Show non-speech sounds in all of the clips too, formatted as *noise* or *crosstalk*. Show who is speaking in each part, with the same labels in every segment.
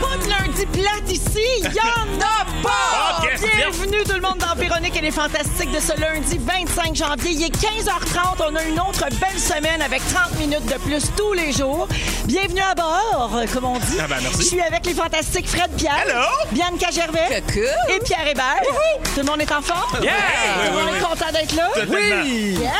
Speaker 1: Pas de lundi plate ici, il y en a pas!
Speaker 2: Ah, qu'est-ce que-
Speaker 1: Bienvenue tout le monde dans Véronique et les Fantastiques de ce lundi 25 janvier. Il est 15h30, on a une autre belle semaine avec 30 minutes de plus tous les jours. Bienvenue à bord, comme on dit.
Speaker 2: Ah ben, merci.
Speaker 1: Je suis avec les Fantastiques Fred Pierre,
Speaker 2: Allô?
Speaker 1: Bianca Gervais et Pierre Hébert. Tout le monde est en forme?
Speaker 2: Yeah!
Speaker 1: Tout le
Speaker 2: Oui,
Speaker 1: monde
Speaker 2: oui,
Speaker 1: est content d'être là?
Speaker 2: Oui!
Speaker 1: Yeah!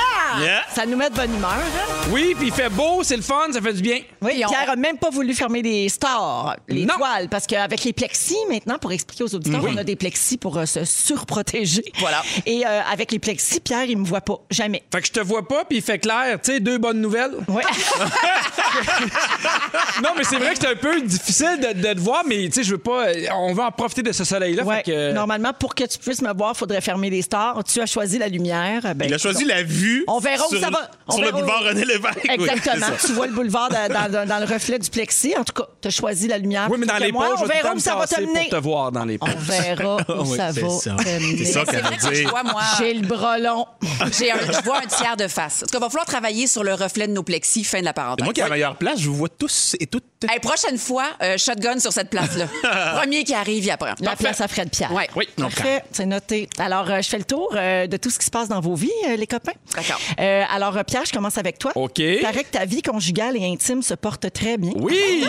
Speaker 2: Yeah.
Speaker 1: Ça nous met de bonne humeur. hein?
Speaker 3: Oui, puis il fait beau, c'est le fun, ça fait du bien.
Speaker 1: Oui, Pierre a même pas voulu fermer les stores, les
Speaker 3: Non. Mhm.
Speaker 1: toiles, parce qu'avec les plexis maintenant, pour expliquer aux auditeurs, on a des plexis pour euh, se surprotéger. Voilà. Et euh, avec les plexis, Pierre, il me voit pas, jamais. Ah,
Speaker 3: Fait que je te vois pas, puis il fait clair, tu sais, deux bonnes nouvelles.
Speaker 1: Ouais.
Speaker 3: Non, mais c'est vrai que c'est un peu difficile de, de te voir, mais tu sais, je veux pas. euh, On veut en profiter de ce soleil-là.
Speaker 1: Ouais.
Speaker 3: Fait que.
Speaker 1: Normalement, pour que tu puisses me voir, faudrait fermer les stores. Tu as choisi la lumière. Ben,
Speaker 2: Il a choisi la vue.
Speaker 1: On verra où
Speaker 2: sur,
Speaker 1: ça va. On
Speaker 2: Sur le
Speaker 1: verra où-
Speaker 2: boulevard René Lévesque. oui,
Speaker 1: Exactement. *laughs*
Speaker 2: c'est ça.
Speaker 1: tu vois le boulevard dans, dans- dans- dans le reflet du plexi. En tout cas, tu as choisi la lumière.
Speaker 3: Oui, mais dans
Speaker 1: plutôt que
Speaker 3: les
Speaker 1: moi.
Speaker 3: poches,
Speaker 1: on
Speaker 3: je vais tout le
Speaker 1: verra
Speaker 3: temps
Speaker 1: où
Speaker 3: me
Speaker 1: ça va
Speaker 3: tasser pour
Speaker 1: t'amener.
Speaker 3: te voir dans les poches.
Speaker 1: On
Speaker 3: *laughs*
Speaker 1: verra où
Speaker 2: Ah Oui,
Speaker 1: ça
Speaker 2: c'est
Speaker 1: va
Speaker 2: ça.
Speaker 1: t'amener.
Speaker 2: C'est ça
Speaker 4: C'est
Speaker 2: qu'elle
Speaker 4: vrai
Speaker 2: veut
Speaker 4: que je
Speaker 2: dire.
Speaker 4: vois, moi,
Speaker 1: J'ai le bras long.
Speaker 4: j'ai un- je vois un tiers de face. En tout cas, va falloir travailler sur le reflet de nos plexis, fin de la
Speaker 2: C'est
Speaker 4: parenthèse.
Speaker 2: moi qui ai la meilleure place, je vous vois tous et toutes.
Speaker 1: Ah
Speaker 4: Hey, prochaine fois, euh, shotgun sur cette
Speaker 2: *laughs*
Speaker 4: place-là. Premier qui arrive, il apprend.
Speaker 1: La place à Fred Pierre.
Speaker 4: Ouais.
Speaker 2: Oui, non,
Speaker 1: Parfait,
Speaker 3: hein.
Speaker 1: c'est noté. Alors, euh, je fais le tour euh, de tout ce qui se passe dans vos vies, euh, les copains.
Speaker 4: D'accord.
Speaker 1: Euh, alors, euh, Pierre, je commence avec toi.
Speaker 3: OK.
Speaker 1: Paraît que ta vie conjugale et intime se porte très bien.
Speaker 3: Oui!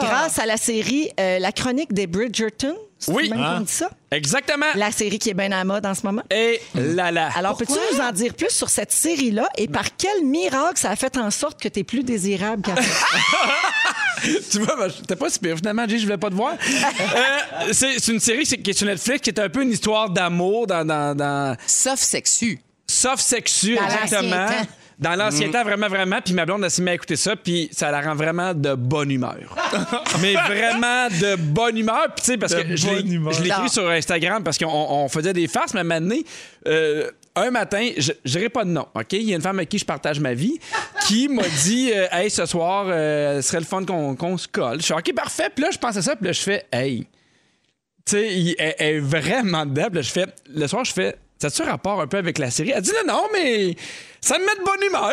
Speaker 1: Grâce à la série euh, La chronique des Bridgerton. c'est
Speaker 3: Oui.
Speaker 1: le même qu'on
Speaker 3: Ah.
Speaker 1: dit ça?
Speaker 3: Exactement.
Speaker 1: La série qui est bien à la mode en ce moment.
Speaker 3: Et là là.
Speaker 1: Alors, peux-tu nous en dire plus sur cette série-là et par quel miracle ça a fait en sorte que tu es plus désirable
Speaker 3: *laughs*
Speaker 1: qu'avant?
Speaker 3: tu vois, ben, t'es pas si pire. Finalement, Jay, je voulais pas te voir.
Speaker 1: *laughs*
Speaker 3: Euh, c'est c'est une série c'est- qui est sur Netflix qui est un peu une histoire d'amour dans, dans, dans-
Speaker 4: Sauf sexu.
Speaker 3: sauf sexu,
Speaker 1: Dans
Speaker 3: exactement.
Speaker 1: l'ancien temps.
Speaker 3: Dans
Speaker 2: Mm.
Speaker 3: l'ancien temps, vraiment, vraiment. Puis ma blonde, elle s'est mise à écouter ça, puis ça la rend vraiment de
Speaker 2: *laughs*
Speaker 3: bonne humeur. Mais vraiment de bonne humeur. Puis tu sais, parce
Speaker 2: De
Speaker 3: que je
Speaker 2: bonne
Speaker 3: l'ai
Speaker 2: humeur.
Speaker 3: je l'ai écrit sur Instagram parce qu'on on faisait des farces, mais à un moment donné, euh, un matin, je dirais pas de nom, OK? Il y a une femme avec qui je partage ma vie qui m'a dit euh, Hey, ce soir, euh, ce serait le fun qu'on qu'on se colle. Je suis OK, parfait. Puis là, je pense à ça, puis là, je fais Hey. Tu sais, il- elle elle est vraiment dedans. Puis là, je fais Le soir, je fais Ça a-tu rapport un peu avec la série? Elle dit Non, non, mais ça me met de bonne humeur.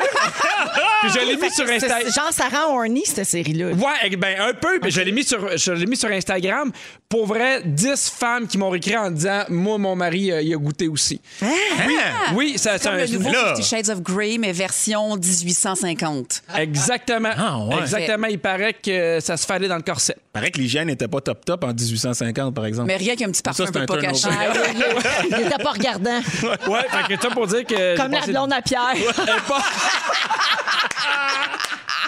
Speaker 3: *laughs* puis je l'ai mis sur Instagram.
Speaker 1: Genre, ça rend horny, cette série-là.
Speaker 3: Ouais, eh ben un peu. mais Je l'ai mis sur, je l'ai mis sur Instagram. Pour vrai, 10 femmes qui m'ont écrit en disant, moi, mon mari, euh, il a goûté aussi.
Speaker 2: Oui,
Speaker 1: Ah,
Speaker 3: Oui,
Speaker 4: Comme
Speaker 3: ça, ça-
Speaker 4: le nouveau
Speaker 2: là.
Speaker 4: Fifty Shades of Grey, mais version 1850.
Speaker 3: Exactement.
Speaker 2: Ah, ouais.
Speaker 3: Exactement. Il paraît que euh, ça se fallait dans le corset.
Speaker 2: Paraît que l'hygiène n'était pas top top en 1850, par exemple.
Speaker 4: Mais rien qu'un petit parfum
Speaker 2: c'est
Speaker 4: peut
Speaker 2: un
Speaker 4: pas
Speaker 2: turn-off.
Speaker 4: cacher.
Speaker 1: Ah, il- *laughs* il- il était pas regardant.
Speaker 3: Ouais, fait que ça pour dire que.
Speaker 1: Comme
Speaker 3: j'ai
Speaker 1: la
Speaker 3: passé-
Speaker 1: blonde à
Speaker 3: *laughs*
Speaker 1: Pierre.
Speaker 3: Elle
Speaker 1: *laughs*
Speaker 3: est pas-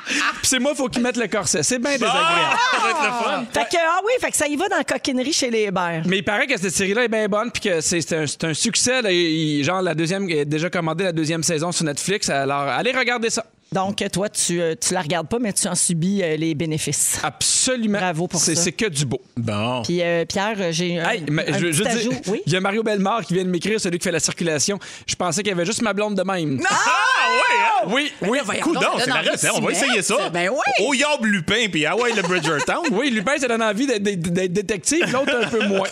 Speaker 3: Puis c'est moi, faut qu'il mette le corset. C'est bien désagréable.
Speaker 1: Ah!
Speaker 2: Ça va être le fun.
Speaker 1: Fait que, ah oui, fait que ça y va dans la coquinerie chez les Hébert.
Speaker 3: Mais il paraît que cette série-là est bien bonne, puis que c'est c'est un, c'est un succès. là. Il- genre, la deuxième, il a déjà commandé la deuxième saison sur Netflix. Alors, allez regarder ça.
Speaker 1: Donc, toi, tu, euh, tu la regardes pas, mais tu en subis euh, les bénéfices.
Speaker 3: Absolument.
Speaker 1: Bravo pour
Speaker 3: C'est-
Speaker 1: ça.
Speaker 3: C'est que du beau.
Speaker 2: Bon.
Speaker 1: Puis, euh, Pierre, euh, j'ai un,
Speaker 3: Hey, mais
Speaker 1: un
Speaker 3: je veux
Speaker 1: petit
Speaker 3: juste dire,
Speaker 1: ajout.
Speaker 3: *laughs*
Speaker 1: Oui?
Speaker 3: il y a Mario Bellemare qui vient de m'écrire, celui qui fait la circulation. Je pensais qu'il y avait juste ma blonde de même.
Speaker 2: Ah ouais, hein?
Speaker 3: Oui,
Speaker 1: ben,
Speaker 3: oui.
Speaker 4: là, voyons.
Speaker 2: Coudon,
Speaker 4: Donc,
Speaker 2: c'est
Speaker 4: donne
Speaker 2: la
Speaker 4: envie de
Speaker 2: recette.
Speaker 4: s'y
Speaker 2: On va essayer
Speaker 4: mettre.
Speaker 2: ça.
Speaker 4: Ben oui.
Speaker 2: Au Yob Lupin, puis ah ouais, le Bridgerton. *laughs*
Speaker 3: Oui, Lupin, ça donne envie d'être d'être- d'être détective, l'autre un peu
Speaker 1: *laughs*
Speaker 3: moins.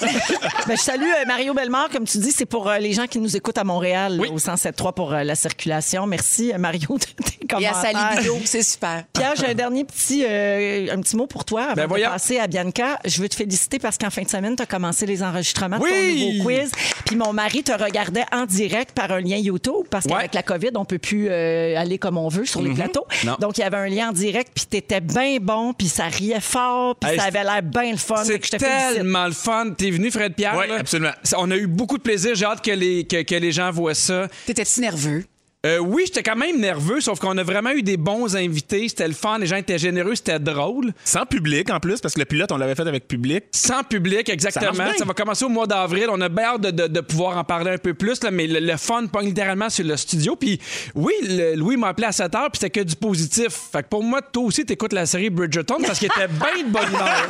Speaker 1: Ben, je salue euh, Mario Bellemare, comme tu dis, c'est pour euh, les gens qui nous écoutent à Montréal, là,
Speaker 3: Oui.
Speaker 1: au 107.3 pour euh, la circulation. Merci, euh, Mario, de tes
Speaker 4: Et à
Speaker 1: commentaires.
Speaker 4: sa libido, c'est super.
Speaker 1: Pierre, j'ai un dernier petit, euh, un petit mot pour toi avant
Speaker 3: Ben,
Speaker 1: de
Speaker 3: voyons.
Speaker 1: passer à Bianca. Je veux te féliciter parce qu'en fin de semaine, tu as commencé les enregistrements de
Speaker 3: Oui!
Speaker 1: ton nouveau quiz. Puis mon mari te regardait en direct par un lien YouTube parce
Speaker 3: Ouais. Mm-hmm.
Speaker 1: qu'avec la COVID, on peut plus euh, aller comme on veut sur les plateaux.
Speaker 3: Non.
Speaker 1: Donc, il y avait un lien en direct, puis tu étais bien bon, puis ça riait fort, puis
Speaker 3: Hey,
Speaker 1: ça avait l'air bien le fun. Fait
Speaker 3: C'est
Speaker 1: que je te félicite.
Speaker 3: tellement le fun. T'es venu, Fred Pierre?
Speaker 2: Oui,
Speaker 3: là?
Speaker 2: absolument.
Speaker 3: Ça- On a eu beaucoup de plaisir. J'ai hâte que les, que, que les gens voient ça.
Speaker 4: T'étais-tu nerveux?
Speaker 3: Euh, oui, j'étais quand même nerveux, sauf qu'on a vraiment eu des bons invités. C'était le fun. Les gens étaient généreux. C'était drôle.
Speaker 2: Sans public, en plus, parce que le pilote, on l'avait fait avec public.
Speaker 3: Sans public, exactement.
Speaker 2: Ça marche
Speaker 3: Ça,
Speaker 2: bien.
Speaker 3: va commencer au mois d'avril. On a bien hâte de, de- de pouvoir en parler un peu plus, là, mais le, le fun pogne littéralement sur le studio. Puis oui, le- Louis m'a appelé à 7 heures, puis c'était que du positif. Fait que pour moi, toi aussi, t'écoutes la série Bridgerton parce qu'il était bien de bonne
Speaker 2: *laughs*
Speaker 3: humeur.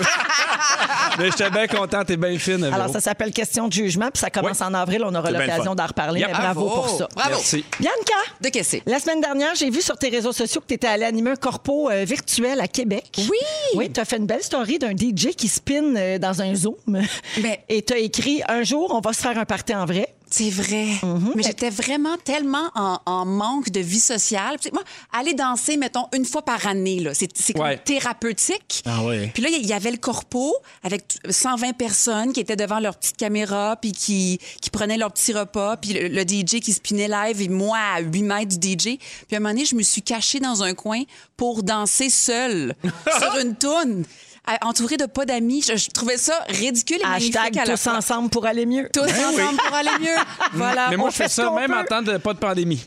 Speaker 3: mais j'étais bien content, t'es bien fine. Véro.
Speaker 1: Alors, ça s'appelle Question de jugement, puis ça commence en avril. On aura
Speaker 2: C'est bien le
Speaker 1: l'occasion
Speaker 2: fun.
Speaker 1: d'en reparler.
Speaker 3: Yep.
Speaker 1: mais bravo pour ça.
Speaker 4: Bravo.
Speaker 3: Merci.
Speaker 1: Bianca,
Speaker 4: de Kessé.
Speaker 1: La semaine dernière, j'ai vu sur tes réseaux sociaux que tu étais allé animer un corpo euh, virtuel à Québec.
Speaker 4: Oui!
Speaker 1: Oui, tu as fait une belle story d'un DJ qui spin euh, dans un Zoom.
Speaker 4: Mais-
Speaker 1: Et tu as écrit Un jour, on va se faire un party en vrai.
Speaker 4: C'est vrai. Mais j'étais vraiment tellement en, en manque de vie sociale. Tu sais, moi, aller danser, mettons, une fois par année, là, c'est c'est comme
Speaker 3: Ouais.
Speaker 4: thérapeutique.
Speaker 2: Ah ouais.
Speaker 4: Puis là, il y avait le corpo avec t- 120 personnes qui étaient devant leur petite caméra, puis qui, qui prenaient leur petit repas, puis le, le DJ qui spinait live, et moi à 8 mètres du DJ. Puis à un moment donné, je me suis cachée dans un coin pour danser seule sur une toune, à- entourée de pas d'amis. Je, je trouvais ça ridicule et
Speaker 1: Hashtag
Speaker 4: magnifique à la
Speaker 1: tous
Speaker 4: fois.
Speaker 1: ensemble pour aller mieux.
Speaker 4: Tous ensemble pour aller
Speaker 3: *laughs*
Speaker 4: mieux. Voilà.
Speaker 3: Ben Mais moi,
Speaker 1: Ah, on
Speaker 3: je fais
Speaker 1: fait ce
Speaker 3: ça
Speaker 1: qu'on
Speaker 3: même
Speaker 1: peut.
Speaker 3: en temps de pas de pandémie.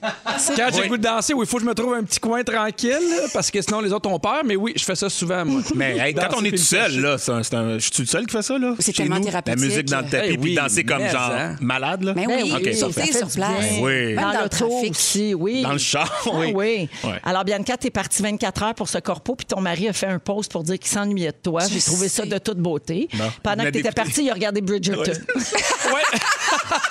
Speaker 3: Quand j'ai le goût de danser, oui, il faut que je me trouve un petit coin tranquille, là, parce que sinon les autres ont peur. Mais oui, je fais ça souvent, moi.
Speaker 2: *laughs* Mais hey, quand
Speaker 3: Danser
Speaker 2: on est
Speaker 3: puis
Speaker 2: tout
Speaker 3: le
Speaker 2: seul,
Speaker 3: cacher.
Speaker 2: là, c'est un, c'est un- je suis le seul qui fait ça, là?
Speaker 4: C'est
Speaker 2: chez
Speaker 4: tellement
Speaker 2: nous? La
Speaker 4: thérapeutique.
Speaker 2: musique dans le tapis,
Speaker 3: Eh
Speaker 2: puis
Speaker 3: oui,
Speaker 2: danser comme
Speaker 3: mais,
Speaker 2: genre
Speaker 3: hein.
Speaker 2: malade, là?
Speaker 4: Mais oui,
Speaker 2: OK,
Speaker 4: oui,
Speaker 2: ça
Speaker 4: oui,
Speaker 2: fait.
Speaker 4: c'est sur place.
Speaker 2: Ben oui.
Speaker 4: Même dans, le
Speaker 1: Ben l'auto
Speaker 4: trafic.
Speaker 1: aussi, oui.
Speaker 2: Dans le char, oui.
Speaker 1: Ah oui.
Speaker 2: Ouais.
Speaker 1: Alors, Bianca, t'es partie 24 heures pour ce corpo, puis ton mari a fait un post pour dire qu'il s'ennuyait de toi.
Speaker 4: Je
Speaker 1: J'ai trouvé
Speaker 4: sais.
Speaker 1: ça de toute beauté.
Speaker 2: Bon.
Speaker 1: Pendant
Speaker 2: Il
Speaker 1: que
Speaker 2: m'a
Speaker 1: t'étais
Speaker 2: dégoûté.
Speaker 1: partie, il a regardé Bridgerton.
Speaker 2: *laughs*
Speaker 3: Ouais.
Speaker 2: *laughs*
Speaker 1: *laughs*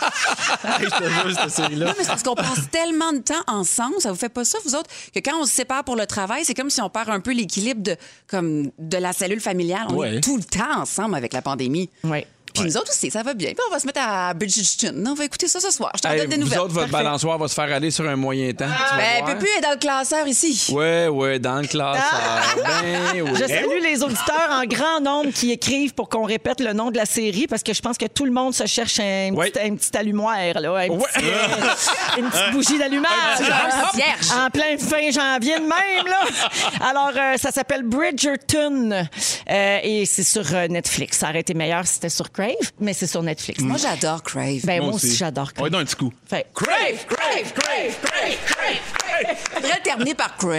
Speaker 2: Hey, je te jure, cette série-là.
Speaker 4: Non, mais c'est parce qu'on passe tellement de temps ensemble, ça vous fait pas ça, vous autres, que quand on se sépare pour le travail, c'est comme si on perd un peu l'équilibre de, comme de la cellule familiale. On
Speaker 2: Ouais.
Speaker 4: est tout le temps ensemble avec la pandémie.
Speaker 1: Ouais.
Speaker 4: Puis nous autres aussi, ça va bien. Puis on va se mettre à Bridgerton. On va écouter ça ce soir. Je t'en
Speaker 3: Hey,
Speaker 4: donne des
Speaker 3: vous
Speaker 4: nouvelles. *laughs*
Speaker 3: autres, votre balançoire va se faire aller sur un moyen temps. tu vas
Speaker 4: Ben,
Speaker 3: voir.
Speaker 4: Pupu est dans le classeur ici.
Speaker 3: Ouais, ouais, dans le classeur. Ben oui.
Speaker 1: Ah. Je salue les auditeurs en grand nombre qui écrivent pour qu'on répète le nom de la série parce que je pense que tout le monde se cherche un,
Speaker 3: Oui.
Speaker 1: petit, un petit allumoire, là, un
Speaker 3: Ouais.
Speaker 1: petit- euh, une petite bougie d'allumage.
Speaker 4: Un
Speaker 1: Hop,
Speaker 4: cierge.
Speaker 1: En plein fin janvier de même. Là. Alors, euh, ça s'appelle Bridgerton Euh, et c'est sur euh, Netflix. Ça aurait été meilleur si c'était sur Crave, mais c'est sur Netflix.
Speaker 4: Moi, j'adore Crave.
Speaker 1: ben, moi aussi, j'adore
Speaker 2: Ouais,
Speaker 1: Crave.
Speaker 2: donne un petit coup.
Speaker 1: Fait-
Speaker 4: Crave, Crave, Crave, Crave, Crave, Crave. Faudrait le terminer par Crave.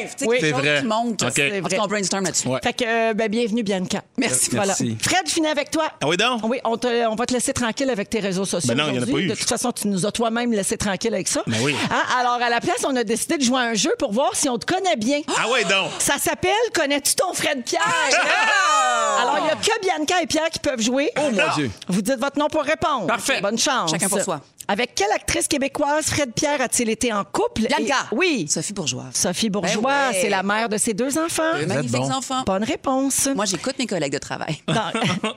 Speaker 4: Tu sais,
Speaker 1: Oui.
Speaker 4: quelque
Speaker 2: C'est
Speaker 4: chose
Speaker 2: vrai.
Speaker 4: qui monte.
Speaker 2: Ok. C'est
Speaker 4: En tout
Speaker 1: vrai.
Speaker 4: cas, on brainstorm là-dessus.
Speaker 2: Ouais. Euh,
Speaker 1: Fait que, euh, ben, bienvenue, Bianca.
Speaker 4: Merci.
Speaker 1: Voilà.
Speaker 3: Merci.
Speaker 1: Fred, je finis avec toi.
Speaker 2: Ah oui, donc?
Speaker 1: Oui, on, te- on va te laisser tranquille avec tes réseaux sociaux.
Speaker 2: Ben non, il y en a
Speaker 1: aujourd'hui.
Speaker 2: pas eu.
Speaker 1: De toute façon, tu nous as toi-même laissé tranquille avec ça.
Speaker 2: Ben oui.
Speaker 1: Hein? Alors, à la place, on a décidé de jouer à un jeu pour voir si on te connaît bien. Oh,
Speaker 2: Ah ouais, donc.
Speaker 1: Ça s'appelle Connais-tu ton Fred Pierre?
Speaker 2: *laughs* Oh!
Speaker 1: Alors, il n'y a que Bianca et Pierre qui peuvent jouer.
Speaker 3: Oh mon Dieu.
Speaker 1: Vous dites votre nom pour répondre.
Speaker 3: Parfait.
Speaker 1: Bonne chance.
Speaker 4: Chacun pour soi.
Speaker 1: Avec quelle actrice québécoise Fred Pierre a-t-il été en couple?
Speaker 4: Bianca.
Speaker 1: Et- Oui.
Speaker 4: Sophie Bourgeois.
Speaker 1: Sophie Bourgeois,
Speaker 4: Ben ouais.
Speaker 1: c'est la mère de ses deux enfants.
Speaker 4: Deux magnifiques
Speaker 2: bon.
Speaker 4: enfants.
Speaker 1: Bonne réponse.
Speaker 4: Moi, j'écoute mes collègues de travail. *laughs*
Speaker 1: Dans,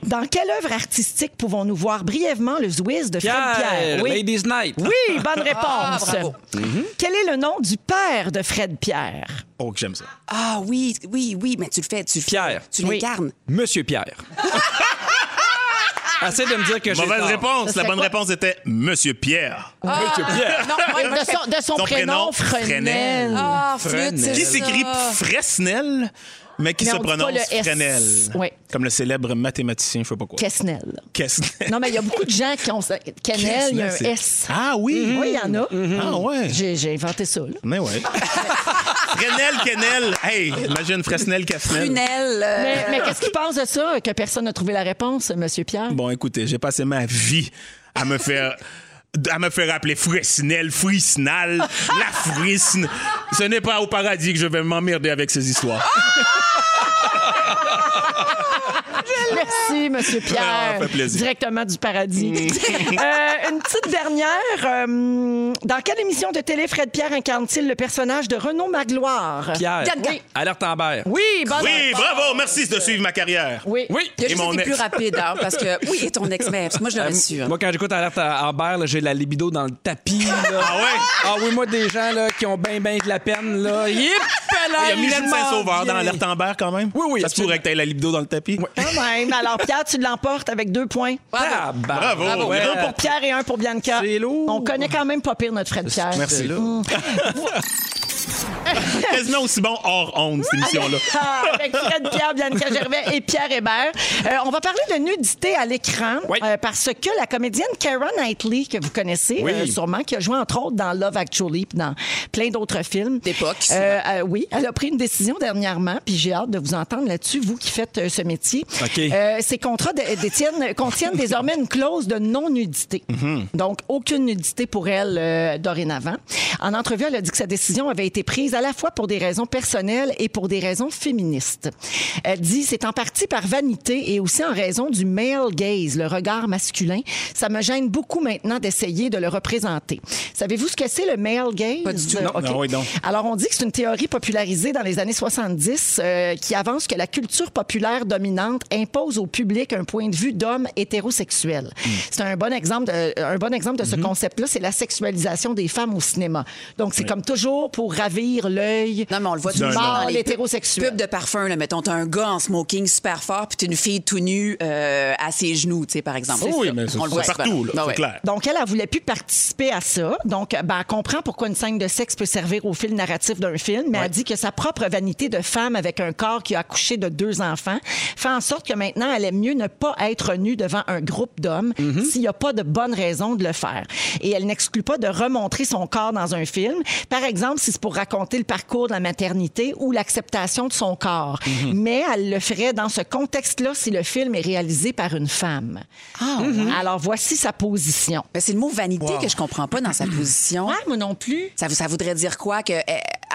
Speaker 1: dans quelle œuvre artistique pouvons-nous voir brièvement le Zwiz de Fred Pierre? Oui.
Speaker 3: Ladies Night.
Speaker 1: Oui, bonne réponse.
Speaker 4: Ah, bravo.
Speaker 2: Mm-hmm.
Speaker 1: Quel est le nom du père de Fred Pierre?
Speaker 2: Oh, que j'aime ça.
Speaker 4: Ah oui, oui, oui, mais tu le fais, tu le fais.
Speaker 3: Pierre.
Speaker 4: Tu
Speaker 1: Oui.
Speaker 4: l'incarnes.
Speaker 3: Monsieur
Speaker 1: *laughs*
Speaker 3: Pierre. Essaye de me dire que j'ai
Speaker 2: Mauvaise
Speaker 3: tort.
Speaker 2: réponse.
Speaker 1: Ça
Speaker 2: La
Speaker 1: serait
Speaker 2: bonne
Speaker 1: quoi?
Speaker 2: réponse était Monsieur Pierre.
Speaker 3: Monsieur Pierre.
Speaker 4: Ah, Non, moi, moi, je
Speaker 1: De
Speaker 4: fais-
Speaker 1: son, de son
Speaker 2: Son
Speaker 1: prénom,
Speaker 2: prénom,
Speaker 1: Frenel.
Speaker 2: Fresnel.
Speaker 4: Ah, flûte, c'est
Speaker 2: Qui
Speaker 4: ça.
Speaker 2: s'écrit Fresnel, mais qui
Speaker 1: Mais
Speaker 2: se
Speaker 1: on dit pas
Speaker 2: prononce
Speaker 1: le S.
Speaker 2: Fresnel.
Speaker 1: Oui.
Speaker 2: Comme le célèbre mathématicien, je sais pas quoi.
Speaker 1: Quesnel.
Speaker 2: Quesnel.
Speaker 1: Non, mais il y a beaucoup de gens qui ont... ça. Quesnel, il y a un
Speaker 2: Quesnel,
Speaker 1: S.
Speaker 2: c'est- Ah oui.
Speaker 1: Oui, il y en a.
Speaker 2: Ah ouais.
Speaker 1: J'ai j'ai inventé ça, là.
Speaker 2: Mais ouais. *laughs* Fresnel, Kenel. Hey, imagine Fresnel, Casnel.
Speaker 4: Prunelle. euh,
Speaker 1: Mais, mais qu'est-ce qu'il pense de ça, que personne n'a trouvé la réponse, Monsieur Pierre?
Speaker 2: Bon, écoutez, j'ai passé ma vie à me faire à me faire appeler Fresnel, Frisnal, la Frisne. Ce n'est pas au paradis que je vais m'emmerder avec ces histoires.
Speaker 1: Merci, Monsieur Pierre.
Speaker 2: Ah, fait plaisir. Mm.
Speaker 1: Directement du paradis. *laughs* Euh, une petite dernière. euh, dans quelle émission de télé Fred Pierre incarne-t-il le personnage de Renaud Magloire?
Speaker 3: Pierre.
Speaker 4: Bianca.
Speaker 3: Alerte en berre.
Speaker 1: Oui, bonne
Speaker 2: Oui,
Speaker 1: réponse.
Speaker 2: bravo, merci de suivre ma carrière.
Speaker 1: Ah, Oui.
Speaker 3: Oui.
Speaker 4: Il y a
Speaker 2: Et
Speaker 4: juste
Speaker 2: mon
Speaker 4: été
Speaker 2: ex.
Speaker 4: plus rapide, hein, parce que oui, et ton ex, mais parce que moi, je
Speaker 2: Ah,
Speaker 3: Euh,
Speaker 4: l'aurais su. hein.
Speaker 3: Moi, quand j'écoute Alerte en berre, là, j'ai la libido dans le tapis. là.
Speaker 2: *laughs* Ah ouais?
Speaker 3: Ah oui, moi, des gens là, qui ont ben, ben de la peine. Là. *laughs* Yip, là,
Speaker 2: Il y a Micheline
Speaker 3: tellement
Speaker 2: Saint-Sauveur dans
Speaker 3: bien.
Speaker 2: l'alerte en berre quand même.
Speaker 3: Oui, oui,
Speaker 2: Ça se
Speaker 3: absolument.
Speaker 2: pourrait que t'aies la libido dans le tapis.
Speaker 1: Quand même. Alors, Pierre, tu l'emportes avec deux points.
Speaker 4: Bravo.
Speaker 3: Tabarnak.
Speaker 2: Bravo. Bravo.
Speaker 3: Ah, bah, Ouais.
Speaker 1: Un pour Pierre et un pour Bianca.
Speaker 3: C'est lourd.
Speaker 1: On connaît quand même pas pire notre Fred Pierre.
Speaker 2: Merci. Quasiment aussi bon hors onde, cette émission-là.
Speaker 1: Ah, avec Fred Pierre, Bianca Gervais et Pierre Hébert. Euh, on va parler de nudité à l'écran
Speaker 3: Oui.
Speaker 1: euh, parce que la comédienne Karen Knightley, que vous connaissez
Speaker 3: Oui.
Speaker 1: euh, sûrement, qui a joué entre autres dans Love Actually puis dans plein d'autres films.
Speaker 4: D'époque,
Speaker 1: Euh, euh, oui, elle a pris une décision dernièrement, puis j'ai hâte de vous entendre là-dessus, vous qui faites euh, ce métier.
Speaker 3: OK.
Speaker 1: Euh, ces contrats de- d'Étienne contiennent désormais une clause de non-nudité. Donc, aucune nudité pour elle euh, dorénavant. En entrevue, elle a dit que sa décision avait été prise à la fois pour pour des raisons personnelles et pour des raisons féministes. Elle dit c'est en partie par vanité et aussi en raison du male gaze, le regard masculin. Ça me gêne beaucoup maintenant d'essayer de le représenter. Savez-vous ce que c'est le male gaze
Speaker 4: Pas du tout,
Speaker 2: non.
Speaker 1: Euh, ok.
Speaker 2: Ah oui, donc.
Speaker 1: Alors, on dit que c'est une théorie popularisée dans les années 70 euh, qui avance que la culture populaire dominante impose au public un point de vue d'homme hétérosexuel.
Speaker 2: Hmm.
Speaker 1: C'est un bon exemple de, euh, un bon exemple
Speaker 2: Mhm.
Speaker 1: de ce concept-là, c'est la sexualisation des femmes au cinéma. Donc, c'est comme toujours pour ravir l'œil
Speaker 4: Non, mais on le voit
Speaker 1: du
Speaker 4: toujours dans
Speaker 1: mâle
Speaker 4: les
Speaker 1: hétérosexuel.
Speaker 4: pubs de parfum. Là, mettons, t'as un gars en smoking super fort, puis t'as une fille tout nue euh, à ses genoux, tu sais, par exemple.
Speaker 2: Oui,
Speaker 4: ça.
Speaker 2: mais c'est
Speaker 4: On le voit
Speaker 2: c'est
Speaker 4: souvent.
Speaker 2: partout, là,
Speaker 4: Ah
Speaker 2: c'est
Speaker 4: ouais.
Speaker 2: clair.
Speaker 1: Donc, elle, elle voulait plus participer à ça. Donc, ben, elle comprend pourquoi une scène de sexe peut servir au fil narratif d'un film, mais elle dit que sa propre vanité de femme avec un corps qui a accouché de deux enfants fait en sorte que maintenant, elle aime mieux ne pas être nue devant un groupe d'hommes s'il n'y a pas de bonne raison de le faire. Et elle n'exclut pas de remontrer son corps dans un film. Par exemple, si c'est pour raconter le parcours de la maternité ou l'acceptation de son corps. Mais elle le ferait dans ce contexte-là si le film est réalisé par une femme. Ah, Mhm. Alors, voici sa position.
Speaker 4: Mais Ben, c'est le mot vanité que je comprends pas dans sa position.
Speaker 1: Ouais, moi non plus.
Speaker 4: Ça, ça voudrait dire quoi? Que, euh,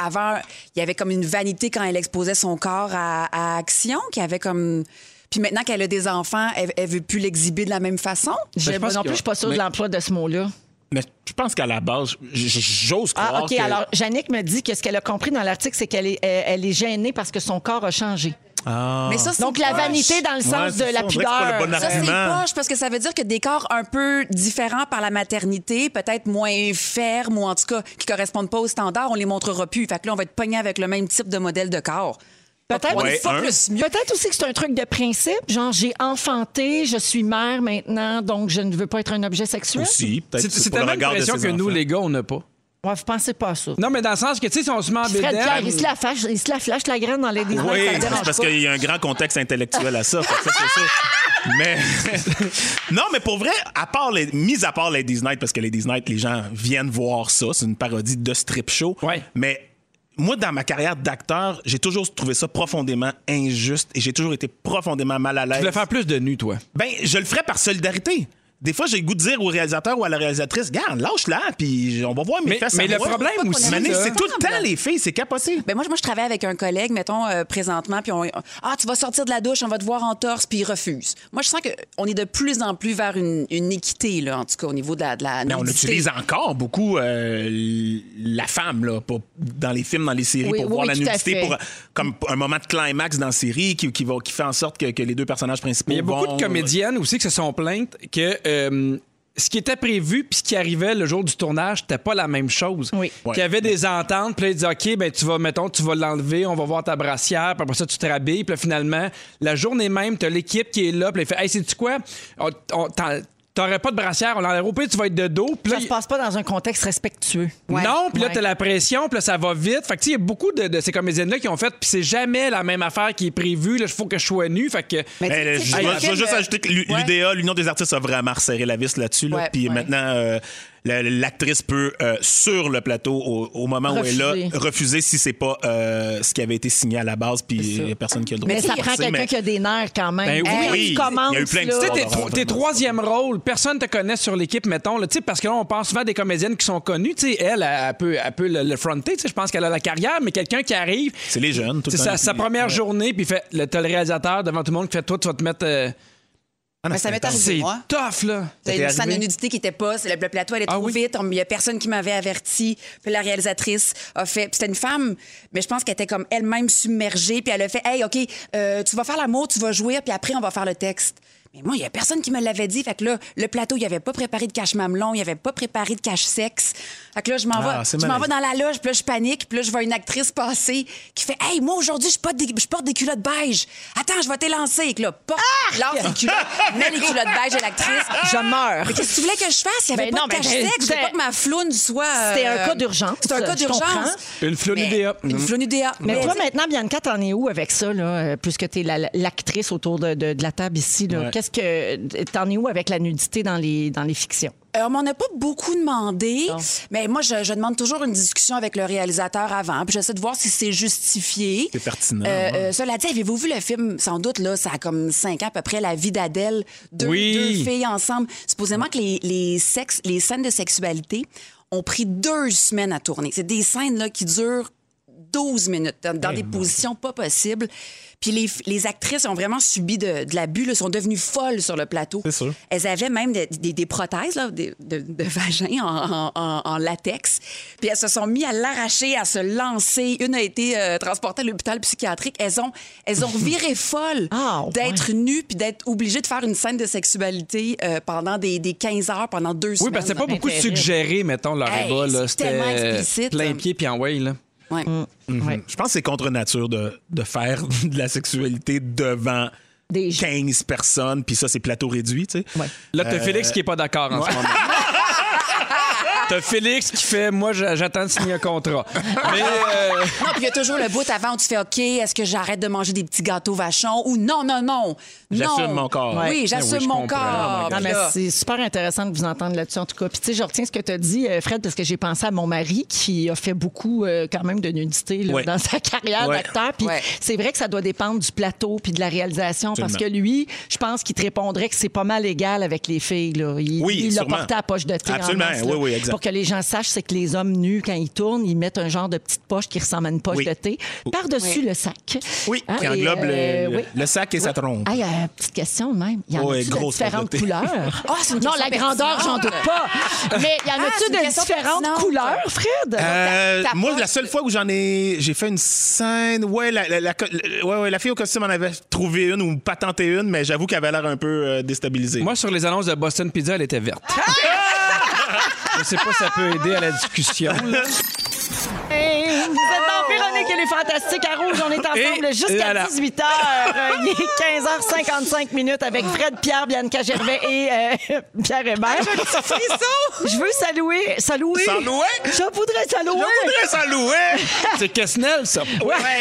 Speaker 4: avant, il y avait comme une vanité quand elle exposait son corps à, à action, qui avait comme. Puis maintenant qu'elle a des enfants, elle, elle veut plus l'exhiber de la même façon.
Speaker 1: Je,
Speaker 3: je pense
Speaker 1: moi non
Speaker 3: que-
Speaker 1: plus, je suis pas sûre
Speaker 2: mais-
Speaker 1: de l'emploi de ce mot-là.
Speaker 2: Mais je pense qu'à la base, j- j- j'ose croire
Speaker 1: Ah, OK.
Speaker 2: que...
Speaker 1: Alors, Yannick me dit que ce qu'elle a compris dans l'article, c'est qu'elle est, euh, elle est gênée parce que son corps a changé.
Speaker 3: Ah.
Speaker 4: Mais ça, c'est
Speaker 1: Donc, la
Speaker 4: poche.
Speaker 1: vanité dans le
Speaker 2: Ouais,
Speaker 1: sens
Speaker 2: c'est
Speaker 1: de la
Speaker 2: ça, on dirait que c'est pas le
Speaker 1: pudeur.
Speaker 2: bon
Speaker 4: Ça, c'est
Speaker 2: Vraiment.
Speaker 4: poche parce que ça veut dire que des corps un peu différents par la maternité, peut-être moins fermes ou en tout cas qui correspondent pas aux standards, on les montrera plus. Fait que là, on va être pogné avec le même type de modèle de corps.
Speaker 1: Peut-être
Speaker 4: On
Speaker 2: Ouais,
Speaker 4: est pas
Speaker 2: un.
Speaker 4: plus mieux.
Speaker 1: Peut-être aussi que c'est un truc de principe, genre j'ai enfanté, je suis mère maintenant, donc je ne veux pas être un objet sexuel.
Speaker 2: Aussi, peut-être
Speaker 3: C'est
Speaker 2: que c'est
Speaker 3: c'est
Speaker 2: pour le
Speaker 3: tellement une
Speaker 2: regard de
Speaker 3: pression
Speaker 2: ses
Speaker 3: que nous,
Speaker 2: enfants.
Speaker 3: les gars, on n'a pas.
Speaker 1: Ouais, vous pensez pas à ça.
Speaker 3: Non, mais dans le sens que, tu sais, si on se met en
Speaker 1: Fred Pierre, il
Speaker 3: bédaine...
Speaker 1: se la fâche, il se la flash la graine dans les débats,
Speaker 2: Oui,
Speaker 1: ça le dérange
Speaker 2: c'est parce
Speaker 1: pas.
Speaker 2: qu'il y a un grand contexte intellectuel à ça. fait que ça, c'est *laughs* ça. Mais non, mais pour vrai, à part les, mis à part Ladies Night, parce que Ladies Night, les gens viennent voir ça, c'est une parodie de strip show.
Speaker 3: Ouais.
Speaker 2: Mais moi, dans ma carrière d'acteur, j'ai toujours trouvé ça profondément injuste et j'ai toujours été profondément mal à
Speaker 3: Tu
Speaker 2: l'aise.
Speaker 3: voulais faire plus de nu, toi.
Speaker 2: Ben, je le ferais par solidarité. Des fois, j'ai le goût de dire au réalisateur ou à la réalisatrice, garde, lâche-la, puis on va voir mes
Speaker 3: Mais-
Speaker 2: fesses.
Speaker 3: mais
Speaker 2: à
Speaker 3: le
Speaker 2: moi.
Speaker 3: problème
Speaker 2: Pas de
Speaker 3: aussi,
Speaker 2: problème.
Speaker 3: là-
Speaker 2: c'est tout le temps les filles, c'est capoté.
Speaker 4: Ben moi, moi, je travaille avec un collègue, mettons, euh, présentement, puis on... Ah, tu vas sortir de la douche, on va te voir en torse, puis il refuse. Moi, je sens qu'on est de plus en plus vers une, une équité, là, en tout cas, au niveau de la, de la
Speaker 2: Mais on
Speaker 4: nudité.
Speaker 2: utilise encore beaucoup euh, l- la femme là, pour- dans les films, dans les séries,
Speaker 1: Oui,
Speaker 2: pour
Speaker 1: oui,
Speaker 2: voir
Speaker 1: oui,
Speaker 2: la
Speaker 1: tout à
Speaker 2: nudité,
Speaker 1: fait.
Speaker 2: pour, comme un moment de climax dans la série qui, qui, va, qui fait en sorte que, que les deux personnages principaux.
Speaker 3: Mais il y a beaucoup
Speaker 2: vont-
Speaker 3: de comédiennes aussi qui se sont plaintes que euh, ce qui était prévu puis ce qui arrivait le jour du tournage, c'était pas la même chose.
Speaker 1: Oui.
Speaker 2: Ouais.
Speaker 3: Qu'il y avait des ententes, puis là, ils disaient, OK, ben, tu vas, mettons, tu vas l'enlever, on va voir ta brassière, puis après ça, tu te rhabilles, puis là, finalement, la journée même, t'as l'équipe qui est là, puis là, il fait, hey, sais-tu quoi? On- on- t'en- T'aurais pas de brassière, on l'enlève au pire, tu vas être de dos. Puis là,
Speaker 1: Ça se passe pas dans un contexte respectueux.
Speaker 3: non, puis là,
Speaker 1: Ouais.
Speaker 3: t'as la pression, puis là, ça va vite. Fait que, tu sais, il y a beaucoup de, de ces comédiennes-là qui ont fait, puis c'est jamais la même affaire qui est prévue. Là, il faut que je sois nu. Fait que.
Speaker 4: Mais
Speaker 2: Mais,
Speaker 4: tu sais,
Speaker 2: euh, je, dois- je
Speaker 4: le
Speaker 2: dois
Speaker 4: film,
Speaker 2: juste
Speaker 4: euh,
Speaker 2: ajouter que l'U-
Speaker 4: ouais.
Speaker 2: l'UDA, l'Union des artistes, a vraiment resserré la vis là-dessus. là.
Speaker 4: Ouais,
Speaker 2: Puis
Speaker 4: ouais.
Speaker 2: maintenant, euh, la- l'actrice peut, euh, sur le plateau, au, au moment où elle est
Speaker 1: Refuser.
Speaker 2: là, refuser si c'est pas euh, ce qui avait été signé à la base, puis il y a personne qui a le droit
Speaker 1: Mais
Speaker 2: de
Speaker 1: ça
Speaker 2: le
Speaker 1: prend
Speaker 2: forcer,
Speaker 1: quelqu'un
Speaker 2: mais-
Speaker 1: qui a des nerfs quand même.
Speaker 3: Ben oui.
Speaker 1: Hey,
Speaker 2: Oui, il y a
Speaker 1: commence,
Speaker 2: eu plein de
Speaker 1: là.
Speaker 2: histoires.
Speaker 3: Tu sais,
Speaker 2: Oh,
Speaker 3: t'es
Speaker 2: non,
Speaker 3: tro- t'es
Speaker 2: non,
Speaker 3: troisième rôle, personne te connaît sur l'équipe, mettons. là, tu sais, parce que là, on pense souvent à des comédiennes qui sont connues. Tu sais, elle, elle, elle peut, elle peut le, le fronter. tu sais, Je pense qu'elle a la carrière, mais quelqu'un qui arrive.
Speaker 2: C'est les jeunes, tout le
Speaker 3: C'est
Speaker 2: temps,
Speaker 3: sa,
Speaker 2: les-
Speaker 3: sa première journée, puis fait, le- t'as le réalisateur devant tout le monde qui fait Toi, tu vas te mettre. euh,
Speaker 2: Ah non,
Speaker 4: Mais Ben, ça
Speaker 2: c'est
Speaker 4: m'est
Speaker 2: intense.
Speaker 4: arrivé.
Speaker 3: c'est
Speaker 4: moi.
Speaker 3: tough, là.
Speaker 4: T'as
Speaker 2: t'est
Speaker 4: une scène de
Speaker 2: arrivé?
Speaker 4: nudité qui était pas, c'est le, le plateau allait
Speaker 3: Ah
Speaker 4: trop
Speaker 3: oui?
Speaker 4: vite, on- il y a personne qui m'avait averti. Puis la réalisatrice a fait, puis c'était une femme, mais je pense qu'elle était comme elle-même submergée, puis elle a fait "Hey, OK, euh, tu vas faire l'amour, tu vas jouer, puis après on va faire le texte." Mais moi, il y a personne qui me l'avait dit, fait que là le plateau, il avait pas préparé de cache mamelon, il avait pas préparé de cache sexe. Fait que là je m'en
Speaker 2: Ah,
Speaker 4: vais,
Speaker 2: c'est
Speaker 4: je m'en
Speaker 2: malaisant.
Speaker 4: vais dans la loge, puis là je panique, puis là je vois une actrice passer qui fait "Hey, moi aujourd'hui, je porte des, je porte des culottes beige. Attends, je vais t'élancer." Et que là, pop,
Speaker 2: Ah!
Speaker 4: lance les
Speaker 2: *laughs*
Speaker 4: culottes, mets les culottes beige à l'actrice.
Speaker 1: Je meurs.
Speaker 2: Ah!
Speaker 4: Mais qu'est-ce que tu voulais que je fasse? Il n'y avait
Speaker 1: Ben
Speaker 4: pas
Speaker 1: non,
Speaker 4: de
Speaker 1: ben,
Speaker 4: cache
Speaker 1: ben,
Speaker 4: sexe. Je voulais
Speaker 1: c'était-
Speaker 4: pas que ma floune soit. euh,
Speaker 1: C'était un cas d'urgence,
Speaker 4: C'était un cas
Speaker 1: je comprends.
Speaker 4: d'urgence.
Speaker 3: Une floune
Speaker 4: Mais-
Speaker 3: UDA.
Speaker 4: Une floune UDA.
Speaker 1: Mais toi, maintenant, Bianca, t'en es où avec ça, là, euh, puisque t'es la- l'actrice autour de, de- de la table ici? là?
Speaker 2: Ouais.
Speaker 1: Qu'est-ce que t'en es où avec la nudité dans les, dans les fictions?
Speaker 4: Euh, on m'en a pas beaucoup demandé, mais moi, je, je demande toujours une discussion avec le réalisateur avant, puis j'essaie de voir si c'est justifié.
Speaker 2: C'est pertinent,
Speaker 4: Euh,
Speaker 2: ouais.
Speaker 4: euh, cela dit, avez-vous vu le film, sans doute, là, ça a comme cinq ans à peu près, La vie d'Adèle, deux,
Speaker 3: Oui.
Speaker 4: deux filles ensemble. Supposément que les, les sexes, les scènes de sexualité ont pris deux semaines à tourner. C'est des scènes là, qui durent 12 minutes dans,
Speaker 2: Eh
Speaker 4: dans des positions pas possibles. Puis les, les actrices ont vraiment subi de, de l'abus, là, sont devenues folles sur le plateau.
Speaker 2: C'est sûr.
Speaker 4: Elles avaient même des, des- des prothèses là, des- de, de vagin en, en- en- en latex. Puis elles se sont mis à l'arracher, à se lancer. Une a été euh, transportée à l'hôpital psychiatrique. Elles ont,
Speaker 2: *laughs*
Speaker 4: elles ont viré folles
Speaker 1: Ah, ouais.
Speaker 4: d'être nues puis d'être obligées de faire une scène de sexualité euh, pendant des, des 15 heures, pendant deux
Speaker 3: Oui,
Speaker 4: semaines.
Speaker 3: parce que c'est pas
Speaker 1: ben,
Speaker 3: beaucoup
Speaker 1: terrible.
Speaker 3: suggéré, mettons, leur
Speaker 4: Hey,
Speaker 3: ébat. là.
Speaker 4: c'est
Speaker 3: C'était
Speaker 4: tellement explicite,
Speaker 3: plein
Speaker 4: hein.
Speaker 3: pied puis en way. Là.
Speaker 4: Ouais.
Speaker 1: Mm. Ouais.
Speaker 2: Hmm. Je pense que c'est contre nature de, de faire *laughs* de la sexualité devant
Speaker 1: Des gens.
Speaker 2: 15 personnes, puis ça, c'est plateau réduit, tu sais.
Speaker 1: Ouais.
Speaker 3: Là,
Speaker 2: Euh,
Speaker 3: t'as Félix qui est pas d'accord en ce moment. T'as Félix qui fait Moi, j'a- j'attends de signer un
Speaker 4: *laughs*
Speaker 3: contrat. Mais euh,
Speaker 4: Non, puis il y a toujours le bout avant où tu fais OK, est-ce que j'arrête de manger des petits gâteaux vachons ou non, non, non.
Speaker 2: J'assume
Speaker 4: non.
Speaker 2: mon corps.
Speaker 4: Oui,
Speaker 2: Ouais.
Speaker 4: j'assume
Speaker 3: Ben Oui, je
Speaker 4: mon
Speaker 3: comprends. Ah,
Speaker 4: corps.
Speaker 2: Ah, ben
Speaker 1: Non, Ah, mais
Speaker 4: Là.
Speaker 1: c'est super intéressant de vous entendre là-dessus, en tout cas. Puis, tu sais, je retiens ce que tu as dit, euh, Fred, parce que j'ai pensé à mon mari qui a fait beaucoup, euh, quand même, de nudité là,
Speaker 2: Ouais.
Speaker 1: dans sa carrière
Speaker 2: Ouais.
Speaker 1: d'acteur. Puis,
Speaker 4: Ouais.
Speaker 1: c'est vrai que ça doit dépendre du plateau puis de la réalisation, parce que
Speaker 2: Absolument.
Speaker 1: lui, je pense qu'il te répondrait que c'est pas mal égal avec les filles. Là. Il,
Speaker 2: Oui,
Speaker 1: il l'a
Speaker 2: sûrement.
Speaker 1: porté à la poche de thé. en
Speaker 2: Absolument.
Speaker 1: masse, là.
Speaker 2: Oui, oui, exact.
Speaker 1: Pour que les gens sachent, c'est que les hommes nus, quand ils tournent, ils mettent un genre de petite poche qui ressemble à une poche
Speaker 2: Oui.
Speaker 1: de thé par-dessus le sac.
Speaker 2: Oui,
Speaker 1: Hein,
Speaker 2: qui
Speaker 1: et,
Speaker 2: englobe le-
Speaker 1: euh,
Speaker 2: le,
Speaker 1: oui.
Speaker 2: le sac et sa trompe.
Speaker 1: Ah, il y a une petite question de même. Il y en
Speaker 2: Ouais,
Speaker 1: a-tu de
Speaker 2: grosse
Speaker 1: différentes
Speaker 2: pauvreté.
Speaker 1: *laughs* couleurs?
Speaker 4: Ah, c'est une
Speaker 1: non,
Speaker 4: question
Speaker 1: la grandeur, j'en
Speaker 4: pertinente.
Speaker 1: doute pas. Mais il y en
Speaker 4: Ah,
Speaker 1: a-tu
Speaker 4: c'est une
Speaker 1: de
Speaker 4: question
Speaker 1: différentes
Speaker 4: pertinente.
Speaker 1: couleurs, Fred?
Speaker 2: Euh,
Speaker 4: ta
Speaker 2: moi,
Speaker 4: poche-
Speaker 2: la seule fois où j'en ai, j'ai fait une scène, ouais, la, la- la- la- ouais, ouais, la fille au costume en avait trouvé une ou patenté une, mais j'avoue qu'elle avait l'air un peu euh, déstabilisée.
Speaker 3: moi, sur les annonces de Boston Pizza, elle était verte. *laughs* Je sais pas si ça peut aider à la discussion. là.
Speaker 1: Hey, vous êtes dans Véronique et les Fantastiques à Rouge. On est ensemble
Speaker 3: Et
Speaker 1: jusqu'à
Speaker 3: voilà.
Speaker 1: 18h. Euh, Il est 15h55 minutes avec Fred Pierre, Bianca Gervais et euh, *laughs* Pierre Hébert. Je veux saluer. Saluer.
Speaker 2: Saluer.
Speaker 1: Je voudrais saluer.
Speaker 2: Je voudrais ça louer.
Speaker 3: C'est Kessnel, ça.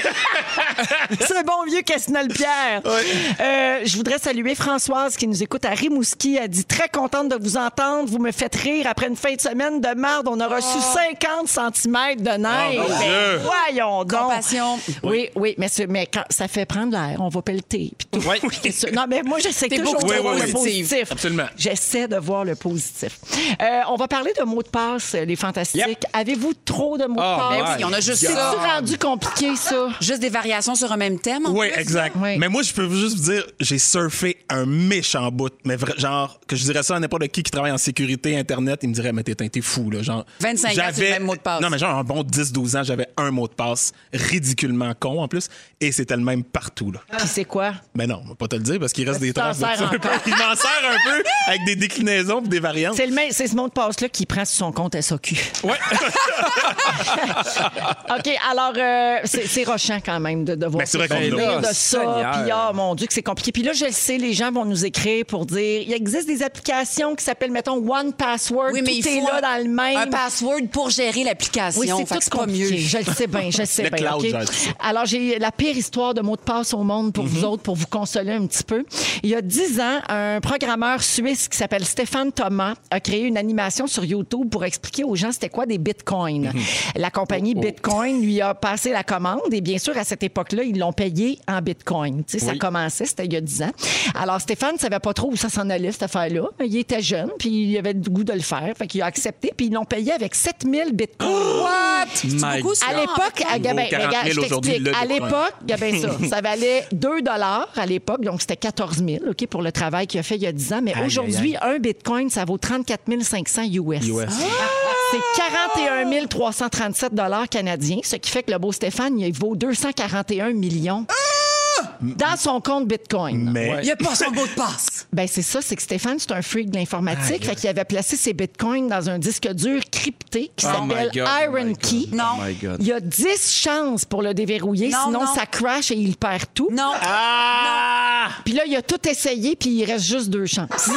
Speaker 1: *laughs* C'est bon vieux Cassinal Pierre. Euh, je voudrais saluer Françoise qui nous écoute à Rimouski. Elle dit très contente de vous entendre. Vous me faites rire après une fin de semaine de marde. On a reçu
Speaker 4: Ah.
Speaker 1: 50 cm de neige.
Speaker 2: Oh, mon
Speaker 1: Ben,
Speaker 2: Dieu.
Speaker 1: voyons donc.
Speaker 4: Compassion.
Speaker 1: Oui, oui, mais, ce- mais quand ça fait prendre l'air, on va pelleter. puis tout.
Speaker 2: Ouais.
Speaker 1: Puis ça- Non, mais moi, j'essaie
Speaker 4: T'es
Speaker 1: toujours
Speaker 4: beaucoup
Speaker 1: de
Speaker 2: trop
Speaker 1: voir le
Speaker 4: positive.
Speaker 1: positif.
Speaker 2: Absolument.
Speaker 1: J'essaie de voir le positif. Euh, on va parler de mots de passe, les fantastiques.
Speaker 3: Yep.
Speaker 1: Avez-vous trop de mots de
Speaker 2: Oh,
Speaker 3: Ah,
Speaker 1: passe?
Speaker 3: ben
Speaker 4: oui, on a juste
Speaker 1: C'est-tu
Speaker 4: ça.
Speaker 1: rendu compliqué, ça?
Speaker 4: Juste des variations sur un même thème. en
Speaker 2: Oui,
Speaker 4: plus.
Speaker 2: exact.
Speaker 1: Oui.
Speaker 2: Mais moi, je peux juste vous dire, j'ai surfé un méchant bout. Mais vra- genre, que je dirais ça à n'importe qui qui travaille en sécurité Internet, il me dirait, mais t'es t'es fou, là. Genre,
Speaker 4: 25 ans,
Speaker 2: j'avais-
Speaker 4: c'est le même mot de passe.
Speaker 2: Non, mais genre, un bon 10-12 ans, j'avais un mot de passe ridiculement con, en plus, et c'était le même partout, là.
Speaker 1: Puis c'est quoi?
Speaker 2: Mais non, on va pas te le dire parce qu'il reste
Speaker 1: Tu
Speaker 2: des
Speaker 1: t'en
Speaker 2: traces de
Speaker 1: sers
Speaker 2: ça un peu.
Speaker 1: encore.
Speaker 2: *laughs* Il m'en sert un peu avec des déclinaisons et des variantes.
Speaker 1: C'est le même- c'est ce mot de passe-là qui prend sur son compte SOQ.
Speaker 3: Ouais.
Speaker 1: OK, alors, euh, c'est c'est rochant quand même de devoir
Speaker 2: Ben, c'est vrai qu'on
Speaker 1: se
Speaker 2: l'a.
Speaker 1: souvenir
Speaker 3: Ben,
Speaker 1: de ça.
Speaker 3: Seigneur.
Speaker 1: Puis, ah, mon Dieu, que c'est compliqué. Puis là, je le sais, les gens vont nous écrire pour dire il existe des applications qui s'appellent, mettons, One Password.
Speaker 4: Oui, mais il
Speaker 1: tout est
Speaker 4: faut
Speaker 1: là dans le même.
Speaker 4: un password pour gérer l'application.
Speaker 1: Oui,
Speaker 4: Fait que
Speaker 1: c'est tout
Speaker 4: pas mieux.
Speaker 1: compliqué. Je le sais bien, je le sais
Speaker 2: Le
Speaker 1: bien.
Speaker 2: cloud
Speaker 1: OK?
Speaker 2: gère tout ça.
Speaker 1: Alors, j'ai la pire histoire de mots de passe au monde pour vous autres, pour vous consoler un petit peu. Il y a dix ans, un programmeur suisse qui s'appelle Stéphane Thomas a créé une animation sur YouTube pour expliquer aux gens c'était quoi des bitcoins. La compagnie Bitcoin lui a passé la commande et bien sûr, à cette époque-là, ils l'ont payé en bitcoin. Tu sais, Ça
Speaker 2: Oui.
Speaker 1: commençait, c'était il y a dix ans. Alors, Stéphane ne savait pas trop où ça s'en allait, cette affaire-là. mais Il était jeune, puis il avait le goût de le faire. Fait qu'il a accepté, puis ils l'ont payé avec
Speaker 2: *gasps*
Speaker 1: 7000 bitcoins.
Speaker 4: C'est
Speaker 3: My
Speaker 4: beaucoup, ça,
Speaker 1: À
Speaker 4: en
Speaker 1: l'époque,
Speaker 4: fait.
Speaker 1: à Gabin,
Speaker 2: 40 000
Speaker 1: regarde, je
Speaker 2: aujourd'hui,
Speaker 1: t'explique.
Speaker 2: le
Speaker 1: À
Speaker 2: Bitcoin.
Speaker 1: l'époque, Gabin, ça,
Speaker 2: *laughs*
Speaker 1: ça valait 2 à l'époque, donc c'était 14 000 OK, pour le travail qu'il a fait il y a 10 ans. Mais
Speaker 2: aïe,
Speaker 1: aujourd'hui, un bitcoin, ça vaut 34 500 US.
Speaker 2: US.
Speaker 1: C'est 41 337 canadiens, ce qui fait que le beau Stéphane, il vaut 241 millions
Speaker 2: Ah!
Speaker 1: dans son compte bitcoin.
Speaker 2: Mais
Speaker 4: Il n'y a pas son mot de passe.
Speaker 1: Ben c'est ça, c'est que Stéphane, c'est un freak de l'informatique, fait qu'il avait placé ses bitcoins dans un disque dur crypté qui
Speaker 3: Oh my
Speaker 1: s'appelle
Speaker 3: God, oh my
Speaker 1: Iron
Speaker 3: God,
Speaker 1: Key.
Speaker 4: Non.
Speaker 3: Oh my God.
Speaker 1: Il y a 10 chances pour le déverrouiller,
Speaker 4: Non,
Speaker 1: sinon
Speaker 4: non.
Speaker 1: ça crash et il perd tout.
Speaker 4: Non.
Speaker 2: Ah!
Speaker 1: Puis là, il a tout essayé, puis il reste juste deux chances.
Speaker 4: Non.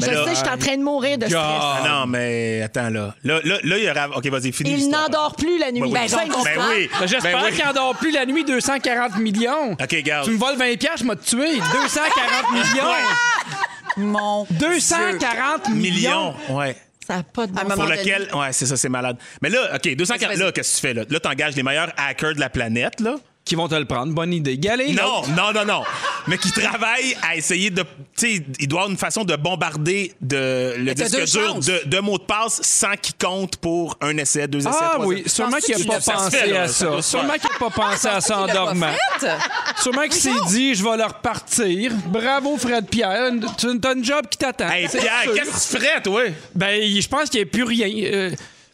Speaker 2: Mais
Speaker 3: Ben
Speaker 1: je
Speaker 2: là-
Speaker 1: sais, je suis en train de mourir de stress.
Speaker 2: Ah, non, mais attends, là. Là, là, là, il y aura... OK, vas-y, finis
Speaker 1: Il
Speaker 2: l'histoire.
Speaker 1: n'endort plus la nuit.
Speaker 2: Ben oui.
Speaker 1: Fin de
Speaker 4: j'en comprends.
Speaker 2: Ben
Speaker 1: l'histoire.
Speaker 2: oui.
Speaker 3: Ben, J'espère
Speaker 2: Ben oui.
Speaker 3: qu'il en dort plus la nuit 240 millions.
Speaker 2: OK, garde.
Speaker 3: Tu me voles 20 pièces, je m'as tué. 240 millions.
Speaker 4: Mon.
Speaker 3: 240 millions.
Speaker 2: Millions, ouais.
Speaker 1: Ça n'a pas de bon
Speaker 4: À un
Speaker 1: sens.
Speaker 4: moment
Speaker 2: Pour
Speaker 4: donné.
Speaker 2: lequel... Ouais, c'est ça, c'est malade. Mais là, OK, 240...
Speaker 4: Vas-y, vas-y.
Speaker 2: Là, qu'est-ce que tu fais, là? Là, t'engages les meilleurs hackers de la planète, là. *laughs*
Speaker 3: Qui vont te le prendre. Bonne idée. Galé.
Speaker 2: Non, non, non, non. mais qui travaille à essayer de. Tu sais, il doit avoir une façon de bombarder de, le
Speaker 4: t'as deux
Speaker 2: disque dur
Speaker 4: chances.
Speaker 2: de, de mots de passe sans qu'il compte pour un essai, deux essais,
Speaker 3: Ah
Speaker 2: trois
Speaker 3: oui,
Speaker 2: essais.
Speaker 3: sûrement
Speaker 4: Penses-tu
Speaker 3: qu'il n'a
Speaker 4: qu'il
Speaker 3: pas
Speaker 4: l'a fait,
Speaker 3: pensé
Speaker 2: là?
Speaker 3: à
Speaker 2: Ça doit
Speaker 3: ça.
Speaker 2: se
Speaker 3: Sûrement qu'il n'a pas pensé à ça en
Speaker 4: Il l'a pas
Speaker 3: dormant.
Speaker 4: fait.
Speaker 3: Sûrement qu'il s'est dit, je vais leur partir. Bravo, Fred Pierre. Tu as une job qui t'attend.
Speaker 2: Hey,
Speaker 3: C'est
Speaker 2: Pierre,
Speaker 3: sûr.
Speaker 2: qu'est-ce que tu ferais, toi?
Speaker 3: Ben, il- je pense qu'il n'y a plus rien. Euh,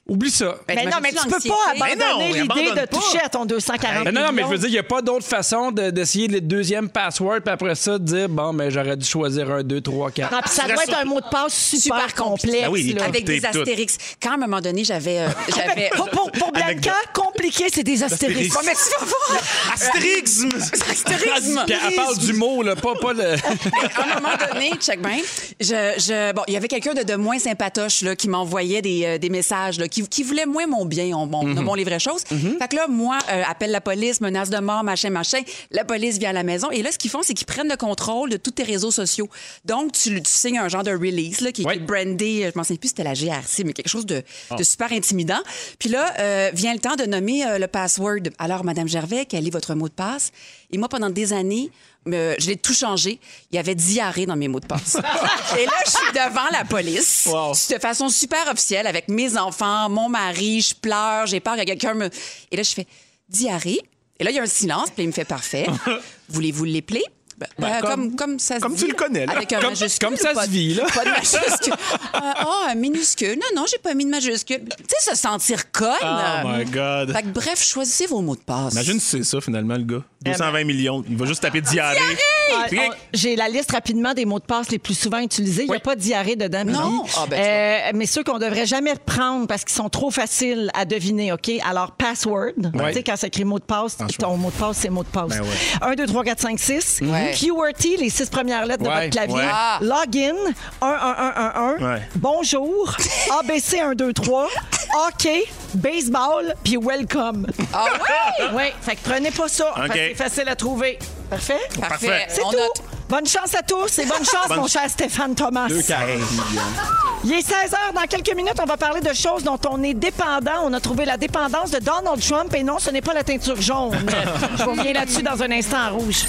Speaker 3: oublie ça.
Speaker 1: Mais non, mais tu
Speaker 4: Ben
Speaker 1: peux
Speaker 4: l'anxiété.
Speaker 1: pas
Speaker 2: Mais non,
Speaker 1: abandonner
Speaker 2: il
Speaker 1: l'idée
Speaker 2: abandonne
Speaker 1: de
Speaker 2: pas.
Speaker 1: toucher à ton 240
Speaker 3: Ben non, non, mais je
Speaker 1: millions.
Speaker 3: veux dire, il n'y a pas d'autre façon de- d'essayer le deuxième password, puis après ça, de dire, bon, mais j'aurais dû choisir un, deux, trois, quatre.
Speaker 1: Ah, puis ça
Speaker 2: Tu
Speaker 1: doit
Speaker 2: restes
Speaker 1: être un mot de passe super,
Speaker 4: Super
Speaker 1: complexe.
Speaker 3: Ben
Speaker 4: complexe.
Speaker 2: Ah oui, il est
Speaker 1: là. Ah, ben,
Speaker 2: complexe.
Speaker 4: Avec des
Speaker 2: Tape tout.
Speaker 4: astérix. Quand à un moment donné, j'avais. euh, j'avais...
Speaker 1: Pour, pour, pour Blanca,
Speaker 2: Anecdote.
Speaker 1: compliqué, c'est *laughs* des astérisques.
Speaker 2: Astérix.
Speaker 4: Oh, mais tu vas voir!
Speaker 2: Astérix!
Speaker 4: Astérisme.
Speaker 3: Puis elle parle du mot, là, pas, pas le.
Speaker 4: *laughs* à un moment donné, check bien, je, je- bon, il y avait quelqu'un de, de moins sympatoche là, qui m'envoyait des, euh, des messages, là, qui, qui voulait moins mon bien, on, on- nommons les vraies choses. Fait que là, moi, euh, appelle la police, menace de mort, machin, machin. La police vient à la maison. Et là, ce qu'ils font, c'est qu'ils prennent le contrôle de tous tes réseaux sociaux. Donc, tu, tu signes un genre de release là, qui,
Speaker 3: Oui.
Speaker 4: qui est brandé, euh, je m'en souviens plus, c'était la GRC, mais quelque chose de, de super intimidant. Puis là, euh, vient le temps de nommer euh, le password. Alors, Madame Gervais, quel est votre mot de passe? Et moi, pendant des années, euh, je l'ai tout changé. Il y avait diarrhée dans mes mots
Speaker 2: *laughs*
Speaker 4: de passe. Et là, je suis devant la police,
Speaker 3: Wow.
Speaker 4: de façon super officielle, avec mes enfants, mon mari, je pleure, j'ai peur que quelqu'un me... Et là, je fais diarrhée. Et là, il y a un silence, puis il me
Speaker 2: *laughs*
Speaker 4: fait parfait. Voulez-vous l'épeler? Ben, euh,
Speaker 2: comme-
Speaker 4: comme, comme ça se
Speaker 2: comme
Speaker 4: dit,
Speaker 2: tu le connais, là.
Speaker 4: Avec un
Speaker 3: Comme-
Speaker 4: majuscule,
Speaker 3: comme ça
Speaker 4: pas
Speaker 3: se
Speaker 4: de-
Speaker 3: vit, là.
Speaker 4: pas
Speaker 2: *laughs*
Speaker 4: de majuscule. Euh, Ah, un minuscule. Non, non, j'ai pas mis de majuscule. Tu sais, se sentir conne.
Speaker 2: Oh my God.
Speaker 4: Fait que bref, choisissez vos mots de passe.
Speaker 2: Imagine si c'est ça, finalement, le gars. 220 millions. Il va juste taper diarrhée.
Speaker 1: Ah,
Speaker 2: Puis-
Speaker 1: on- J'ai la liste rapidement des mots de passe les plus souvent utilisés. Il n'y a pas de diarrhée dedans.
Speaker 4: Non.
Speaker 1: Bibi.
Speaker 4: Ah, ben, tu
Speaker 1: Euh, mais ceux qu'on devrait jamais prendre parce qu'ils sont trop faciles à deviner, OK? Alors, password. Tu sais, quand ça écrit mot de passe, ton mot de passe, c'est mot de passe.
Speaker 2: Ben ouais.
Speaker 1: 1, 2, 3, 4, 5, 6.
Speaker 4: Ouais.
Speaker 1: QWERTY, les six premières lettres
Speaker 3: Ouais,
Speaker 1: de votre clavier.
Speaker 2: ouais.
Speaker 4: Ah.
Speaker 1: Login, 1, 1, 1, 1, 1.
Speaker 2: Ouais.
Speaker 4: *laughs*
Speaker 1: Bonjour. ABC, 1, 2, 3. OK. Baseball, puis welcome.
Speaker 4: Ah oui!
Speaker 1: Oui, fait que prenez pas ça. parce
Speaker 2: OK.
Speaker 1: que C'est facile à trouver. Parfait?
Speaker 4: Parfait.
Speaker 2: Parfait.
Speaker 1: C'est
Speaker 4: On
Speaker 1: tout.
Speaker 4: note.
Speaker 1: Bonne chance à tous et bonne chance, mon cher Stéphane Thomas. Il est 16 h. Dans quelques minutes, on va parler de choses dont on est dépendant. On a trouvé la dépendance de Donald Trump et non, ce n'est pas la teinture jaune. Je vous reviens là-dessus dans un instant en rouge.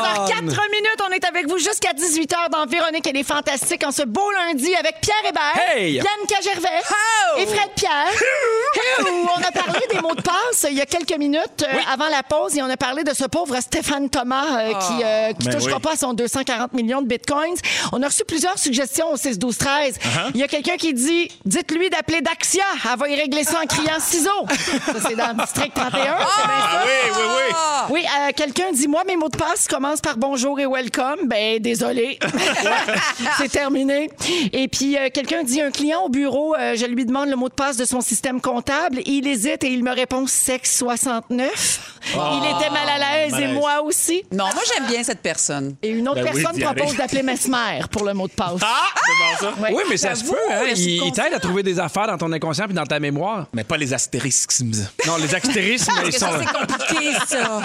Speaker 1: 16h04 minutes, on est avec vous jusqu'à 18h dans Véronique et les Fantastiques en ce beau lundi avec Pierre Hébert,
Speaker 3: Hey!
Speaker 1: Yann Gervais
Speaker 4: Oh!
Speaker 1: et Fred Pierre. Hello! on a parlé des mots de passe il y a quelques minutes euh, avant la pause et on a parlé de ce pauvre Stéphane Thomas euh, qui, euh, qui
Speaker 2: Ben
Speaker 1: touchera
Speaker 2: oui.
Speaker 1: pas à son 240 millions de bitcoins. On a reçu plusieurs suggestions au 6 12 13.
Speaker 2: Uh-huh.
Speaker 1: Il y a quelqu'un qui dit dites-lui d'appeler Daxia, elle va y régler ça en
Speaker 2: *laughs*
Speaker 1: criant ciseaux. Ça c'est dans le district 31. c'est bien
Speaker 2: Ah oui, oui, oui.
Speaker 1: oui, euh, quelqu'un dit moi mes mots de passe commencent par bonjour et welcome. Ben désolé, c'est terminé. Et puis euh, quelqu'un dit un client au bureau, euh, je lui demande le mot de passe de son système comptable, il hésite et il me répond sexe 69. il était mal à l'aise et
Speaker 2: malaise.
Speaker 1: moi aussi.
Speaker 4: Non, moi, j'aime bien cette personne.
Speaker 1: Et une autre
Speaker 2: Ben oui,
Speaker 1: personne
Speaker 2: d'y aller.
Speaker 1: propose d'appeler Mesmer pour le mot de passe.
Speaker 2: Ah! C'est bon, ça?
Speaker 1: Ouais.
Speaker 3: Oui, mais ça se
Speaker 4: j'avoue,
Speaker 3: peut, hein.
Speaker 4: le
Speaker 3: Il, il
Speaker 4: subconscient.
Speaker 3: t'aide à trouver des affaires dans ton inconscient puis dans ta mémoire.
Speaker 2: Mais pas les astérismes.
Speaker 3: Non, les astérismes,
Speaker 4: Parce
Speaker 3: ils
Speaker 4: que
Speaker 3: sont.
Speaker 4: ça, c'est compliqué, ça.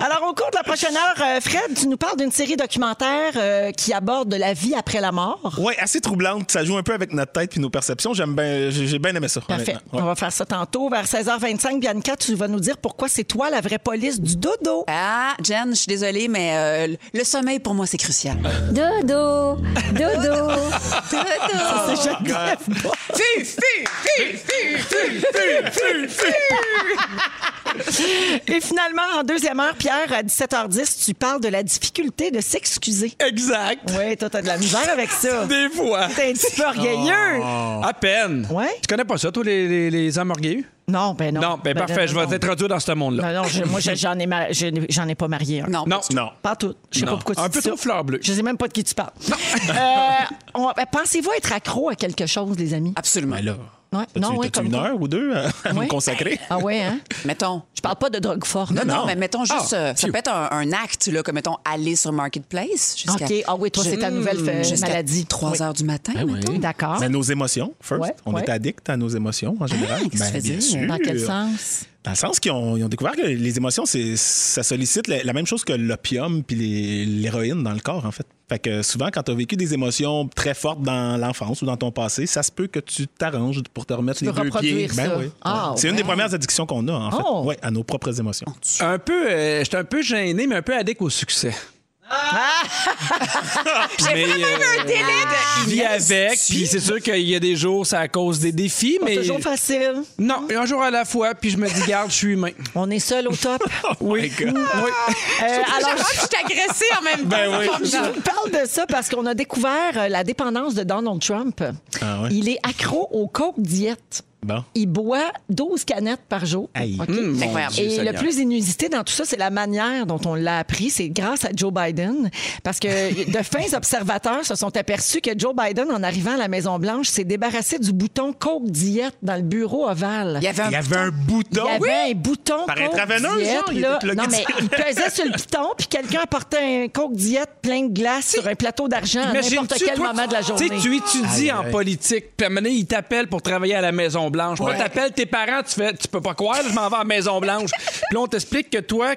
Speaker 1: Alors, au cours de la prochaine heure, euh, Fred, tu nous parles d'une série documentaire euh, qui aborde de la vie après la mort.
Speaker 2: Ouais, assez troublante. Ça joue un peu avec notre tête puis nos perceptions. J'aime bien, j'ai j'ai bien aimé ça.
Speaker 1: Parfait.
Speaker 2: honnêtement. Ouais.
Speaker 1: On va faire ça tantôt. Vers 16h25, Bianca, tu vas nous dire pourquoi c'est toi la vraie police du dodo.
Speaker 4: Ah, Jen, je suis désolée, mais euh, le sommeil, pour moi, c'est crucial. *laughs*
Speaker 5: Dodo, dodo.
Speaker 4: Dodo.
Speaker 1: Je ne
Speaker 2: Ah,
Speaker 1: rêve pas.
Speaker 4: Fi, fi, fi, fi, fi.
Speaker 1: Et finalement, en deuxième heure, Pierre, à 17h10, tu parles de la difficulté de s'excuser.
Speaker 3: Exact.
Speaker 1: Oui, toi, t'as de la misère avec ça.
Speaker 3: *laughs* Des Oh. fois.
Speaker 1: T'es un petit peu orgueilleux.
Speaker 3: À peine.
Speaker 1: Ouais.
Speaker 3: Tu connais pas ça, toi, les, les, les hommes orgueilleux?
Speaker 1: Non, ben non.
Speaker 3: Non, ben, parfait, je vais t'introduire dans ce monde-là.
Speaker 1: Non, non, je- moi, je- j'en ai, mar- je n'ai- j'en ai pas marié un.
Speaker 4: Non.
Speaker 3: Non.
Speaker 2: Non.
Speaker 1: Pas tout. Je sais pas
Speaker 3: Non.
Speaker 1: pourquoi tu
Speaker 3: Un
Speaker 1: dis
Speaker 3: peu
Speaker 1: ça.
Speaker 3: trop fleur bleue.
Speaker 1: Je sais même pas de qui tu parles. Euh, on- ben, Pensez-vous être accro à quelque chose, les amis?
Speaker 4: Absolument.
Speaker 2: Mais Ben là,
Speaker 1: Ouais.
Speaker 2: as-tu-
Speaker 1: Non, ouais,
Speaker 2: t'as-tu
Speaker 1: comme
Speaker 2: une
Speaker 1: quoi?
Speaker 2: heure ou deux à, à *laughs* me
Speaker 1: Ouais.
Speaker 2: consacrer?
Speaker 1: Ah ouais, hein?
Speaker 4: Mettons.
Speaker 1: Je parle pas de drogue forte.
Speaker 4: Non, non,
Speaker 2: non.
Speaker 4: mais mettons juste,
Speaker 3: Ah,
Speaker 4: euh, ça
Speaker 3: phew.
Speaker 4: peut être un, un acte, là, comme mettons aller sur Marketplace jusqu'à
Speaker 1: OK. Ah oui, toi, c'est ta nouvelle euh, maladie.
Speaker 4: 3
Speaker 1: Oui.
Speaker 4: heures du matin, mettons.
Speaker 1: D'accord.
Speaker 2: Mais Ben, nos émotions, first.
Speaker 1: Ah. Ouais,
Speaker 2: on
Speaker 1: ouais.
Speaker 2: est addict à nos émotions en général. Ben,
Speaker 4: qu'est-ce que ça veut
Speaker 2: bien
Speaker 4: dire?
Speaker 2: sûr.
Speaker 1: Dans quel sens?
Speaker 2: Dans le sens qu'ils ont, ils ont découvert que les émotions, c'est, ça sollicite la, la même chose que l'opium puis les- l'héroïne dans le corps, en fait. Fait que souvent, quand tu as vécu des émotions très fortes dans l'enfance ou dans ton passé, ça se peut que tu t'arranges pour te remettre
Speaker 1: Tu
Speaker 2: les
Speaker 1: peux
Speaker 2: deux pieds. Ben
Speaker 1: reproduire ça.
Speaker 2: oui.
Speaker 1: Ah,
Speaker 2: C'est une
Speaker 1: ouais.
Speaker 2: des premières addictions qu'on a, en fait.
Speaker 1: Oh.
Speaker 2: Ouais, à nos propres émotions.
Speaker 3: Un peu, euh, j'étais un peu gêné, mais un peu addict au succès.
Speaker 1: Ah! *laughs*
Speaker 3: mais euh, je vis avec, puis c'est sûr qu'il y a des jours, ça cause des défis,
Speaker 1: Pas
Speaker 3: mais
Speaker 1: toujours facile.
Speaker 3: non, un jour à la fois, puis je me dis, garde, je suis humain.
Speaker 1: On est seul au top.
Speaker 3: Oui, oui.
Speaker 1: Euh, alors,
Speaker 4: Alors, je suis agressée en même temps.
Speaker 3: Ben oui.
Speaker 4: C'est
Speaker 1: Je
Speaker 4: formidable.
Speaker 1: vous parle de ça parce qu'on a découvert euh, la dépendance de Donald Trump.
Speaker 2: Ah ouais?
Speaker 1: Il est accro au Coke diète.
Speaker 2: Bon.
Speaker 1: Il boit 12 canettes par jour.
Speaker 2: Aïe.
Speaker 1: OK?
Speaker 3: Hum, *laughs* mon
Speaker 4: incroyable.
Speaker 3: Dieu
Speaker 1: Ah, Et le
Speaker 3: Seigneur.
Speaker 1: plus inusité dans tout ça, c'est la manière dont on l'a appris. C'est grâce à Joe Biden. Parce
Speaker 3: *laughs*
Speaker 1: que de fins observateurs se sont aperçus que Joe Biden, en arrivant à la Maison-Blanche, s'est débarrassé du bouton Coke Diète dans le bureau ovale.
Speaker 4: Il y avait un
Speaker 2: Il y avait un bouton.
Speaker 1: Il y
Speaker 3: Ah
Speaker 1: avait un bouton
Speaker 2: Par
Speaker 1: Coke
Speaker 2: intraveineuse, genre,
Speaker 1: diète,
Speaker 2: il
Speaker 1: là.
Speaker 2: était plugé
Speaker 1: Non, mais
Speaker 2: dessus.
Speaker 1: il pesait sur le piton, puis quelqu'un portait un Coke diète plein de glace sur un plateau d'argent à
Speaker 3: Imagine-tu,
Speaker 1: n'importe quel
Speaker 3: toi,
Speaker 1: moment de la
Speaker 3: tu sais,
Speaker 1: journée.
Speaker 3: Tu étudies en politique, puis à un moment donné, ils t'appellent pour travailler à la Maison-Blanche. Puis là, t'appelles tes parents, tu fais, tu peux pas croire, je m'en vais à la Maison-Blanche. puis là, on t'explique que toi,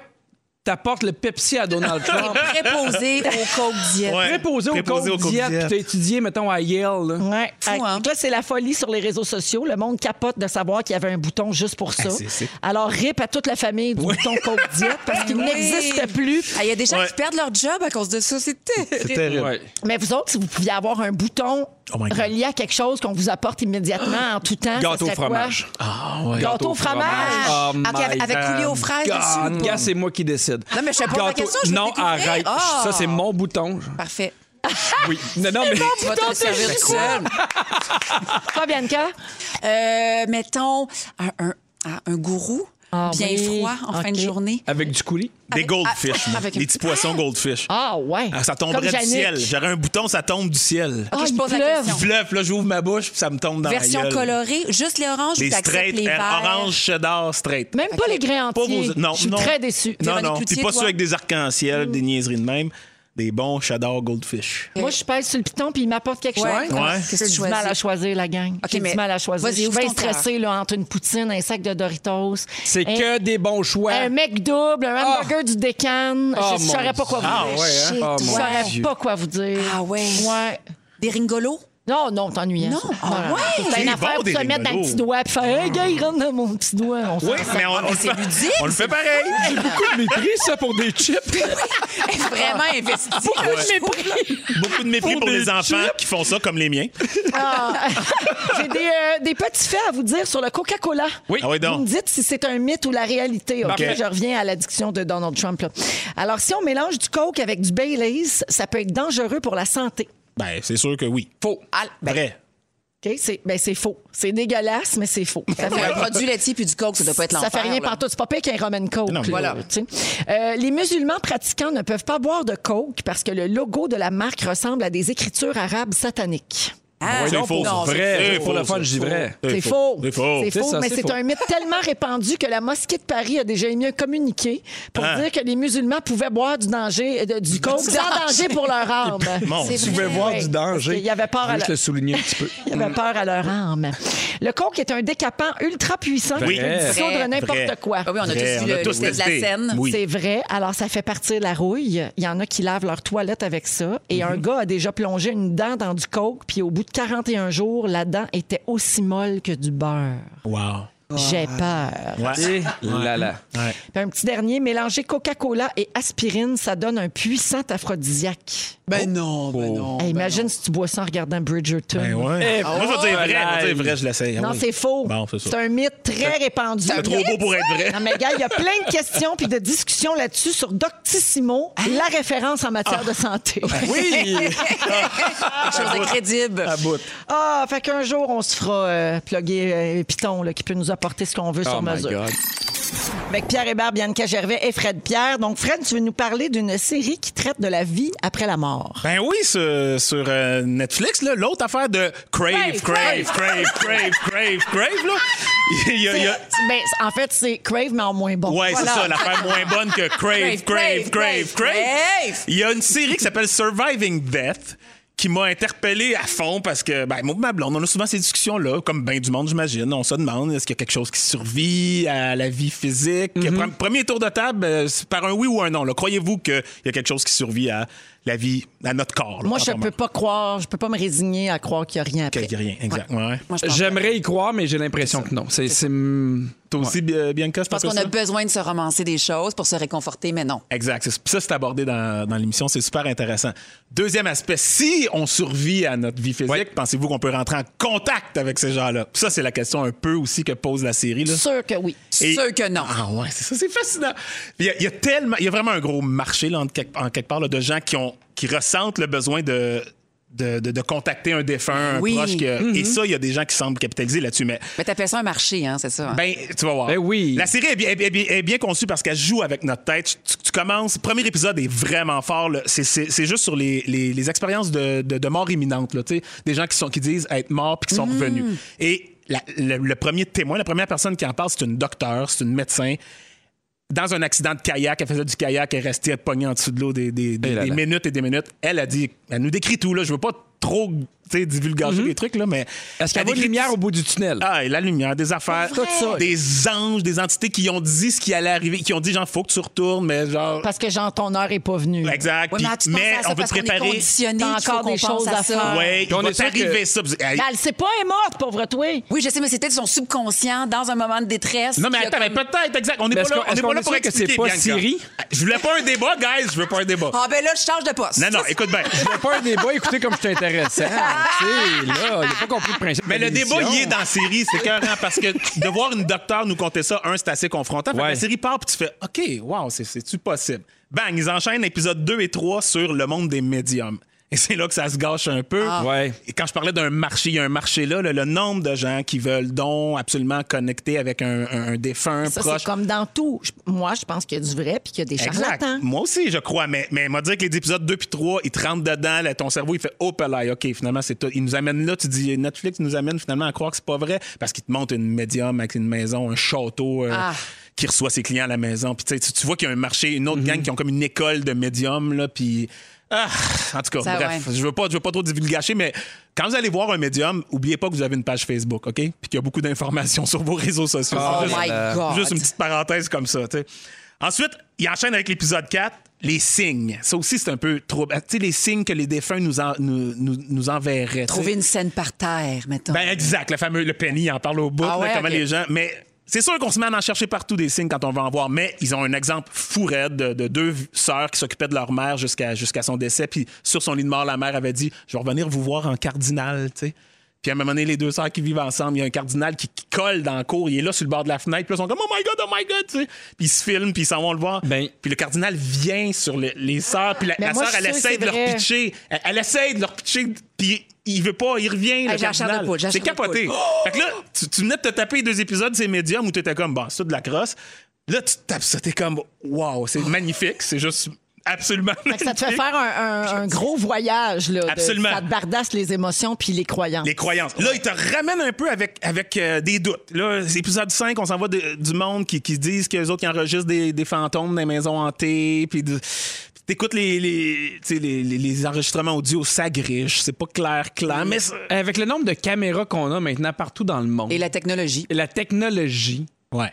Speaker 3: t'apportes le Pepsi à Donald Trump.
Speaker 4: *laughs* préposé au Coke diète.
Speaker 2: Ouais.
Speaker 3: Préposé au
Speaker 2: Préposé au
Speaker 3: code
Speaker 2: Code
Speaker 3: diète, puis
Speaker 2: diète.
Speaker 3: t'as étudié, mettons, à Yale. là.
Speaker 1: Ouais.
Speaker 4: Fou,
Speaker 1: Ah,
Speaker 4: hein?
Speaker 1: donc Là, c'est la folie sur les réseaux sociaux. Le monde capote de savoir qu'il y avait un bouton juste pour ça.
Speaker 2: Ah, c'est- c'est-
Speaker 1: Alors, rip à toute la famille du bouton Coke diète
Speaker 2: *laughs*
Speaker 1: parce qu'il
Speaker 4: Oui.
Speaker 1: n'existe plus.
Speaker 4: Ah, Il y a des gens
Speaker 2: Ouais.
Speaker 4: qui perdent leur job à cause de ça. C'est
Speaker 2: C'est
Speaker 4: terrible.
Speaker 2: terrible.
Speaker 3: Ouais.
Speaker 1: Mais vous autres, si vous pouviez avoir un bouton
Speaker 2: Oh my God.
Speaker 1: relié à quelque chose qu'on vous apporte immédiatement en tout temps, ça
Speaker 3: Gâteau au
Speaker 1: serait quoi?
Speaker 3: fromage. Ah, ouais.
Speaker 1: Gâteau au fromage.
Speaker 3: Oh
Speaker 4: Ah,
Speaker 3: my
Speaker 4: avec- avec coulis aux fraises
Speaker 3: God.
Speaker 4: dessus ou pas?
Speaker 3: Gars, c'est moi qui décide.
Speaker 4: Non, mais je te pose la question, je veux
Speaker 3: Non,
Speaker 4: découvrir.
Speaker 3: arrête.
Speaker 4: Ah.
Speaker 3: Ça, c'est mon bouton.
Speaker 4: Parfait.
Speaker 3: Oui. Non, non, mais.
Speaker 4: Tu vas te le servir tout seul.
Speaker 1: Toi, Bianca?
Speaker 4: Euh, mettons, un, un, ah, un gourou,
Speaker 1: Ah
Speaker 4: bien
Speaker 1: oui,
Speaker 4: froid en fin de
Speaker 1: ok.
Speaker 4: journée.
Speaker 3: Avec du coulis.
Speaker 2: Des
Speaker 4: Avec-
Speaker 2: goldfish,
Speaker 4: ah,
Speaker 2: moi.
Speaker 4: avec
Speaker 2: des
Speaker 4: une-
Speaker 2: petits poissons goldfish.
Speaker 1: Ah, ouais.
Speaker 2: Ah, ça
Speaker 1: Comme
Speaker 2: tomberait du
Speaker 1: Yannick.
Speaker 2: ciel. J'aurais un bouton, ça tombe du ciel.
Speaker 1: Ah,
Speaker 4: Ok, je
Speaker 1: il
Speaker 4: pose la
Speaker 1: pleuve.
Speaker 4: question.
Speaker 2: Fleuve, là, j'ouvre ma bouche, puis ça me tombe dans
Speaker 4: Version
Speaker 2: la gueule.
Speaker 4: colorée, juste les oranges
Speaker 2: Les
Speaker 4: ou t'acceptes
Speaker 2: straight,
Speaker 4: les
Speaker 2: euh,
Speaker 4: verts?
Speaker 2: orange cheddar straight.
Speaker 1: Même pas les grains
Speaker 2: Pas
Speaker 1: entiers.
Speaker 2: vos- Non,
Speaker 1: Je suis
Speaker 2: non.
Speaker 1: très déçue.
Speaker 2: Non,
Speaker 4: Véronique
Speaker 2: non.
Speaker 4: Cloutier,
Speaker 2: Puis pas
Speaker 4: toi?
Speaker 2: ceux avec des arcs-en-ciel, des niaiseries de même. Des bons cheddar goldfish.
Speaker 1: Moi, je pèse sur le piton puis il m'apporte quelque
Speaker 4: Ouais.
Speaker 1: chose.
Speaker 2: Ouais.
Speaker 4: Qu'est-ce
Speaker 1: J'ai
Speaker 4: que tu
Speaker 1: du
Speaker 4: choisis?
Speaker 1: mal à choisir, la gang.
Speaker 4: Ok,
Speaker 1: J'ai
Speaker 4: mais
Speaker 1: du mal à choisir.
Speaker 4: vas-y,
Speaker 1: Je suis
Speaker 4: ouvre
Speaker 1: bien
Speaker 4: ton cœur.
Speaker 1: stressée là, entre une poutine, un sac de Doritos.
Speaker 3: C'est
Speaker 1: un-
Speaker 3: que des bons choix.
Speaker 1: Un mec double, un
Speaker 3: Ah.
Speaker 1: hamburger du décan.
Speaker 3: Ah,
Speaker 1: je
Speaker 3: mon
Speaker 1: ne saurais pas quoi vous
Speaker 3: Ah,
Speaker 1: dire.
Speaker 3: ouais, hein?
Speaker 4: Shit,
Speaker 3: Ah,
Speaker 4: ouais.
Speaker 1: Je
Speaker 3: mon
Speaker 1: saurais
Speaker 3: Dieu.
Speaker 1: pas quoi vous dire.
Speaker 4: Ah ouais.
Speaker 1: Ouais.
Speaker 4: Des ringolos?
Speaker 1: Non, non, t'ennuyais.
Speaker 4: Non?
Speaker 1: ça.
Speaker 4: Ah
Speaker 1: Voilà.
Speaker 4: ouais?
Speaker 1: C'est une
Speaker 2: C'est
Speaker 1: affaire
Speaker 2: bon,
Speaker 1: pour
Speaker 2: des
Speaker 1: se mettre dans le
Speaker 2: rigolos.
Speaker 1: petit doigt puis faire Hey, gars, il rentre dans mon petit doigt.
Speaker 2: *laughs*
Speaker 1: On s'en
Speaker 2: Oui, mais on, on le
Speaker 4: c'est
Speaker 2: fait,
Speaker 4: ludique,
Speaker 2: on le fait pareil.
Speaker 3: Beaucoup de mépris, ça, pour des chips.
Speaker 4: Vraiment investi.
Speaker 2: Beaucoup de mépris
Speaker 3: Pour
Speaker 2: pour,
Speaker 3: des
Speaker 2: les enfants
Speaker 3: chips.
Speaker 2: qui font ça comme les miens.
Speaker 1: J'ai des, euh, des petits faits à vous dire sur le Coca-Cola.
Speaker 3: Oui.
Speaker 2: Ah oui, donc.
Speaker 1: Vous me dites si c'est un mythe ou la réalité. OK?
Speaker 2: Parfait.
Speaker 1: Je reviens à l'addiction de Donald Trump. là. Alors, si on mélange du Coke avec du Baileys, ça peut être dangereux pour la santé.
Speaker 2: Ben, c'est sûr que oui.
Speaker 3: Faux.
Speaker 4: Ah, Ben,
Speaker 2: Vrai.
Speaker 1: OK? C'est ben, c'est faux. C'est dégueulasse, mais c'est faux. Ça
Speaker 4: un produit laitier puis du coke, ça doit pas être l'enfer.
Speaker 1: Ça fait
Speaker 4: là.
Speaker 1: rien partout. C'est pas pire qu'un Roman Coke.
Speaker 2: Non,
Speaker 1: là,
Speaker 2: voilà.
Speaker 1: tu sais. Euh, les musulmans pratiquants ne peuvent pas boire de Coke parce que le logo de la marque ressemble à des écritures arabes sataniques.
Speaker 4: Ah,
Speaker 2: C'est
Speaker 4: non,
Speaker 2: faux,
Speaker 4: non,
Speaker 2: c'est
Speaker 4: c'est-
Speaker 2: vrai.
Speaker 3: Vrai.
Speaker 2: C'est
Speaker 3: Pour le
Speaker 2: faux,
Speaker 3: fun, je dis
Speaker 2: c'est
Speaker 3: vrai.
Speaker 1: C'est faux.
Speaker 2: C'est faux.
Speaker 1: C'est
Speaker 3: C'est
Speaker 1: faux,
Speaker 3: ça,
Speaker 1: mais
Speaker 3: c'est
Speaker 1: c'est
Speaker 3: faux.
Speaker 1: un mythe tellement répandu que la mosquée de Paris a déjà émis un communiqué pour
Speaker 2: Hein?
Speaker 1: dire que les musulmans pouvaient boire du danger, euh, du
Speaker 4: *laughs*
Speaker 1: coke sans danger pour leur âme.
Speaker 2: Mon
Speaker 4: C'est
Speaker 2: Dieu.
Speaker 4: vrai.
Speaker 3: Je vais voir
Speaker 1: Ouais,
Speaker 3: du
Speaker 1: parce
Speaker 3: danger.
Speaker 1: qu'il y avait peur
Speaker 3: Je
Speaker 1: à
Speaker 3: veux juste
Speaker 1: la-
Speaker 3: le souligner un petit peu.
Speaker 1: Ils avaient peur à leur âme. Le coke est un décapant ultra puissant
Speaker 2: Oui.
Speaker 1: qui peut dissoudre
Speaker 4: Vrai.
Speaker 2: Vrai.
Speaker 1: n'importe quoi.
Speaker 4: Ah oui, on a
Speaker 2: Vrai,
Speaker 4: tous
Speaker 2: on
Speaker 4: vu
Speaker 2: a
Speaker 4: le-
Speaker 2: tous
Speaker 4: l'idée de la
Speaker 2: testé.
Speaker 4: scène.
Speaker 2: Oui.
Speaker 1: C'est vrai. Alors, ça fait partir la rouille. Il y en a qui lavent leur toilette avec ça. Et
Speaker 2: Mhm.
Speaker 1: un gars a déjà plongé une dent dans du coke, puis au bout de 41 jours, la dent était aussi molle que du beurre.
Speaker 2: Wow.
Speaker 1: J'ai peur.
Speaker 2: Ouais.
Speaker 3: Et là, là.
Speaker 2: Ouais.
Speaker 1: Puis un petit dernier, mélanger Coca-Cola et aspirine, ça donne un puissant aphrodisiaque.
Speaker 4: Ben non, ben non.
Speaker 1: Hey, imagine si tu bois ça en regardant Bridgerton.
Speaker 2: Ben ouais.
Speaker 3: Eh,
Speaker 2: Moi, je vais dire vrai. Je vais dire vrai, je l'essaye. Ah
Speaker 1: Non,
Speaker 2: oui.
Speaker 1: c'est faux.
Speaker 2: Bon, c'est ça.
Speaker 1: c'est un mythe très répandu.
Speaker 2: C'est trop beau pour être vrai.
Speaker 1: Non, mais gars, il y a plein de questions puis de discussions là-dessus sur Doctissimo,
Speaker 2: Hein?
Speaker 1: la référence en matière
Speaker 2: Ah.
Speaker 1: de santé.
Speaker 3: Oui!
Speaker 4: Quelque chose de crédible.
Speaker 3: À bout.
Speaker 1: Ah, fait qu'un jour, on se fera euh, plugger euh, Python là, qui peut nous apporter ce qu'on veut
Speaker 3: Oh
Speaker 1: sur
Speaker 3: my
Speaker 1: mesure.
Speaker 3: God.
Speaker 1: Avec Pierre Hébert, Bianca Gervais et Fred Pierre. Donc, Fred, tu veux nous parler d'une série qui traite de la vie après la mort.
Speaker 2: Ben oui, sur, sur, euh, Netflix, là, l'autre affaire de Crave, Crave, Crave, Crave, Crave, Crave, là. Il y a- il y a-
Speaker 1: Ben, en fait, c'est Crave, mais en moins bon.
Speaker 2: Ouais, c'est ça, l'affaire moins bonne que Crave, Crave,
Speaker 4: Crave,
Speaker 2: Crave,
Speaker 4: Crave,
Speaker 2: Crave.
Speaker 4: Crave.
Speaker 2: Il y a une série qui s'appelle Surviving Death qui m'a interpellé à fond parce que, ben, moi, ma blonde, on a souvent ces discussions-là, comme ben du monde, j'imagine. On se demande, est-ce qu'il y a quelque chose qui survit à la vie physique? Pre- Premier tour de table, euh, c'est par un oui ou un non. là. Croyez-vous qu'il y a quelque chose qui survit à la vie à notre corps. là,
Speaker 1: Moi, je
Speaker 2: entièrement.
Speaker 1: peux pas croire, je peux pas me résigner à croire qu'il n'y a rien après.
Speaker 2: Qu'il y a rien, exact. Ouais. ouais.
Speaker 4: Moi, je pense
Speaker 3: J'aimerais y croire, mais j'ai l'impression que non. C'est. c'est-
Speaker 2: Toi aussi, bien Bianca, je
Speaker 4: Parce qu'on a besoin de se romancer des choses pour se réconforter, mais non.
Speaker 2: Exact. C'est- Ça, c'est abordé dans, dans l'émission. C'est super intéressant. Deuxième aspect, si on survit à notre vie physique,
Speaker 3: Ouais.
Speaker 2: pensez-vous qu'on peut rentrer en contact avec ces gens-là? Ça, c'est la question un peu aussi que pose la série. Là.
Speaker 1: Sûr que oui.
Speaker 2: Et-
Speaker 4: Sûr que non.
Speaker 2: Ah ouais, c'est ça, c'est fascinant. Il y, a, il y a tellement, il y a vraiment un gros marché là, en, quelque, en quelque part là, de gens qui ont, qui ressentent le besoin de. De, de- de contacter un défunt, un
Speaker 4: Oui. Mm-hmm.
Speaker 2: proche. qui a- Et ça, il y a des gens qui semblent capitaliser là-dessus. Mais
Speaker 4: Mais t'appelles ça un marché, hein, c'est ça? hein?
Speaker 2: ben, tu vas voir.
Speaker 3: Ben oui.
Speaker 2: La série est bien, est bien- est bien- est bien conçue parce qu'elle joue avec notre tête. Tu, tu commences, premier épisode est vraiment fort. là. C'est- C'est c'est juste sur les, les- les expériences de, de- de mort imminente. là, tu sais. des gens qui, sont, qui disent être morts puis qui sont revenus. Et la- le, le premier témoin, la première personne qui en parle, c'est une docteur, c'est une médecin. Dans un accident de kayak, elle faisait du kayak, elle restait pognée en dessous de l'eau des, des- des-
Speaker 3: Eh là
Speaker 2: des
Speaker 3: là.
Speaker 2: minutes et des minutes. Elle a dit, elle nous décrit tout. Là. Je veux pas trop tu sais, divulgager les trucs, là, mais.
Speaker 3: Est-ce qu'il y
Speaker 2: elle
Speaker 3: a une
Speaker 2: décrit-
Speaker 3: lumière au bout du tunnel?
Speaker 2: ah, et la lumière, des affaires,
Speaker 1: Pour vrai? Tout ça.
Speaker 2: des anges, des entités qui ont dit ce qui allait arriver, qui ont dit genre faut que tu retournes, mais genre
Speaker 1: Parce que genre ton heure est pas venue.
Speaker 2: exact.
Speaker 4: Ouais,
Speaker 2: puis-
Speaker 4: mais tu penses
Speaker 2: mais
Speaker 4: à ça
Speaker 2: on veut te
Speaker 4: parce qu'on est
Speaker 2: préparer.
Speaker 4: conditionné,
Speaker 1: T'as
Speaker 4: qu'il faut
Speaker 1: encore
Speaker 4: qu'on
Speaker 1: des
Speaker 4: pense
Speaker 1: choses à
Speaker 4: ça.
Speaker 1: faire.
Speaker 2: Ouais,
Speaker 3: Puis
Speaker 2: il
Speaker 3: on
Speaker 2: va
Speaker 3: est sûr
Speaker 2: t'arriver
Speaker 3: que-
Speaker 2: ça. puis- Hey,
Speaker 1: Ben, elle sait pas, elle est morte, pauvre toi.
Speaker 4: Oui, je sais, mais c'est peut-être son subconscient dans un moment de détresse.
Speaker 2: Non mais
Speaker 4: qui a
Speaker 2: attends, mais
Speaker 4: comme-
Speaker 2: peut-être exact. On n'est
Speaker 3: Mais
Speaker 2: pas
Speaker 3: est-ce
Speaker 2: là,
Speaker 3: qu'on-
Speaker 2: on
Speaker 3: est-ce
Speaker 2: n'est
Speaker 3: qu'on
Speaker 2: pas là
Speaker 3: est
Speaker 2: pour
Speaker 3: sûr que c'est
Speaker 2: expliquer.
Speaker 3: pas
Speaker 2: Bianca.
Speaker 3: Siri?
Speaker 2: Je voulais pas un débat, guys. Je veux pas un débat.
Speaker 4: Ah, ben là, je change de poste.
Speaker 2: Non non, écoute
Speaker 4: *laughs*
Speaker 2: bien.
Speaker 4: Ah,
Speaker 3: C'était pas un débat, écoutez comme je suis *laughs* intéressant. Tu sais, là, il a pas compris le principe.
Speaker 2: Mais
Speaker 3: de
Speaker 2: le débat,
Speaker 3: l'émission.
Speaker 2: il est dans la série, c'est écœurant, parce que de voir une docteur nous conter ça, un, c'est assez confrontant. Fait que
Speaker 3: Ouais.
Speaker 2: la série part, puis tu fais OK, wow, c'est- c'est-tu possible? Bang, ils enchaînent épisode 2 et 3 sur le monde des médiums. Et c'est là que ça se gâche un peu.
Speaker 1: Ah.
Speaker 3: Ouais.
Speaker 2: Et quand je parlais d'un marché, il y a un marché là, le, le nombre de gens qui veulent donc absolument connecter avec un, un- un défunt
Speaker 1: Ça,
Speaker 2: proche.
Speaker 1: c'est comme dans tout. Je- Moi, je pense qu'il y a du vrai puis qu'il y a des
Speaker 2: Exact.
Speaker 1: charlatans.
Speaker 2: Moi aussi, je crois. Mais, mais m'a dire que les épisodes 2 puis 3, ils te rentrent dedans. là, ton cerveau, il fait Oh, là, OK, finalement, c'est tout. Ils nous amènent là. Tu dis Netflix nous amène finalement à croire que c'est pas vrai parce qu'ils te montrent une médium avec une maison, un château euh,
Speaker 4: Ah.
Speaker 2: qui reçoit ses clients à la maison. Puis tu, sais, tu- tu vois qu'il y a un marché, une
Speaker 4: Mhm.
Speaker 2: autre gang qui ont comme une école de médiums. Là, puis. Ah, en tout cas,
Speaker 4: Ça,
Speaker 2: bref,
Speaker 4: ouais.
Speaker 2: je veux pas, je veux pas trop divulgacher, mais quand vous allez voir un médium, oubliez pas que vous avez une page Facebook, ok, puis qu'il y a beaucoup d'informations *laughs* sur vos réseaux sociaux.
Speaker 4: Oh
Speaker 2: Juste-
Speaker 4: my God.
Speaker 2: Juste une petite parenthèse comme ça. tu sais. Ensuite, il enchaîne avec l'épisode 4, les signes. Ça aussi, c'est un peu trop. Tu sais, les signes que les défunts nous, en- nous, nous, nous enverraient. tu sais.
Speaker 4: Trouver une scène par terre, mettons.
Speaker 2: Ben, exact, le fameux le penny, il en parle au bout,
Speaker 4: Ah
Speaker 2: là,
Speaker 4: ouais,
Speaker 2: comment
Speaker 4: ok.
Speaker 2: les gens. Mais c'est sûr qu'on se met à en chercher partout des signes quand on va en voir, mais ils ont un exemple fou raide de, de deux sœurs qui s'occupaient de leur mère jusqu'à jusqu'à son décès. Puis sur son lit de mort, la mère avait dit Je vais revenir vous voir en cardinal, tu sais. Puis à un moment donné, les deux sœurs qui vivent ensemble, il y a un cardinal qui, qui colle dans le cours, il est là sur le bord de la fenêtre, puis là, ils sont comme Oh my God, oh my God, tu sais. Puis ils se filment, puis ils s'en vont le voir.
Speaker 3: Ben-
Speaker 2: Puis le cardinal vient sur le- les sœurs, puis la,
Speaker 1: Mais
Speaker 2: la
Speaker 1: moi,
Speaker 2: sœur,
Speaker 1: je
Speaker 2: elle
Speaker 1: suis sûre que
Speaker 2: essaie
Speaker 1: c'est
Speaker 2: de leur
Speaker 1: vrai.
Speaker 2: pitcher. Elle, elle essaie de leur pitcher, puis il veut pas, il revient. le
Speaker 4: j'ai la chair de
Speaker 2: cardinal.
Speaker 4: poule, j'ai la
Speaker 2: C'est
Speaker 4: chair de
Speaker 2: capoté.
Speaker 1: Oh!
Speaker 2: Fait que là, tu, tu venais de te taper deux épisodes, c'est médium, où t'étais comme, bon, c'est ça de la crosse. Là, tu te tapes ça, t'es comme, wow, c'est magnifique, c'est juste absolument.
Speaker 1: Oh! Fait que ça te fait
Speaker 2: magnifique.
Speaker 1: faire un, un- un gros voyage. Là, de-
Speaker 2: Absolument.
Speaker 1: ça te bardasse les émotions puis les croyances.
Speaker 2: Les croyances. Là, il te ramène un peu avec, avec euh, des doutes. Là, c'est épisode 5, on s'en va de- du monde qui, qui disent qu'eux autres qui enregistrent des, des fantômes dans les maisons hantées. Puis de- puis t'écoutes les, les, tu sais, les, les- les enregistrements audio, ça griche. C'est pas clair, clair. Mais ça-
Speaker 3: Avec le nombre de caméras qu'on a maintenant partout dans le monde.
Speaker 4: Et la technologie.
Speaker 3: Et la technologie.
Speaker 2: Ouais.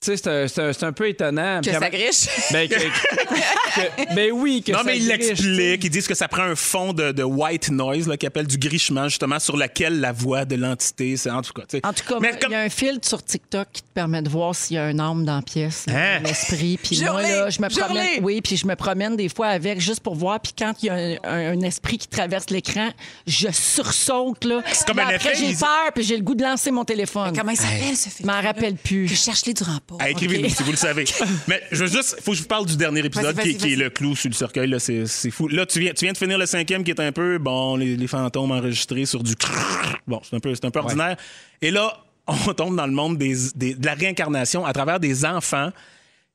Speaker 3: Tu sais, c'est un- c'est un, c'est un peu étonnant.
Speaker 4: Que
Speaker 3: Puis-
Speaker 2: *laughs*
Speaker 4: ça griche.
Speaker 3: Ben, que- que- que- ben oui, que
Speaker 2: Non,
Speaker 3: ça
Speaker 2: mais ils
Speaker 3: griche, tu sais.
Speaker 2: l'expliquent. Ils disent que ça prend un fond de, de white noise, là, qu'ils appellent du grichement, justement, sur lequel la voix de l'entité, c'est en tout cas. tu sais.
Speaker 1: En tout cas,
Speaker 2: Mais
Speaker 1: il
Speaker 2: comme-
Speaker 1: y a un filtre sur TikTok qui te permet de voir s'il y a un âme dans la pièce,
Speaker 2: Hein?
Speaker 1: un esprit.
Speaker 4: *laughs*
Speaker 1: Puis moi,
Speaker 4: Journée!
Speaker 1: là, je me promène,
Speaker 4: Journée!
Speaker 1: oui, puis je me promène des fois avec juste pour voir. Puis quand il y a un, un- un esprit qui traverse l'écran, je sursaute là.
Speaker 2: comme
Speaker 1: Puis
Speaker 2: un
Speaker 1: après,
Speaker 2: effet,
Speaker 1: j'ai
Speaker 2: ils-
Speaker 1: peur, puis j'ai le goût de lancer mon téléphone.
Speaker 4: Comment il s'appelle, ce film?
Speaker 1: Je m'en rappelle
Speaker 4: Je
Speaker 1: plus.
Speaker 4: cherche-les durant pas.
Speaker 2: Ah, Écrivez-nous si vous le savez. Mais je veux juste, faut que je vous parle du dernier épisode
Speaker 4: Vas-y,
Speaker 2: qui,
Speaker 4: vas-y,
Speaker 2: qui est
Speaker 4: vas-y.
Speaker 2: le clou sur le cercueil. Là, c'est, c'est fou. Là, tu viens, tu viens de finir le cinquième qui est un peu, bon, les, les fantômes enregistrés sur du. *laughs* crrrr. Bon, c'est un peu, c'est un peu ordinaire. Et là, on tombe dans le monde des- des- de la réincarnation à travers des enfants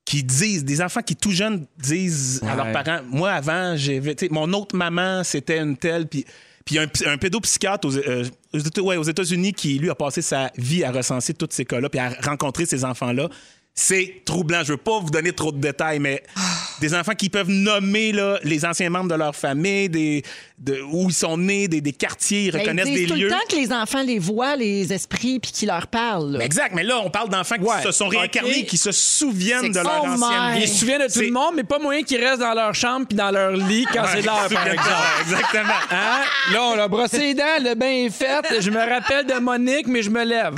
Speaker 2: qui disent, des enfants qui tout jeunes disent à leurs
Speaker 3: Ouais.
Speaker 2: parents, moi avant, j'avais, tu sais, mon autre maman, c'était une telle, puis puis il y a un, psy- un pédopsychiatre aux, euh, aux Éta- ouais, aux États-Unis qui, lui, a passé sa vie à recenser tous ces cas-là, puis à rencontrer ces enfants-là. C'est troublant. Je veux pas vous donner trop de détails, mais
Speaker 1: Ah.
Speaker 2: des enfants qui peuvent nommer là, les anciens membres de leur famille, des, de- où ils sont nés, des, des quartiers, ils
Speaker 1: Ben,
Speaker 2: reconnaissent
Speaker 1: ils disent
Speaker 2: des
Speaker 1: tout
Speaker 2: lieux.
Speaker 1: le temps que les enfants les voient, les esprits, puis qu'ils leur parlent. là.
Speaker 2: Mais Exact, mais là, on parle d'enfants qui
Speaker 3: Ouais.
Speaker 2: se sont réincarnés,
Speaker 3: Ok.
Speaker 2: qui se souviennent de
Speaker 1: C'est-
Speaker 2: leur
Speaker 1: Oh
Speaker 2: ancienne
Speaker 1: my.
Speaker 2: vie.
Speaker 3: Ils se souviennent de tout
Speaker 2: C'est-
Speaker 3: le monde, mais pas moyen qu'ils restent dans leur chambre puis dans leur lit quand c'est
Speaker 2: *laughs*
Speaker 3: l'heure, par
Speaker 2: Souviennent de
Speaker 3: exemple.
Speaker 2: leur- Exactement.
Speaker 3: Hein? Là, on a brossé les dents, le bain est fait. Je me rappelle de Monique, mais je me lève.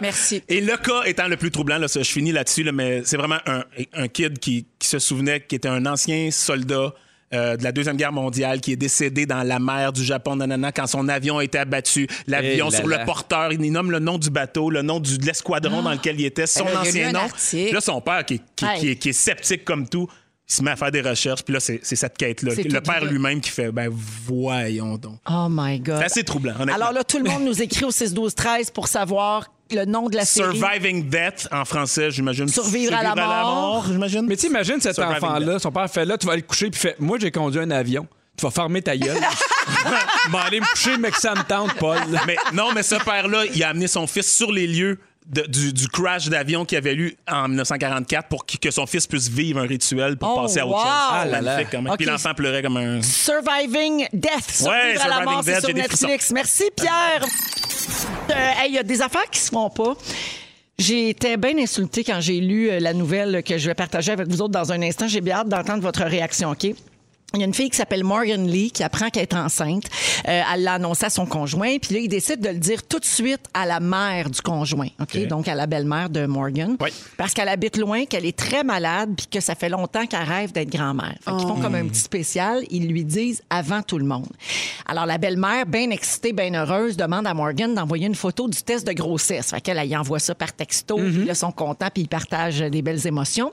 Speaker 4: Merci.
Speaker 2: Et le cas étant le plus troublant, là, ça, je finis là-dessus, là, mais c'est vraiment un, un kid qui, qui se souvenait qui était un ancien soldat euh, de la Deuxième Guerre mondiale, qui est décédé dans la mer du Japon, nanana, quand son avion a été abattu. L'avion
Speaker 3: Eh là
Speaker 2: sur
Speaker 3: là.
Speaker 2: le porteur, il nomme le nom du bateau, le nom du, de l'escadron dans lequel il était, son
Speaker 4: Eh là, il y a
Speaker 2: ancien
Speaker 4: lu un
Speaker 2: nom.
Speaker 4: article.
Speaker 2: Là, son père, qui, qui-
Speaker 1: Hey.
Speaker 2: qui est, qui est sceptique comme tout, il se met à faire des recherches, puis là, c'est c'est cette quête-là.
Speaker 1: C'est
Speaker 2: Le
Speaker 1: tout
Speaker 2: père
Speaker 1: vrai.
Speaker 2: lui-même qui fait, ben voyons donc.
Speaker 1: Oh my God.
Speaker 2: C'est assez troublant, honnêtement.
Speaker 1: Alors là, tout le monde nous écrit au 6-12-13 pour savoir le nom de la série.
Speaker 2: Surviving Death en français, j'imagine.
Speaker 1: Survivre à la mort,
Speaker 2: j'imagine.
Speaker 3: Mais tu imagines cet
Speaker 2: Surviving
Speaker 3: enfant-là, son père fait là, tu vas aller te coucher puis fait Moi, j'ai conduit un avion. Tu vas farmer ta gueule. Je vais aller me coucher, mais que ça me tente, Paul.
Speaker 2: mais non, mais ce père-là, il a amené son fils sur les lieux de- du, du crash d'avion qu'il avait lu en 1944 pour que, que son fils puisse vivre un rituel pour
Speaker 1: Oh,
Speaker 2: passer à autre
Speaker 1: wow!
Speaker 2: chose.
Speaker 1: Ah
Speaker 3: là là.
Speaker 2: Magnifique, quand même.
Speaker 1: Ok.
Speaker 2: Puis l'enfant pleurait comme un.
Speaker 1: Surviving Death. Survivre
Speaker 2: Ouais,
Speaker 1: à la
Speaker 2: Surviving
Speaker 1: mort, c'est
Speaker 2: Death,
Speaker 1: sur
Speaker 2: j'ai des frissons.
Speaker 1: Netflix. Merci, Pierre. Euh, hey, Il y a des affaires qui se font pas. J'ai été bien insultée quand j'ai lu euh, la nouvelle que je vais partager avec vous autres dans un instant. J'ai bien hâte d'entendre votre réaction, OK? Il y a une fille qui s'appelle Morgan Lee qui apprend qu'elle est enceinte. Euh, elle l'a annoncé à son conjoint, puis là, il décide de le dire tout de suite à la mère du conjoint, OK?
Speaker 2: OK.
Speaker 1: Donc, à la belle-mère de Morgan.
Speaker 2: Oui.
Speaker 1: Parce qu'elle habite loin, qu'elle est très malade, puis que ça fait longtemps qu'elle rêve d'être grand-mère. Fait qu'ils font comme un petit spécial, ils lui disent avant tout le monde. Alors, la belle-mère, bien excitée, bien heureuse, demande à Morgan d'envoyer une photo du test de grossesse. Fait qu'elle elle y envoie ça par texto, puis là, ils sont contents, puis ils partagent des belles émotions.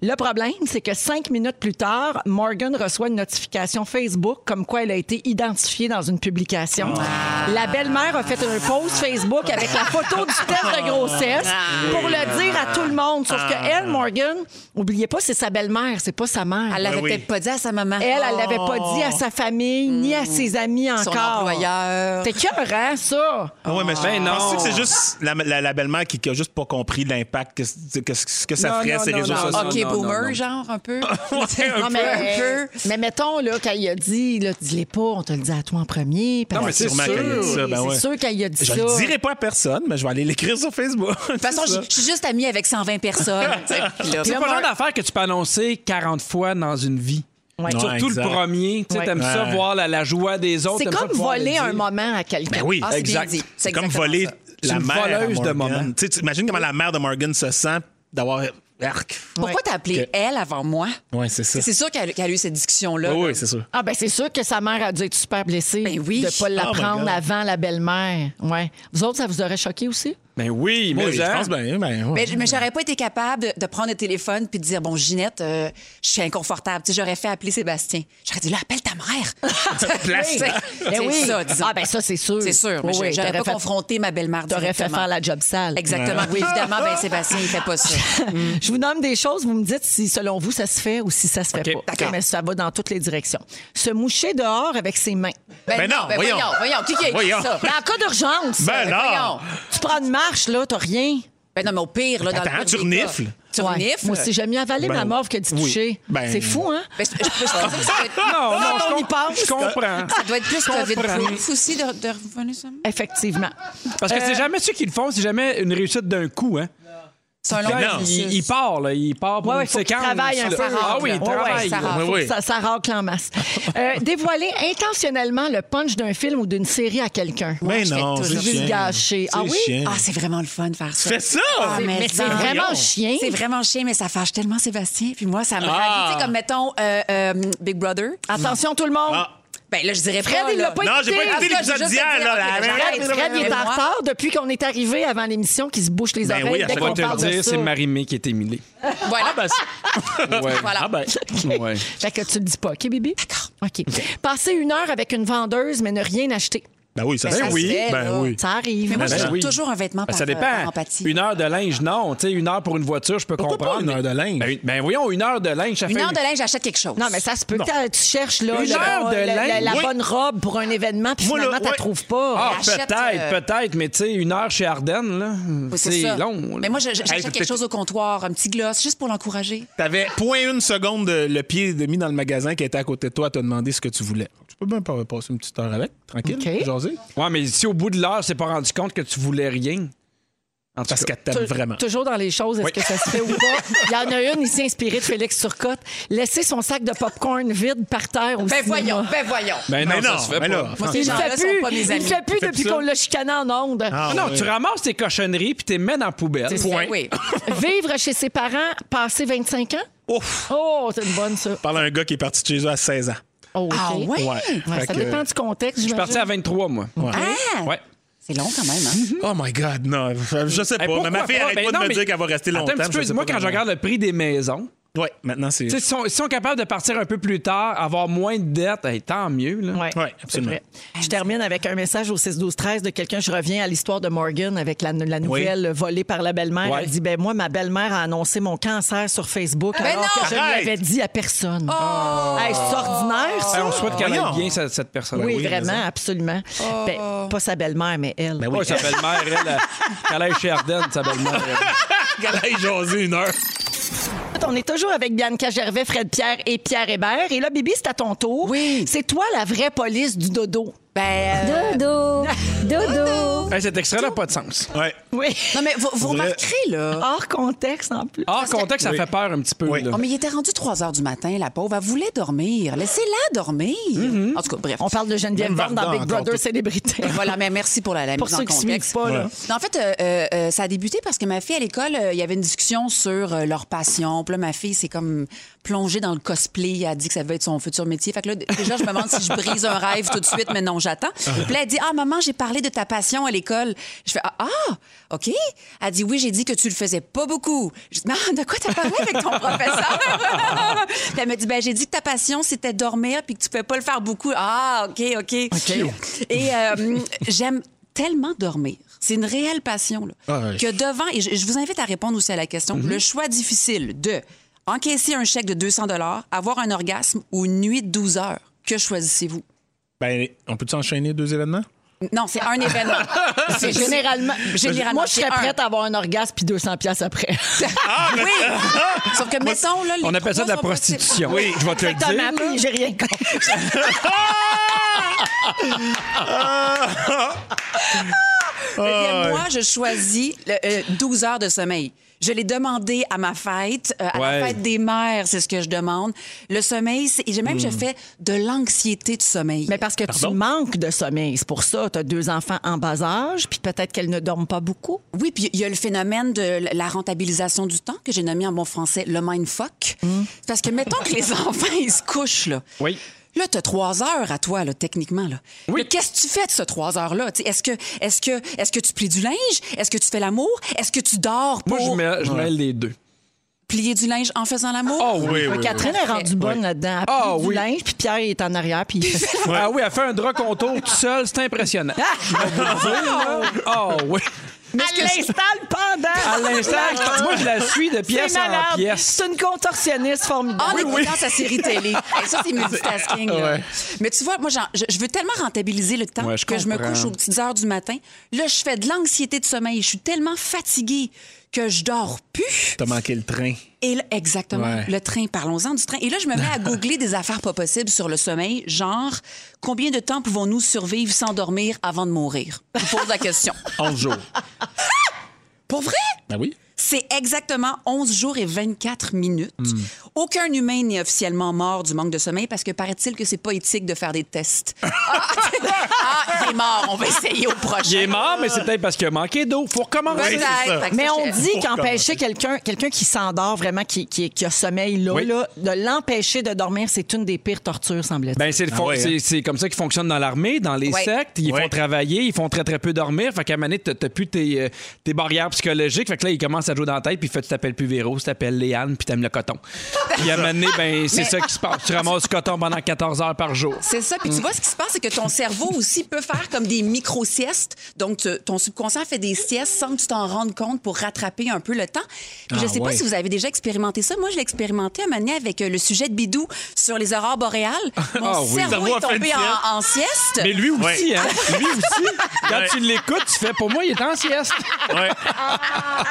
Speaker 1: Le problème, c'est que cinq minutes plus tard, Morgan reçoit une notification Facebook comme quoi elle a été identifiée dans une publication.
Speaker 4: Ah.
Speaker 1: La belle-mère a fait un post Facebook avec la photo du test de grossesse pour le dire à tout le monde. Sauf que
Speaker 4: Ah.
Speaker 1: elle, Morgan, oubliez pas, c'est sa belle-mère, c'est pas sa mère.
Speaker 4: Elle
Speaker 1: Elle,
Speaker 4: l'avait
Speaker 2: Ben oui.
Speaker 4: peut-être pas dit à sa maman.
Speaker 1: elle l'avait pas dit à sa famille ni à ses amis
Speaker 4: Son
Speaker 1: encore.
Speaker 4: employeur.
Speaker 1: T'es cœur, ça?
Speaker 2: Ah ouais, mais je
Speaker 3: Ben non.
Speaker 2: pensais que c'est juste la, la- la belle-mère qui, qui a juste pas compris l'impact que, c- que, ce que ça
Speaker 3: Non,
Speaker 2: ferait
Speaker 3: non,
Speaker 2: ces
Speaker 3: non,
Speaker 2: réseaux
Speaker 3: non.
Speaker 2: sociaux.
Speaker 4: Ah, OK,
Speaker 3: Non, non,
Speaker 4: boomer,
Speaker 3: non, non.
Speaker 4: genre, un peu.
Speaker 2: *laughs* Ouais, un
Speaker 4: Non,
Speaker 2: peu.
Speaker 4: mais- un peu.
Speaker 1: mais mettons, là, quand il a dit, là, dis-les pas, on te le dit à toi en premier. parce
Speaker 3: Non, mais
Speaker 1: que-
Speaker 3: c'est
Speaker 2: Sûrement qu'elle a dit ça, ben ouais.
Speaker 1: C'est sûr qu'elle a dit
Speaker 2: Je
Speaker 1: ça.
Speaker 2: le dirai pas à personne, mais je vais aller l'écrire sur Facebook.
Speaker 4: De toute façon, je je suis juste amie avec 120 personnes. tu sais. Puis là,
Speaker 3: C'est pas le genre d'affaire que tu peux annoncer 40 fois dans une vie.
Speaker 1: Ouais.
Speaker 2: Non,
Speaker 3: Surtout
Speaker 2: exact.
Speaker 3: le premier. Tu sais,
Speaker 1: Ouais.
Speaker 3: t'aimes ça,
Speaker 2: Ouais.
Speaker 3: voir la, la joie des autres.
Speaker 1: C'est
Speaker 3: t'aimes ça
Speaker 1: comme
Speaker 3: pouvoir
Speaker 1: voler
Speaker 3: le
Speaker 1: un
Speaker 3: dire.
Speaker 1: moment à quelqu'un.
Speaker 2: Ben oui,
Speaker 4: Ah, c'est bien
Speaker 2: exact.
Speaker 4: dit. C'est
Speaker 2: C'est comme
Speaker 4: exactement
Speaker 2: voler
Speaker 4: ça.
Speaker 3: C'est
Speaker 2: la
Speaker 3: une
Speaker 2: mère à
Speaker 3: voleuse de
Speaker 2: Morgan.
Speaker 3: moments.
Speaker 2: Tu sais, tu imagines comment la mère de Morgan se sent d'avoir arc.
Speaker 4: Pourquoi t'as appelé
Speaker 2: Ok.
Speaker 4: elle avant moi?
Speaker 2: Ouais, c'est ça.
Speaker 4: C'est sûr qu'elle qu'elle a eu cette discussion-là.
Speaker 2: Oui,
Speaker 4: là.
Speaker 2: oui, c'est sûr.
Speaker 1: Ah ben c'est sûr que sa mère a dû être super blessée
Speaker 4: Ben oui.
Speaker 1: de ne pas
Speaker 2: Oh my
Speaker 1: l'apprendre
Speaker 2: God.
Speaker 1: avant la belle-mère. Ouais. Vous autres, ça vous aurait choqué aussi?
Speaker 3: Ben oui, mais
Speaker 2: Oui, je
Speaker 3: hein.
Speaker 2: pense bien. ben, ouais.
Speaker 4: Mais, mais j'aurais pas été capable de, de prendre le téléphone puis de dire bon Ginette, euh, je suis inconfortable. Tu sais, j'aurais fait appeler Sébastien. J'aurais dit là appelle ta mère.
Speaker 2: Place.
Speaker 4: C'est-
Speaker 1: Ben
Speaker 4: C'est ça, disons.
Speaker 1: Ah ben ça, c'est sûr.
Speaker 4: C'est sûr. mais
Speaker 1: Oui, oui,
Speaker 4: j'aurais
Speaker 1: t'aurais
Speaker 4: pas
Speaker 1: fait-
Speaker 4: confronté ma belle-mère.
Speaker 1: T'aurais fait
Speaker 4: directement.
Speaker 1: faire la job sale.
Speaker 4: Exactement. Oui, évidemment, ben Sébastien, il fait pas ça.
Speaker 1: Je vous nomme des choses, vous me dites si selon vous ça se fait ou si ça se fait
Speaker 3: OK,
Speaker 1: pas.
Speaker 4: d'accord.
Speaker 1: Mais ça va dans toutes les directions. Se moucher dehors avec ses mains.
Speaker 2: Ben non, voyons.
Speaker 4: voyons. Voyons, qui qui a écrit
Speaker 2: Voyons.
Speaker 4: ça?
Speaker 1: Mais en cas d'urgence, euh,
Speaker 2: Ben non.
Speaker 4: Voyons.
Speaker 1: tu prends une marche, là, t'as rien.
Speaker 4: Ben non, mais au pire, là, dans
Speaker 2: Attends,
Speaker 4: le
Speaker 2: tu
Speaker 4: pire des cas,
Speaker 2: renifles.
Speaker 4: Tu
Speaker 1: Ouais.
Speaker 4: renifles.
Speaker 1: Moi aussi, j'aime mieux avaler
Speaker 2: Ben,
Speaker 1: ma morve que d'y
Speaker 2: oui.
Speaker 1: toucher.
Speaker 2: Ben-
Speaker 1: C'est fou, hein?
Speaker 4: Ben, je, je- je- je- ça doit
Speaker 2: *laughs*
Speaker 4: être-
Speaker 3: Non, non,
Speaker 1: on
Speaker 3: je
Speaker 1: y
Speaker 3: com-
Speaker 1: pense.
Speaker 3: Je comprends.
Speaker 1: *laughs*
Speaker 4: Ça doit être plus
Speaker 3: comprends.
Speaker 4: COVID-proof aussi de, de revenir sur
Speaker 1: Effectivement. Euh,
Speaker 3: Parce que c'est jamais ceux qui le font, c'est jamais une réussite d'un coup, hein.
Speaker 4: C'est un long
Speaker 2: Non.
Speaker 4: processus.
Speaker 3: Il, il part, là. Il part pour
Speaker 1: Ouais, ouais,
Speaker 3: une
Speaker 1: faut qu'il
Speaker 3: séquence.
Speaker 1: travaille un peu.
Speaker 3: Ah oui, il
Speaker 1: Ouais, ouais,
Speaker 3: travaille.
Speaker 4: ça râle.
Speaker 2: Oui, oui.
Speaker 1: Ça, ça racle
Speaker 2: *laughs*
Speaker 1: en masse. Euh, dévoiler intentionnellement le punch d'un film ou d'une série à quelqu'un.
Speaker 2: Ben
Speaker 4: je fais
Speaker 2: non,
Speaker 4: toujours
Speaker 2: c'est
Speaker 1: Juste
Speaker 2: chiant.
Speaker 1: gâcher.
Speaker 2: C'est
Speaker 1: Ah oui?
Speaker 2: chiant.
Speaker 4: Ah, c'est vraiment le fun de faire ça.
Speaker 2: Fais ça!
Speaker 4: Ah,
Speaker 2: C'est-
Speaker 1: Mais c'est
Speaker 4: non.
Speaker 1: vraiment
Speaker 2: Voyons.
Speaker 1: chien.
Speaker 4: C'est vraiment chiant, mais ça fâche tellement Sébastien. Puis moi, ça me
Speaker 2: Ah.
Speaker 4: ravit. Tu sais, comme mettons euh, euh, Big Brother.
Speaker 1: Attention tout le monde.
Speaker 2: Ah.
Speaker 4: Ben là, je dirais
Speaker 1: Fred,
Speaker 4: pas,
Speaker 1: il
Speaker 4: là.
Speaker 1: l'a pas
Speaker 2: Non, j'ai pas
Speaker 1: écouté.
Speaker 2: écouté
Speaker 4: Ah, ça, je veux
Speaker 2: l'épisode
Speaker 4: juste
Speaker 2: d'hier,
Speaker 4: dire,
Speaker 2: là. ben.
Speaker 4: ok,
Speaker 2: la-
Speaker 4: mais
Speaker 1: Fred,
Speaker 4: j'arrête.
Speaker 1: Fred, il est
Speaker 4: Mais
Speaker 1: en
Speaker 4: moi-
Speaker 1: retard depuis qu'on est arrivé avant l'émission qui se bouche les
Speaker 2: Ben
Speaker 1: oreilles
Speaker 2: oui, à
Speaker 1: dès
Speaker 2: chaque
Speaker 1: qu'on
Speaker 2: fois,
Speaker 3: te
Speaker 1: parle
Speaker 3: le
Speaker 1: de
Speaker 3: dire,
Speaker 1: ça.
Speaker 3: c'est Marie-Mé qui est émulée.
Speaker 4: Voilà.
Speaker 1: Ah,
Speaker 3: *laughs* Ouais.
Speaker 4: Voilà.
Speaker 2: ben, Ah ben,
Speaker 3: Ouais.
Speaker 1: Fait que tu le dis pas, OK, Bibi? D'accord. OK. Passer une heure avec une vendeuse, mais ne rien acheter.
Speaker 2: Ben oui, ça
Speaker 4: Ben
Speaker 2: se
Speaker 4: oui.
Speaker 2: fait,
Speaker 4: Ben
Speaker 2: Ben
Speaker 4: oui.
Speaker 2: oui.
Speaker 1: Ça arrive.
Speaker 4: Mais moi,
Speaker 2: Ben
Speaker 4: je
Speaker 2: ben
Speaker 4: trouve
Speaker 2: oui.
Speaker 4: toujours un vêtement *laughs*
Speaker 3: Ben,
Speaker 4: par,
Speaker 3: ça
Speaker 4: par
Speaker 3: dépend.
Speaker 4: empathie.
Speaker 3: Une heure de linge, non. Tu sais, une heure pour une voiture, je peux
Speaker 2: Pourquoi pas
Speaker 3: comprendre.
Speaker 2: une heure
Speaker 3: mais-
Speaker 2: de linge?
Speaker 3: Ben, une- ben voyons, une heure de linge, ça
Speaker 4: Une
Speaker 3: fait.
Speaker 4: heure de linge, j'achète quelque chose.
Speaker 1: Non, mais ça se peut que t'a- tu cherches là,
Speaker 3: Une
Speaker 1: le-
Speaker 3: heure de
Speaker 1: le- la,
Speaker 3: linge.
Speaker 1: la
Speaker 2: Oui.
Speaker 1: bonne robe pour un événement, puis
Speaker 2: Moi, là,
Speaker 1: finalement, tu
Speaker 2: ouais.
Speaker 1: trouves pas.
Speaker 3: Ah,
Speaker 4: Achète,
Speaker 3: peut-être,
Speaker 4: euh,
Speaker 3: peut-être, mais tu sais, une heure chez Ardennes, là,
Speaker 4: Oui,
Speaker 3: c'est
Speaker 4: ça.
Speaker 3: long. là.
Speaker 4: Mais moi, je- je- j'achète
Speaker 2: Hey,
Speaker 4: quelque chose au comptoir, un petit gloss, juste pour l'encourager.
Speaker 2: T'avais point une seconde de- le pied de mis dans le magasin qui était à côté de toi à te demander ce que tu voulais. Tu peux bien pas- passer une petite heure avec, tranquille,
Speaker 1: OK.
Speaker 2: jaser.
Speaker 3: Ouais, mais si au bout de l'heure, c'est pas rendu compte que tu voulais rien. En tout
Speaker 2: Parce
Speaker 3: cas.
Speaker 2: qu'elle t'aime
Speaker 1: Tou-
Speaker 2: vraiment.
Speaker 1: Toujours dans les choses, est-ce que ça se fait ou pas? Il y en a une ici inspirée de Félix Turcotte. Laisser son sac de popcorn vide par terre au
Speaker 4: Ben
Speaker 1: cinéma.
Speaker 4: voyons, ben voyons.
Speaker 3: Ben non,
Speaker 2: Mais
Speaker 3: ça
Speaker 2: non,
Speaker 3: se fait
Speaker 2: mais
Speaker 3: pas.
Speaker 2: là,
Speaker 4: Moi,
Speaker 1: Il
Speaker 4: ces
Speaker 1: le
Speaker 4: gens-là
Speaker 1: fait
Speaker 4: sont
Speaker 1: plus.
Speaker 4: pas mes
Speaker 1: Il le
Speaker 4: amis.
Speaker 1: fait plus
Speaker 2: Fais
Speaker 1: depuis
Speaker 2: ça.
Speaker 1: qu'on l'a chicané en ondes.
Speaker 2: Ah,
Speaker 3: non,
Speaker 2: ouais.
Speaker 3: tu ramasses tes cochonneries puis tu les mets dans la poubelle.
Speaker 4: Ben
Speaker 2: Point.
Speaker 4: Oui.
Speaker 1: *laughs* Vivre chez ses parents, passer 25 ans?
Speaker 2: Ouf!
Speaker 1: Oh, c'est une bonne, ça.
Speaker 2: Parle à un gars qui est parti de chez eux à 16 ans.
Speaker 1: Oh, OK.
Speaker 4: Ah ouais?
Speaker 2: Ouais.
Speaker 1: Ouais,
Speaker 2: Fait
Speaker 1: ça
Speaker 2: que-
Speaker 1: dépend du contexte.
Speaker 3: Je suis parti à 23, moi. Ouais.
Speaker 4: Ah! C'est long quand même, hein?
Speaker 2: Oh my God, non. Je sais pas.
Speaker 3: Hey, pourquoi
Speaker 2: mais ma fille
Speaker 3: pas?
Speaker 2: arrête
Speaker 3: Ben
Speaker 2: pas de
Speaker 3: non,
Speaker 2: me
Speaker 3: mais-
Speaker 2: dire qu'elle va rester
Speaker 3: Attends
Speaker 2: longtemps.
Speaker 3: un petit peu,
Speaker 2: sais
Speaker 3: moi,
Speaker 2: pas
Speaker 3: quand je
Speaker 2: vraiment.
Speaker 3: regarde le prix des maisons,
Speaker 2: Ouais, maintenant, c'est.
Speaker 3: tu
Speaker 2: *laughs*
Speaker 3: sais, si on, si on est capable de partir un peu plus tard, avoir moins de dettes, hey, tant mieux. Là.
Speaker 1: Ouais,
Speaker 2: Ouais, absolument.
Speaker 1: c'est vrai. Je termine avec un message au 6-12-13 de quelqu'un. Je reviens à l'histoire de Morgan avec la, la nouvelle volée par la belle-mère.
Speaker 3: Ouais.
Speaker 1: Elle dit ben Moi, ma belle-mère a annoncé mon cancer sur Facebook alors
Speaker 4: Ah, ben non! Oh!
Speaker 1: que je ne
Speaker 2: Arrête!
Speaker 1: l'avais dit à personne. Ah, Hey, c'est ordinaire, ça.
Speaker 3: Hey, on souhaite qu'elle aille
Speaker 2: Voyons.
Speaker 3: bien, cette, cette personne.
Speaker 1: oui,
Speaker 2: Ah, ben oui,
Speaker 1: vraiment,
Speaker 2: raison.
Speaker 1: absolument.
Speaker 4: Oh!
Speaker 1: Ben, pas sa belle-mère, mais elle.
Speaker 2: Ben oui.
Speaker 3: Ouais, sa belle-mère, elle, elle, qu'elle aille chez Ardennes, sa belle-mère. elle.
Speaker 2: Qu'elle aille jaser une heure.
Speaker 1: On est toujours avec Bianca Gervais, Fred Pierre et Pierre Hébert. Et là, Bibi, c'est à ton tour.
Speaker 4: Oui.
Speaker 1: C'est toi la vraie police du dodo.
Speaker 4: *laughs* Ben, euh,
Speaker 5: Dodo. Dodo.
Speaker 3: Hey, cet extrait-là n'a pas de sens.
Speaker 2: Ouais.
Speaker 1: Oui.
Speaker 4: non, mais vous, vous
Speaker 2: Faudrait-
Speaker 4: remarquerez, là.
Speaker 1: Hors contexte, en plus.
Speaker 3: Hors contexte, ça
Speaker 2: Oui.
Speaker 3: fait peur un petit peu.
Speaker 2: Oui.
Speaker 3: là.
Speaker 4: Oh, mais il était rendu 3 heures du matin, la pauvre. Elle voulait dormir. Laissez-la dormir. En tout cas, bref.
Speaker 1: On parle de Geneviève
Speaker 2: Même
Speaker 1: Borne dans
Speaker 2: Varda
Speaker 1: Big
Speaker 2: encore,
Speaker 1: Brother
Speaker 2: tout.
Speaker 1: Célébrité.
Speaker 4: Voilà, mais merci pour la, la
Speaker 1: Pour
Speaker 4: mise en
Speaker 1: ceux qui
Speaker 4: contexte.
Speaker 1: suivent pas, là.
Speaker 4: Non, en fait, euh, euh, euh, ça a débuté parce que ma fille, à l'école, euh, il y avait une discussion sur euh, leur passion. Puis là, ma fille s'est comme plongée dans le cosplay. Elle a dit que ça devait être son futur métier. Fait que là, d- déjà, je me demande si je brise un rêve tout de suite, mais non, j'attends. Puis là, elle dit Ah, maman, j'ai parlé de ta passion à l'école. Je fais Ah, ah, OK. Elle dit Oui, j'ai dit que tu le faisais pas beaucoup. Je dis Mais ah, de quoi t'as parlé avec ton professeur *laughs* Puis elle me dit Ben, j'ai dit que ta passion, c'était dormir puis que tu pouvais pas le faire beaucoup. Ah, OK, OK. Et euh, j'aime tellement dormir. C'est une réelle passion. Là,
Speaker 2: Ah ouais.
Speaker 4: Que devant, et je, je vous invite à répondre aussi à la question,
Speaker 3: Mhm.
Speaker 4: le choix difficile de encaisser un chèque de 200 avoir un orgasme ou une nuit de 12 heures. Que choisissez-vous?
Speaker 2: Ben, on peut-tu enchaîner deux événements?
Speaker 4: Non, c'est un
Speaker 3: *laughs*
Speaker 4: événement.
Speaker 1: C'est généralement.
Speaker 4: Généralement,
Speaker 1: Moi, je serais
Speaker 4: c'est un.
Speaker 1: prête à avoir un orgasme puis 200 pièces après.
Speaker 4: oui! Sauf que, mettons, là, les
Speaker 3: Ah! On appelle ça de la
Speaker 4: trois sont possibles.
Speaker 3: prostitution. Oui, je vais te le dire.
Speaker 1: Exactement. puis J'ai rien contre.
Speaker 4: Eh bien, moi, je choisis le, euh, 12 heures de sommeil. Je l'ai demandé à ma fête, euh, à
Speaker 3: Ouais.
Speaker 4: la fête des mères, c'est ce que je demande. Le sommeil, c'est- et j'ai même je
Speaker 3: Hmm.
Speaker 4: fais de l'anxiété du sommeil.
Speaker 1: Mais parce que tu manques de sommeil. C'est pour ça. Tu as deux enfants en bas âge, puis peut-être qu'elles ne dorment pas beaucoup.
Speaker 3: Euh,
Speaker 4: Oui, puis il y a le phénomène de la rentabilisation du temps que j'ai nommé en bon français le mindfuck. C'est Parce que mettons que
Speaker 3: *laughs*
Speaker 4: les enfants, ils se couchent, là.
Speaker 3: Oui.
Speaker 4: Là, t'as trois heures à toi, là, techniquement. Là.
Speaker 3: Oui.
Speaker 4: Là, Qu'est-ce que tu fais de ces trois heures-là? Tu sais, Est-ce que, est que, est que tu plies du linge? Est-ce que tu fais l'amour? Est-ce que tu dors pour
Speaker 3: Moi, je mets, je mêle les deux.
Speaker 4: plier du linge en faisant l'amour?
Speaker 3: Oh oui, oui.
Speaker 1: Catherine est rendue bonne là-dedans. Elle
Speaker 3: Ah,
Speaker 1: plie du
Speaker 3: oui.
Speaker 1: linge, puis Pierre il est en arrière, puis il
Speaker 3: *laughs*
Speaker 1: fait-
Speaker 3: Ah oui, elle fait un drap contour toute seule, c'est impressionnant.
Speaker 1: Ah!
Speaker 3: Ah,
Speaker 1: *laughs*
Speaker 3: oh oui.
Speaker 1: Elle l'installe pendant.
Speaker 3: À l'instant, je- moi je la suis de pièce
Speaker 1: C'est
Speaker 3: en
Speaker 1: malade.
Speaker 3: pièce.
Speaker 1: C'est une contorsionniste formidable.
Speaker 3: Ah
Speaker 4: En écoutant sa série
Speaker 3: *laughs*
Speaker 4: télé. Et ça, c'est multitasking. là. Mais tu vois, moi, j'en- je, je veux tellement rentabiliser le temps
Speaker 3: Ouais, je
Speaker 4: que je me
Speaker 3: comprends.
Speaker 4: couche aux petites heures du matin. Là, je fais de l'anxiété de sommeil. Je suis tellement fatiguée que je dors plus.
Speaker 2: T'as manqué le train.
Speaker 4: Et là, exactement,
Speaker 2: Ouais.
Speaker 4: le train, parlons-en du train. Et là, je me mets
Speaker 3: *laughs*
Speaker 4: à googler des affaires pas possibles sur le sommeil, genre combien de temps pouvons-nous survivre sans dormir avant de mourir? Je vous pose la
Speaker 3: *laughs*
Speaker 4: question.
Speaker 2: 11 jours.
Speaker 4: Pour vrai?
Speaker 2: Ben oui.
Speaker 4: C'est exactement 11 jours et 24 minutes.
Speaker 3: Hmm.
Speaker 4: Aucun humain n'est officiellement mort du manque de sommeil parce que paraît-il que c'est pas éthique de faire des
Speaker 3: *laughs*
Speaker 4: tests. Ah, ah, il est mort, on va essayer au prochain.
Speaker 3: Il est mort, mais c'est peut-être parce qu'il a manqué d'eau. Faut recommencer.
Speaker 2: Oui, c'est ça.
Speaker 4: Fait que
Speaker 1: Mais
Speaker 4: ça,
Speaker 1: on
Speaker 4: je-
Speaker 1: dit
Speaker 2: Pourquoi?
Speaker 1: qu'empêcher quelqu'un quelqu'un qui s'endort vraiment, qui, qui, qui a sommeil là,
Speaker 3: Oui.
Speaker 1: là, de l'empêcher de dormir, c'est une des pires tortures, semble-t-il.
Speaker 3: Ben, c'est le
Speaker 2: Ah
Speaker 3: fon-
Speaker 2: ouais,
Speaker 3: c'est- c'est comme ça qu'ils fonctionnent dans l'armée, dans les
Speaker 4: Ouais.
Speaker 3: sectes. Ils
Speaker 2: Ouais.
Speaker 3: font travailler, ils font très, très peu dormir. Fait qu'à Manet, t'as t'as plus tes, euh, tes barrières psychologiques. Fait que là, ils commencent commence à jouer dans la tête, puis fait, tu t'appelles plus Véro, tu t'appelles Léane, puis t'aimes le coton. Puis à un moment donné, ben, c'est ça qui se passe. Tu ramasses du coton pendant 14 heures par jour.
Speaker 4: C'est ça.
Speaker 3: Hmm.
Speaker 4: Puis tu vois, ce qui se passe, c'est que ton cerveau aussi peut faire comme des micro-siestes. Donc, tu- ton subconscient fait des siestes sans que tu t'en rendes compte pour rattraper un peu le temps. Puis je
Speaker 3: Ah,
Speaker 4: sais
Speaker 3: ouais.
Speaker 4: pas si vous avez déjà expérimenté ça. Moi, je l'ai expérimenté à un moment donné avec euh, le sujet de Bidou sur les aurores
Speaker 3: *laughs*
Speaker 4: boréales. Mon
Speaker 3: Ah oui.
Speaker 4: cerveau
Speaker 2: Cerveau
Speaker 4: est
Speaker 2: a fait une
Speaker 4: tombé
Speaker 2: sieste.
Speaker 4: en, en sieste.
Speaker 3: Mais lui
Speaker 2: Ouais.
Speaker 3: aussi, hein? Lui aussi. Quand
Speaker 2: Ouais.
Speaker 3: tu l'écoutes, tu fais, pour moi, il est en sieste. *laughs*
Speaker 2: Ouais.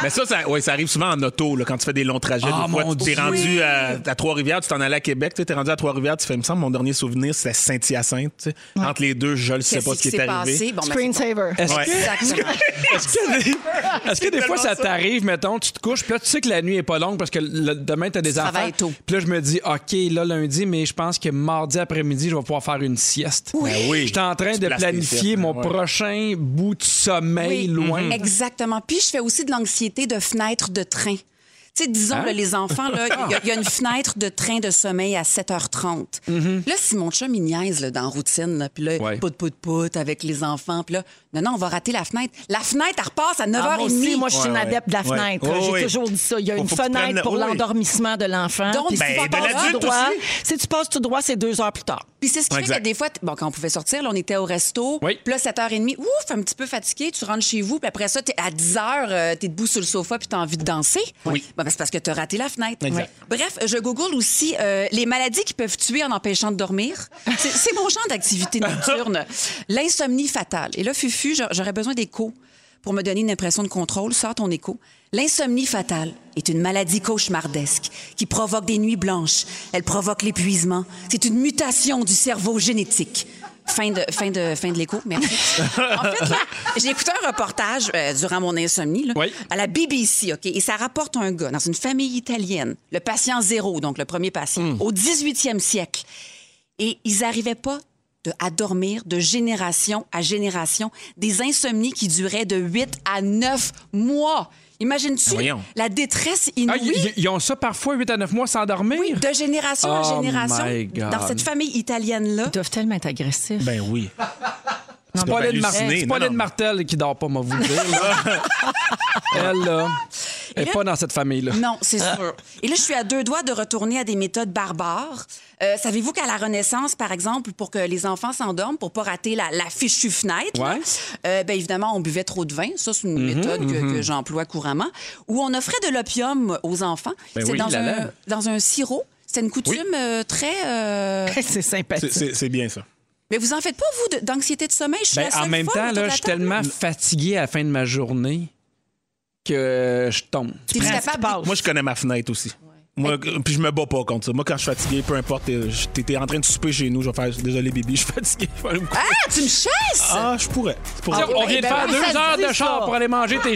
Speaker 2: Mais ça, ça, ouais, ça arrive souvent en auto, là, quand tu fais des longs trajets.
Speaker 3: Ah,
Speaker 2: des fois,
Speaker 3: mon
Speaker 2: tu t'es
Speaker 3: Dieu.
Speaker 2: rendu à, à Trois-Rivières, tu t'en allais à Québec, tu t'es rendu à Trois-Rivières, tu fais, il me semble, mon dernier souvenir, c'était Saint-Hyacinthe. tu sais. Entre les deux, je ne sais
Speaker 4: Qu'est-ce
Speaker 2: pas ce qui est, arrivé.
Speaker 4: passé? Bon, ben,
Speaker 1: Screensaver.
Speaker 3: Est-ce
Speaker 2: Ouais.
Speaker 3: que-
Speaker 4: Exactement.
Speaker 3: Est-ce que des, *laughs* est-ce que des fois ça t'arrive, mettons, tu te couches, puis là tu sais que la nuit est pas longue parce que le- demain t'as des enfants.
Speaker 4: travailles tôt.
Speaker 3: Puis là je me dis, ok, là lundi, mais je pense que mardi après-midi je vais pouvoir faire une sieste.
Speaker 2: Oui. Ben oui.
Speaker 3: Je suis en train
Speaker 2: Tu
Speaker 3: de
Speaker 2: places tes
Speaker 3: planifier
Speaker 2: siestes,
Speaker 3: mon
Speaker 2: ouais.
Speaker 3: prochain bout de
Speaker 4: Oui.
Speaker 3: sommeil
Speaker 4: Mm-hmm.
Speaker 3: loin.
Speaker 4: Exactement. Puis je fais aussi de l'anxiété de fenêtre de train. Tu sais, disons,
Speaker 3: Hein?
Speaker 4: là, les enfants, là, il y a- il y, a une fenêtre de train de sommeil à 7h30. Là, si mon chum, il niaise là, dans routine, là, puis là,
Speaker 3: Ouais.
Speaker 4: pout, pout, pout avec les enfants, puis là, non, non, on va rater la fenêtre. La fenêtre, elle repasse à 9h30.
Speaker 1: Ah, moi aussi, moi, je suis
Speaker 2: Ouais,
Speaker 1: une
Speaker 2: ouais.
Speaker 1: adepte de la
Speaker 2: Ouais.
Speaker 1: fenêtre.
Speaker 2: Oh,
Speaker 1: J'ai
Speaker 2: oui.
Speaker 1: toujours dit ça. Il y a
Speaker 2: Faut-
Speaker 1: une
Speaker 2: faut que tu
Speaker 1: fenêtre
Speaker 2: prennes-
Speaker 1: pour
Speaker 2: oui.
Speaker 1: l'endormissement de l'enfant.
Speaker 4: Donc,
Speaker 1: Puis
Speaker 4: ben,
Speaker 1: si tu
Speaker 4: de
Speaker 1: passes
Speaker 4: l'adulte
Speaker 1: tout droit,
Speaker 2: aussi.
Speaker 1: si tu passes tout droit, c'est deux heures plus tard.
Speaker 4: Puis c'est ce qui fait
Speaker 2: Exact.
Speaker 4: que des fois, t- bon, quand on pouvait sortir, là, on était au resto,
Speaker 3: Oui.
Speaker 4: puis là, 7h30, ouf, un petit peu fatigué, tu rentres chez vous, puis après ça, t'es à 10h, t'es debout sur le sofa, puis t'as envie de danser.
Speaker 2: Oui.
Speaker 4: Bon, ben, c'est parce que t'as raté la fenêtre.
Speaker 2: Exact.
Speaker 4: Ouais. Bref, je google aussi euh, les maladies qui peuvent tuer en empêchant de dormir. C'est- C'est mon genre d'activité nocturne. L'insomnie fatale. Et là, Fufu, j'a- j'aurais besoin d'écho pour me donner une impression de contrôle. Sors ton écho. L'insomnie fatale est une maladie cauchemardesque qui provoque des nuits blanches. Elle provoque l'épuisement. C'est une mutation du cerveau génétique. Fin de, fin de, fin de l'écho, merci. en fait, là, j'ai écouté un reportage euh, durant mon insomnie là,
Speaker 3: Oui.
Speaker 4: à la BBC, OK? Et ça rapporte un gars dans une famille italienne, le patient zéro, donc le premier patient,
Speaker 3: Hmm.
Speaker 4: au 18e siècle. Et ils n'arrivaient pas de- à dormir de génération à génération, des insomnies qui duraient de 8 à 9 mois. Imagines-tu
Speaker 2: Voyons.
Speaker 4: la détresse
Speaker 3: Ah,
Speaker 4: inouïe?
Speaker 3: ils- ils- Ils ont ça parfois 8 à 9 mois sans dormir.
Speaker 4: Oui, de génération en
Speaker 3: Oh
Speaker 4: génération,
Speaker 3: my God.
Speaker 4: dans cette famille italienne-là.
Speaker 1: Ils doivent tellement être agressifs.
Speaker 2: Ben oui.
Speaker 3: C'est
Speaker 2: dois
Speaker 3: pas Lynn Mar-
Speaker 2: halluciner.
Speaker 3: c'est
Speaker 2: Non,
Speaker 3: pas Lynn
Speaker 2: non.
Speaker 3: Martel qui dort pas, moi vous le dire.
Speaker 4: *laughs*
Speaker 3: là. Elle, là, elle est
Speaker 4: là-
Speaker 3: pas dans cette famille-là.
Speaker 4: Non, c'est
Speaker 3: Ah.
Speaker 4: sûr. Et là, je suis à deux doigts de retourner à des méthodes barbares. Euh, Savez-vous qu'à la Renaissance, par exemple, pour que les enfants s'endorment, pour pas rater la, la fichue fenêtre, là,
Speaker 3: Ouais. Mhm,
Speaker 4: euh, ben, évidemment, on buvait trop de vin. Ça, c'est une méthode que, que j'emploie couramment. Où on offrait de l'opium aux enfants.
Speaker 3: Ben
Speaker 4: c'est
Speaker 3: oui,
Speaker 4: dans,
Speaker 3: là, là.
Speaker 4: un, dans un sirop. C'est une coutume euh, très... euh,
Speaker 1: *laughs* c'est
Speaker 2: C'est-
Speaker 1: sympathique.
Speaker 2: Ben, C'est c'est bien ça.
Speaker 4: Mais vous en faites pas, vous, de- d'anxiété de sommeil? Je suis
Speaker 3: Ben,
Speaker 4: la
Speaker 3: en
Speaker 4: seule
Speaker 3: même
Speaker 4: folle
Speaker 3: temps,
Speaker 4: autour de
Speaker 3: là,
Speaker 4: la
Speaker 3: je suis
Speaker 4: table.
Speaker 3: tellement fatigué à la fin de ma journée que je tombe.
Speaker 4: T'es
Speaker 1: Prends ce qui
Speaker 4: capable
Speaker 1: passe.
Speaker 2: Moi, je connais ma fenêtre aussi. Moi, euh, puis je me bats pas contre ça. Moi, quand je suis fatigué, peu importe, euh, je- t'es t'es en train de souper chez nous, je vais faire désolé, bébé, je suis fatigué, je vais aller me coucher.
Speaker 4: Ah, tu me chasses?
Speaker 2: Ah, eh je pourrais. Je pourrais.
Speaker 3: on vient de
Speaker 1: ben
Speaker 3: faire
Speaker 1: oui, ça
Speaker 3: deux
Speaker 1: se
Speaker 3: heures
Speaker 1: dit,
Speaker 3: de
Speaker 1: ça.
Speaker 3: char pour aller manger tes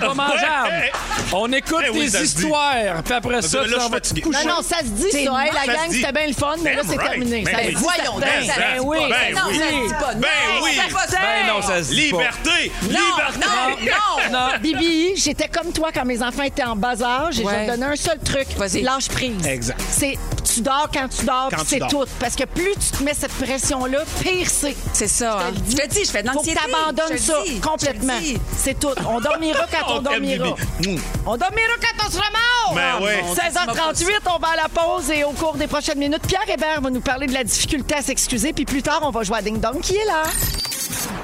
Speaker 2: *laughs*
Speaker 3: pas mangeables. On écoute
Speaker 2: Eh oui, ça
Speaker 3: des
Speaker 2: se dit.
Speaker 3: histoires, puis après ça,
Speaker 2: là,
Speaker 3: tu
Speaker 2: je
Speaker 3: t'en
Speaker 2: suis
Speaker 3: vas te
Speaker 2: fatigué.
Speaker 3: coucher.
Speaker 2: Non,
Speaker 1: non, ça se dit, ça.
Speaker 4: Hey,
Speaker 1: la
Speaker 2: ça se
Speaker 1: gang,
Speaker 2: dit.
Speaker 1: c'était bien le fun, mais là,
Speaker 2: Damn
Speaker 1: c'est
Speaker 2: right.
Speaker 1: terminé.
Speaker 2: Ben
Speaker 1: Ça se
Speaker 2: oui.
Speaker 1: dit
Speaker 4: Voyons,
Speaker 1: certain.
Speaker 4: ben, ça se
Speaker 2: dit
Speaker 1: Ben
Speaker 2: pas. Ben
Speaker 4: non, ça
Speaker 1: oui.
Speaker 2: oui.
Speaker 4: se dit pas.
Speaker 2: Ben
Speaker 4: Non,
Speaker 2: oui.
Speaker 4: ça se dit pas.
Speaker 3: Ben non, ça se dit
Speaker 2: Liberté! Liberté!
Speaker 4: Non, non, non.
Speaker 3: pas. Non.
Speaker 1: Bibi, j'étais comme toi quand mes enfants étaient en bas âge et
Speaker 4: Ouais.
Speaker 1: je donnais un seul truc.
Speaker 4: Vas-y.
Speaker 1: Lâche prise.
Speaker 2: Exact.
Speaker 1: C'est tu dors quand tu dors,
Speaker 2: Quand
Speaker 1: puis
Speaker 2: tu
Speaker 1: c'est
Speaker 2: dors.
Speaker 1: tout. Parce que plus tu te mets cette pression-là, pire c'est.
Speaker 4: C'est ça. hein. Je te le dis, je fais de
Speaker 1: Faut que
Speaker 4: l'anxiété.
Speaker 1: tu abandonnes
Speaker 4: Je
Speaker 1: ça
Speaker 4: le dis, je le
Speaker 1: complètement.
Speaker 4: dis.
Speaker 1: C'est tout. On dormira
Speaker 2: *laughs*
Speaker 1: quand on,
Speaker 2: On t'aime,
Speaker 1: dormira.
Speaker 2: Oh, Bibi. Mouh.
Speaker 1: On dormira quand on se remord.
Speaker 2: Ben oui.
Speaker 4: mon Dieu, tu m'as pas dit
Speaker 1: 16h38, on va à la pause et au cours des prochaines minutes, Pierre Hébert va nous parler de la difficulté à s'excuser. Puis plus tard, on va jouer à Ding Dong qui est là.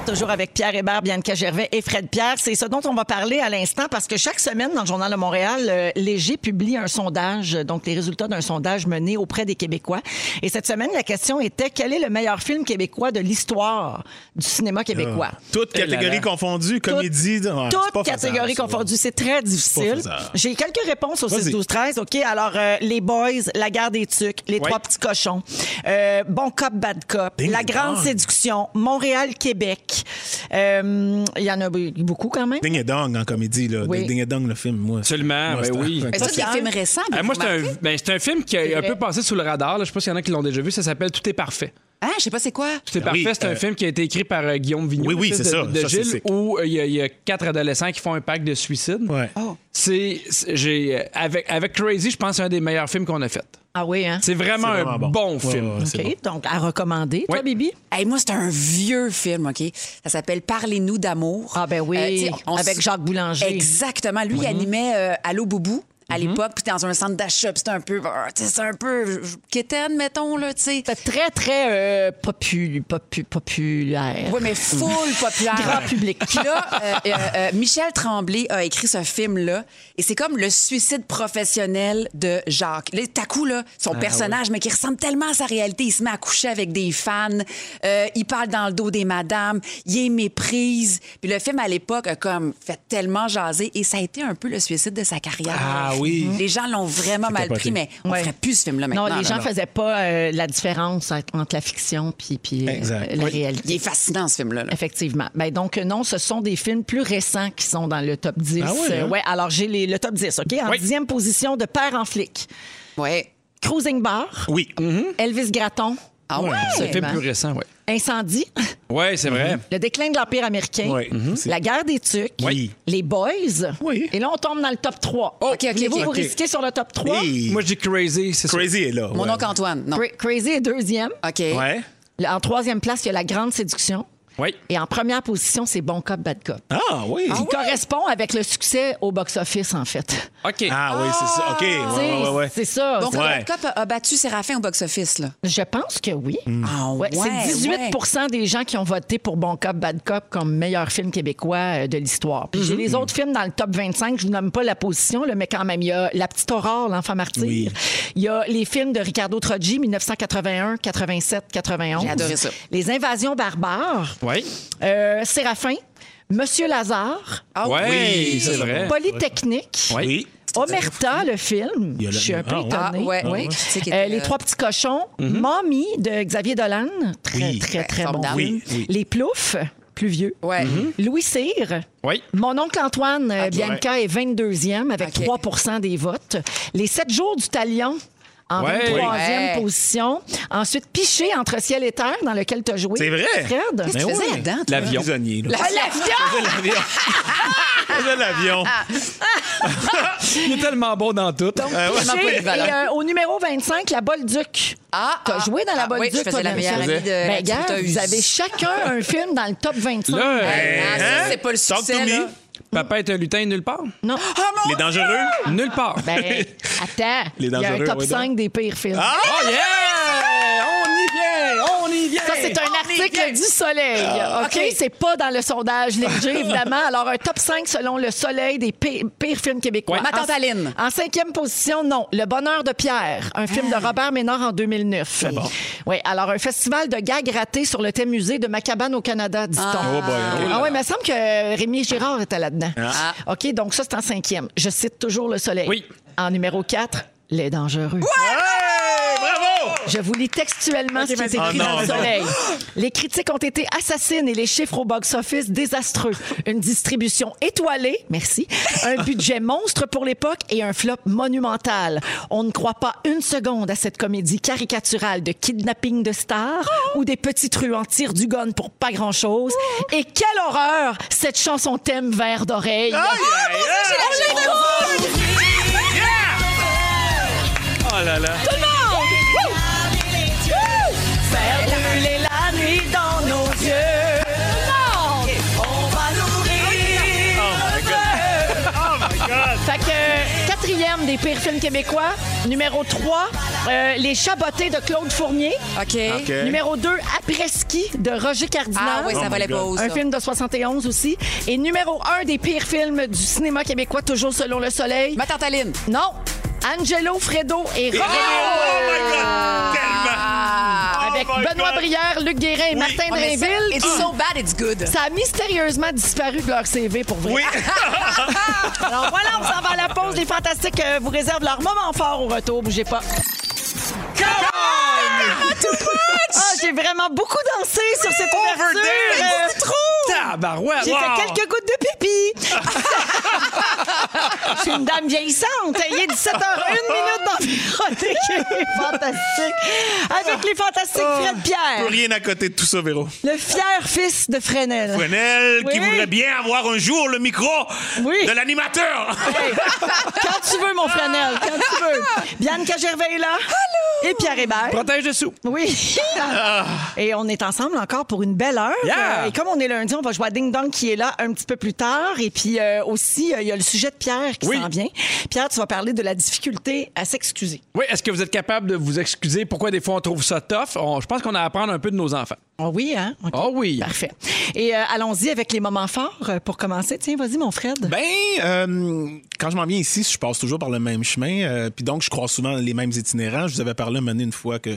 Speaker 1: Toujours avec Pierre Hébert, Bianca Gervais et Fred Pierre. C'est ce dont on va parler à l'instant parce que chaque semaine, dans le Journal de Montréal, euh, Léger publie un sondage, euh, donc les résultats d'un sondage mené auprès des Québécois. Et cette semaine, la question était quel est le meilleur film québécois de l'histoire du cinéma québécois?
Speaker 2: Ah. Toutes
Speaker 3: Eh là là.
Speaker 2: catégories confondues, comédie. ah, c'est pas
Speaker 1: Toutes
Speaker 2: faisable,
Speaker 1: catégories
Speaker 2: ça.
Speaker 1: confondues. C'est très difficile.
Speaker 2: faisable.
Speaker 1: J'ai quelques réponses au
Speaker 2: Vas-y.
Speaker 1: 6, 12, 13. OK, alors, euh, Les Boys, La guerre des tucs, Les trois petits cochons, euh, Bon cop, bad cop,
Speaker 2: Ding
Speaker 1: La grande
Speaker 2: dong.
Speaker 1: séduction, Montréal-Québec. Euh, Il y en a beaucoup quand même.
Speaker 2: Ding et Dong en comédie, là.
Speaker 1: Oui.
Speaker 2: Ding et Dong, le film, moi.
Speaker 3: Absolument,
Speaker 2: Moi,
Speaker 3: ben
Speaker 2: c'est-
Speaker 3: oui.
Speaker 4: Mais ça, c'est
Speaker 1: Pierre?
Speaker 4: un film récent.
Speaker 3: Eh, moi, c'est
Speaker 4: vous
Speaker 3: un,
Speaker 4: remarquez?
Speaker 3: ben, c'est un film qui a un peu passé sous le radar. là. Je sais pas s'il y en a qui l'ont déjà vu. Ça s'appelle Tout est parfait.
Speaker 4: Ah, je sais pas c'est quoi.
Speaker 3: C'est
Speaker 2: Ben oui,
Speaker 3: parfait, c'est un
Speaker 2: euh,
Speaker 3: film qui a été écrit par euh, Guillaume Vigneault,
Speaker 2: Oui, oui,
Speaker 3: le fils
Speaker 2: c'est
Speaker 3: de,
Speaker 2: ça.
Speaker 3: de
Speaker 2: Ça, c'est
Speaker 3: Gilles,
Speaker 2: sick.
Speaker 3: où euh, il y, a- il y a quatre adolescents qui font un pacte de suicide.
Speaker 2: Ouais.
Speaker 4: Oh.
Speaker 3: C'est, c'est- j'ai, euh, avec, avec Crazy, je pense que c'est un des meilleurs films qu'on a fait.
Speaker 1: Ah oui, hein?
Speaker 3: C'est vraiment,
Speaker 2: C'est vraiment
Speaker 3: un bon,
Speaker 2: bon. Ouais,
Speaker 3: film.
Speaker 2: ouais, ouais. c'est
Speaker 1: OK, donc à recommander, toi,
Speaker 3: Ouais.
Speaker 1: Bibi?
Speaker 4: Hey, moi, c'est un vieux film, OK? Ça s'appelle Parlez-nous d'amour. Euh,
Speaker 1: Ah, ben oui,
Speaker 4: tu sais,
Speaker 1: avec
Speaker 4: s-
Speaker 1: Jacques Boulanger.
Speaker 4: Exactement. Lui, il animait euh, Allô Boubou. À l'époque, puis dans un centre d'achat, puis c'était un peu, ah, tu sais, c'est un peu je- quétaine, mettons, là, tu sais.
Speaker 1: C'est très, très euh, popu- popu- populaire.
Speaker 4: Oui, mais full populaire.
Speaker 1: Grand public.
Speaker 4: Puis là, euh, euh, euh, Michel Tremblay a écrit ce film-là, et c'est comme le suicide professionnel de Jacques. Là, tout à coup, là, son personnage, mais qui ressemble tellement à sa réalité, il se met à coucher avec des fans, euh, il parle dans le dos des madames, il est méprise. Puis le film, à l'époque, a comme fait tellement jaser, et ça a été un peu le suicide de sa carrière. Mhm.
Speaker 2: Ah oui.
Speaker 4: Les gens l'ont vraiment mal
Speaker 2: capoté.
Speaker 4: pris, mais on
Speaker 1: Ouais.
Speaker 4: ferait plus ce film-là
Speaker 1: Non,
Speaker 4: maintenant.
Speaker 1: les
Speaker 4: là.
Speaker 1: gens faisaient pas euh, la différence entre la fiction puis, puis euh,
Speaker 2: Exact.
Speaker 1: la
Speaker 4: Oui.
Speaker 1: réalité.
Speaker 4: Il est fascinant, ce film-là. là.
Speaker 1: Effectivement. Ben donc, euh, non, ce sont des films plus récents qui sont dans le top 10.
Speaker 2: Ah ouais,
Speaker 1: Euh,
Speaker 2: hein?
Speaker 1: ouais, alors, j'ai les- le top 10, OK? En
Speaker 3: Oui.
Speaker 1: dixième position, De Père en flic.
Speaker 4: Ouais.
Speaker 1: Cruising Bar.
Speaker 2: Oui.
Speaker 1: Elvis Gratton.
Speaker 4: Ah ouais?
Speaker 2: Ouais.
Speaker 3: C'est un film
Speaker 1: Vraiment.
Speaker 3: plus récent, oui.
Speaker 1: Incendie.
Speaker 3: Oui, c'est vrai.
Speaker 2: Mm-hmm.
Speaker 1: Le déclin de l'Empire américain.
Speaker 2: Ouais. Mhm. C'est-
Speaker 1: La guerre des Tucs.
Speaker 2: Oui.
Speaker 1: Les Boys.
Speaker 2: Oui.
Speaker 1: Et là, on tombe dans le top 3.
Speaker 4: Oh, OK, OK,
Speaker 1: Voulez-vous
Speaker 4: OK,
Speaker 1: vous
Speaker 4: OK.
Speaker 1: risquer sur le top 3?
Speaker 2: Hey,
Speaker 3: Moi, je dis Crazy, c'est ça.
Speaker 2: Crazy est là.
Speaker 4: Mon
Speaker 2: ouais.
Speaker 4: oncle Antoine. Non.
Speaker 1: Cra- Crazy est deuxième.
Speaker 4: OK.
Speaker 2: Ouais.
Speaker 1: Le- En troisième place, il y a La Grande Séduction.
Speaker 3: Oui.
Speaker 1: Et en première position, c'est Bon Cop, Bad Cop.
Speaker 2: Ah oui.
Speaker 1: Il correspond avec le succès au box-office, en fait.
Speaker 3: OK.
Speaker 2: Ah oui, c'est ça. OK.
Speaker 1: Tu sais,
Speaker 4: Ah,
Speaker 2: Ouais, ouais, ouais.
Speaker 1: C'est ça.
Speaker 4: Donc,
Speaker 1: C'est-
Speaker 2: Ouais.
Speaker 4: Robert Cop a, a battu Séraphin au box-office, là.
Speaker 1: Je pense que oui.
Speaker 4: Ah
Speaker 1: Ouais, c'est 18 des gens qui ont voté pour Bon Cop, Bad Cop comme meilleur film québécois euh, de l'histoire. Puis j'ai
Speaker 4: Mm-hmm.
Speaker 1: les autres films dans le top 25, je vous nomme pas la position, là, mais quand même, il y a La Petite Aurore, L'Enfant Martyr.
Speaker 2: Oui.
Speaker 1: Il y a les films de Ricardo Troggi, 1981, 87, 91.
Speaker 4: J'ai adoré ça.
Speaker 1: Les Invasions barbares.
Speaker 3: Oui.
Speaker 1: Euh, Séraphin. Monsieur Lazare.
Speaker 4: Ah
Speaker 3: Ouais,
Speaker 2: oui.
Speaker 3: c'est vrai.
Speaker 1: Polytechnique.
Speaker 3: Ouais.
Speaker 2: Oui.
Speaker 1: Omerta, le film.
Speaker 2: Il y a le-
Speaker 1: Je suis un peu
Speaker 2: Ah, ouais. Mhm.
Speaker 4: Ah,
Speaker 1: étonnée.
Speaker 4: ouais,
Speaker 1: Oui.
Speaker 4: oui. Tu sais qu'il
Speaker 1: Euh,
Speaker 4: était,
Speaker 1: les
Speaker 4: euh,
Speaker 1: trois petits cochons. Mommy de Xavier Dolan. Très,
Speaker 2: Oui.
Speaker 1: très, très
Speaker 4: Ouais,
Speaker 1: bon.
Speaker 4: formidable.
Speaker 1: film.
Speaker 2: Oui, Mhm. oui.
Speaker 1: Les ploufs, plus vieux.
Speaker 4: Ouais.
Speaker 1: Louis Cyr.
Speaker 3: Oui.
Speaker 1: Mon oncle Antoine, euh,
Speaker 4: Ok.
Speaker 1: Bianca, est 22e avec
Speaker 4: Ok.
Speaker 1: 3 des votes. Les sept jours du talion. En
Speaker 3: Ouais.
Speaker 1: 23e
Speaker 4: Ouais.
Speaker 1: position. Ensuite, Piché entre ciel et terre, dans lequel tu as joué.
Speaker 2: C'est vrai?
Speaker 1: Fred.
Speaker 4: Qu'est-ce que
Speaker 2: Ben
Speaker 4: tu faisais
Speaker 2: oui.
Speaker 4: là-dedans, toi?
Speaker 3: L'avion.
Speaker 2: Prisonnier. là.
Speaker 4: Ah,
Speaker 2: On faisait
Speaker 4: *laughs*
Speaker 2: l'avion. On faisait l'avion.
Speaker 3: Il est tellement bon dans tout.
Speaker 2: Euh, ouais.
Speaker 4: Tellement
Speaker 1: Piché.
Speaker 4: polyvalent.
Speaker 1: Et, euh, au numéro 25, la Bolduc.
Speaker 4: Ah,
Speaker 1: T'as
Speaker 4: ah,
Speaker 1: joué dans la
Speaker 4: ah,
Speaker 1: bonne
Speaker 4: oui, je faisais la meilleure amie de la
Speaker 1: Ben, gars,
Speaker 4: tuteuse.
Speaker 1: vous avez chacun un film dans le top 25.
Speaker 3: Là, euh,
Speaker 4: Hey,
Speaker 2: Hein?
Speaker 4: non, ça, ah, c'est pas le
Speaker 2: Talk
Speaker 4: succès,
Speaker 2: to me.
Speaker 4: là.
Speaker 3: Papa est un lutin nulle part.
Speaker 1: Non.
Speaker 2: Les dangereux.
Speaker 3: Nulle part.
Speaker 1: *laughs* Ben, attends.
Speaker 2: Les
Speaker 1: Il y a un
Speaker 2: dangereux,
Speaker 1: top
Speaker 2: oui, donc.
Speaker 1: 5 des pires films.
Speaker 2: Ah!
Speaker 3: Oh yeah! On y vient! On y vient!
Speaker 1: Ça, c'est un article du Soleil. OK? C'est pas dans le sondage léger, évidemment. Alors, un top 5 selon le Soleil des pi- pires, films québécois.
Speaker 4: Ouais. Ma tante
Speaker 1: En-
Speaker 4: Aline.
Speaker 1: En cinquième position, non. Le Bonheur de Pierre, un film de Robert Ménard en 2009. Oui, alors un festival de gags ratés sur le thème musée de Macabane au Canada, dit-on. Ah,
Speaker 2: Oh boy, ok.
Speaker 1: oui, mais il me semble que Rémi Girard était là-dedans.
Speaker 2: Ah.
Speaker 1: OK, donc ça, c'est en cinquième. Je cite toujours le Soleil.
Speaker 3: Oui.
Speaker 1: En numéro 4, Les Dangereux.
Speaker 2: Hey, bravo!
Speaker 1: Je vous lis textuellement ce qui est
Speaker 2: vas-y.
Speaker 1: écrit
Speaker 2: Ah,
Speaker 1: dans
Speaker 2: non,
Speaker 1: le
Speaker 2: non.
Speaker 1: soleil. Les critiques ont été assassines et les chiffres au box-office désastreux. Une distribution étoilée, merci,
Speaker 2: *laughs*
Speaker 1: un budget monstre pour l'époque et un flop monumental. On ne croit pas une seconde à cette comédie caricaturale de kidnapping de stars où des petits truands tirent du gun pour pas grand-chose. Et quelle horreur, cette chanson thème vert d'oreille.
Speaker 2: Aïe, aïe, aïe. Oh là là.
Speaker 1: Faire brûler la nuit dans nos yeux. On va nourrir
Speaker 2: Oh my God. Oh my God.
Speaker 1: Fait que euh, quatrième des pires films québécois. Numéro 3, Les Chabotés de Claude Fournier.
Speaker 4: OK.
Speaker 2: OK.
Speaker 1: Numéro 2, Après ski de Roger Cardinal.
Speaker 4: Ah, oui, ça
Speaker 2: Oh
Speaker 4: valait
Speaker 2: my
Speaker 4: pas
Speaker 2: God.
Speaker 4: haut,
Speaker 1: Un
Speaker 4: ça.
Speaker 1: film de 71 aussi. Et numéro 1 des pires films du cinéma québécois, toujours selon le soleil.
Speaker 4: Ma tante Aline.
Speaker 1: Non, Angelo, Fredo et
Speaker 2: Oh,
Speaker 1: Roméo.
Speaker 2: my God. Tellement.
Speaker 4: Ah.
Speaker 1: Avec
Speaker 2: Oh my
Speaker 1: Benoît
Speaker 2: God.
Speaker 1: Brière, Luc Guérin et Martin
Speaker 4: Ah, mais ça,
Speaker 1: Drainville.
Speaker 4: It's so bad, it's good.
Speaker 1: Ça a mystérieusement disparu de leur CV pour vrai.
Speaker 2: Oui.
Speaker 1: *laughs* Alors voilà, on s'en va à la pause. Les Fantastiques euh, vous réservent leur moment fort au retour. Bougez pas. Ah, j'ai vraiment beaucoup dansé sur cette ouverture. Euh,
Speaker 3: trop! Tabarouette!
Speaker 1: J'ai
Speaker 3: wow.
Speaker 1: fait quelques gouttes de *laughs* pipi. Je suis une dame vieillissante. Il est 17h01 minute dans érotique et fantastique avec les fantastiques Fred
Speaker 2: Plus
Speaker 1: Pierre,
Speaker 2: rien à côté de tout ça, Véro.
Speaker 1: le fier fils de Fresnel.
Speaker 2: Fresnel, qui
Speaker 1: Oui.
Speaker 2: voudrait bien avoir un jour le micro
Speaker 1: Oui.
Speaker 2: de l'animateur.
Speaker 1: Hey, quand tu veux, mon Fresnel, quand tu veux. Bianca Gervais est là. Et Pierre Hébert.
Speaker 3: Protège dessous.
Speaker 1: Oui. Ah. Et on est ensemble encore pour une belle heure.
Speaker 3: Yeah.
Speaker 1: Euh, Et comme on est lundi, on va jouer à Ding Dong qui est là un petit peu plus tard. Et puis euh, aussi, euh, il y a le sujet de Pierre qui
Speaker 3: Oui.
Speaker 1: s'en vient. Pierre, tu vas parler de la difficulté à s'excuser.
Speaker 3: Oui, est-ce que vous êtes capable de vous excuser pourquoi des fois on trouve ça tough? On- je pense qu'on a à apprendre un peu de nos enfants.
Speaker 1: Oh oui, hein? OK.
Speaker 3: Oh oui.
Speaker 1: Parfait. Et euh, allons-y avec les moments forts euh, pour commencer. Tiens, vas-y, mon Fred.
Speaker 2: Ben, euh, quand je m'en viens ici, je passe toujours par le même chemin. euh, Puis donc, je croise souvent les mêmes itinérants. Je vous avais parlé un moment donné, une fois que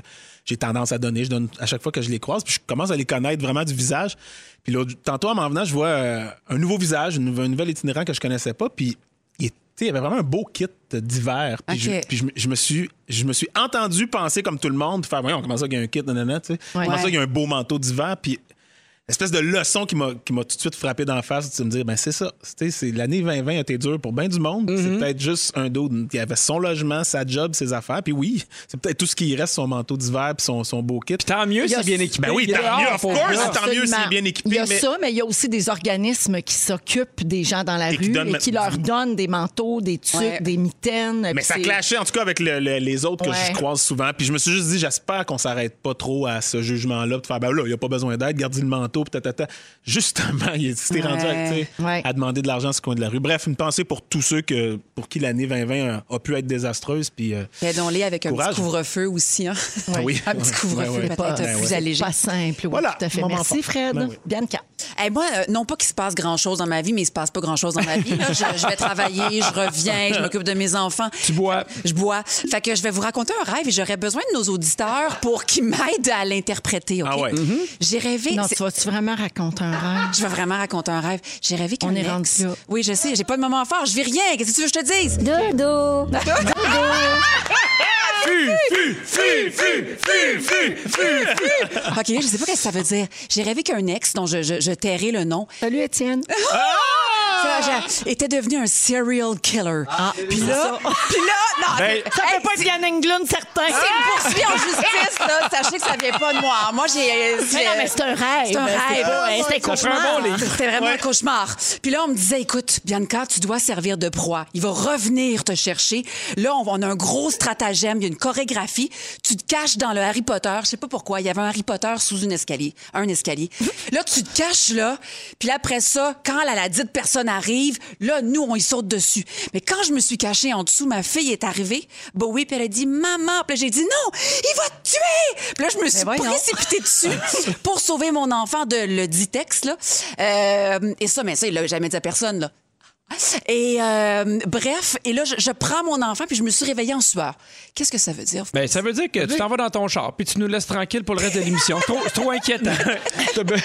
Speaker 2: j'ai tendance à donner. Je donne à chaque fois que je les croise. Puis je commence à les connaître vraiment du visage. Puis l'autre- tantôt, en m'en venant, je vois euh, un nouveau visage, une- un nouvel itinérant que je connaissais pas. Puis il était- il y avait vraiment un beau kit d'hiver. Puis,
Speaker 4: Ok.
Speaker 2: je, puis je me- je me suis, je me suis entendu penser comme tout le monde, faire, voyons, comment ça qu'il y a un kit, nanana, tu sais. Comment ça qu'il y a un beau manteau d'hiver, puis espèce de leçon qui m'a qui m'a tout de suite frappé d'en face, de me dire, ben c'est ça, Tu sais, c'est l'année 2020 a été dure pour bien du monde, c'est peut-être juste un dos qui avait son logement, sa job, ses affaires, puis oui, c'est peut-être tout ce qui y reste, son manteau d'hiver, puis son, son beau kit.
Speaker 3: Puis tant mieux
Speaker 1: Il y a-
Speaker 3: si bien équipé.
Speaker 2: Ben oui,
Speaker 3: il est
Speaker 2: tant
Speaker 3: dehors,
Speaker 2: mieux, of
Speaker 3: faut-
Speaker 2: course.
Speaker 3: Non.
Speaker 2: tant mieux s'il est bien équipé,
Speaker 1: Il y a
Speaker 2: mais-
Speaker 1: ça, mais il y a aussi des organismes qui s'occupent des gens dans la
Speaker 2: Et qui
Speaker 1: rue
Speaker 2: donnent
Speaker 1: et
Speaker 2: ma-
Speaker 1: qui leur donnent des manteaux, des tucs,
Speaker 4: Ouais.
Speaker 1: des mitaines.
Speaker 2: Mais
Speaker 1: puis
Speaker 2: ça
Speaker 1: c'est-
Speaker 2: clashait en tout cas avec le- le- les autres que
Speaker 1: Ouais.
Speaker 2: je croise souvent. Puis je me suis juste dit, j'espère qu'on s'arrête pas trop à ce jugement-là. Puis de faire, ben là, il n'y a pas besoin d'aide, gardez le manteau, puis tatata. Justement, il s'était
Speaker 4: Ouais.
Speaker 2: rendu à, tu sais,
Speaker 1: Ouais.
Speaker 2: à demander de l'argent sur le coin de la rue. Bref, une pensée pour tous ceux que, pour qui l'année 2020 a, a pu être désastreuse. Puis, euh,
Speaker 4: Aidons-les avec un
Speaker 2: Courage.
Speaker 4: petit couvre-feu aussi. hein.
Speaker 2: ah oui.
Speaker 4: Un petit couvre-feu,
Speaker 2: Ouais, ouais.
Speaker 4: peut-être
Speaker 2: Ben
Speaker 4: plus
Speaker 2: ouais.
Speaker 4: allégé.
Speaker 1: Pas simple, oui,
Speaker 2: Voilà,
Speaker 1: tout à fait.
Speaker 2: moment
Speaker 1: Merci,
Speaker 2: fort.
Speaker 1: Fred.
Speaker 2: Ben oui.
Speaker 1: Bianca.
Speaker 4: Eh, moi, euh, non pas qu'il se passe grand-chose dans ma vie, mais il se passe pas grand-chose dans ma vie. là. Je, je vais travailler, je reviens, je m'occupe de mes enfants.
Speaker 3: Tu bois.
Speaker 4: Je bois. Fait que je vais vous raconter un rêve et j'aurais besoin de nos auditeurs pour qu'ils m'aident à l'interpréter. OK? Mhm.
Speaker 2: Ah ouais.
Speaker 4: J'ai rêvé.
Speaker 1: Non,
Speaker 4: c'est-
Speaker 1: tu vas-tu vraiment raconter un rêve?
Speaker 4: Je vais vraiment raconter un rêve. J'ai rêvé qu'un
Speaker 1: On est
Speaker 4: ex-
Speaker 1: rendu là.
Speaker 4: Oui, je sais. J'ai pas de moment fort. Je vis rien. Qu'est-ce que tu veux que je te dise?
Speaker 5: Dodo.
Speaker 4: OK, je sais pas qu'est-ce que ça veut dire. J'ai rêvé qu'un ex dont je, je, je tairai le nom
Speaker 1: Salut, Étienne.
Speaker 4: *laughs* ça, j'ai- était devenu un serial killer. puis là, puis là, non,
Speaker 2: Ben,
Speaker 1: Ça peut pas être Yann Englund, certain.
Speaker 2: Ah!
Speaker 4: c'est une poursuite en justice, là. Sachez que ça vient pas de moi. Moi, j'ai. Eh ben,
Speaker 1: Mais non, mais c'est un rêve.
Speaker 4: C'est un rêve.
Speaker 1: pas-
Speaker 4: Ouais,
Speaker 1: C'est un cauchemar.
Speaker 4: C'était vraiment un cauchemar. Puis là, on me disait, écoute, Bianca, tu dois servir de proie. Il va revenir te chercher. Là, on, on a un gros stratagème, il y a une chorégraphie. Tu te caches dans le Harry Potter. Je sais pas pourquoi. Il y avait un Harry Potter sous une escalier, un escalier. là, tu te caches là. Puis là, après ça, quand la, la dite personne arrive, là, nous, on y saute dessus. Mais quand je me suis cachée en dessous, ma fille est arrivée. Bowie, puis elle a dit, maman. Puis là, j'ai dit, non, il va te tuer. Puis là, je me suis
Speaker 1: voyons.
Speaker 4: précipitée précipité dessus pour sauver mon enfant de le dit texte. Là. Euh, et ça, mais ça, il l'a jamais dit à personne. Là. Et euh, bref, et là, je, je prends mon enfant puis je me suis réveillée en sueur. Qu'est-ce que ça veut dire?
Speaker 3: Ben, ça veut dire que tu t'en vas dans ton char, puis tu nous laisses tranquille pour le reste de l'émission. C'est trop- C'est
Speaker 2: *laughs*
Speaker 3: trop inquiétant. T'as be-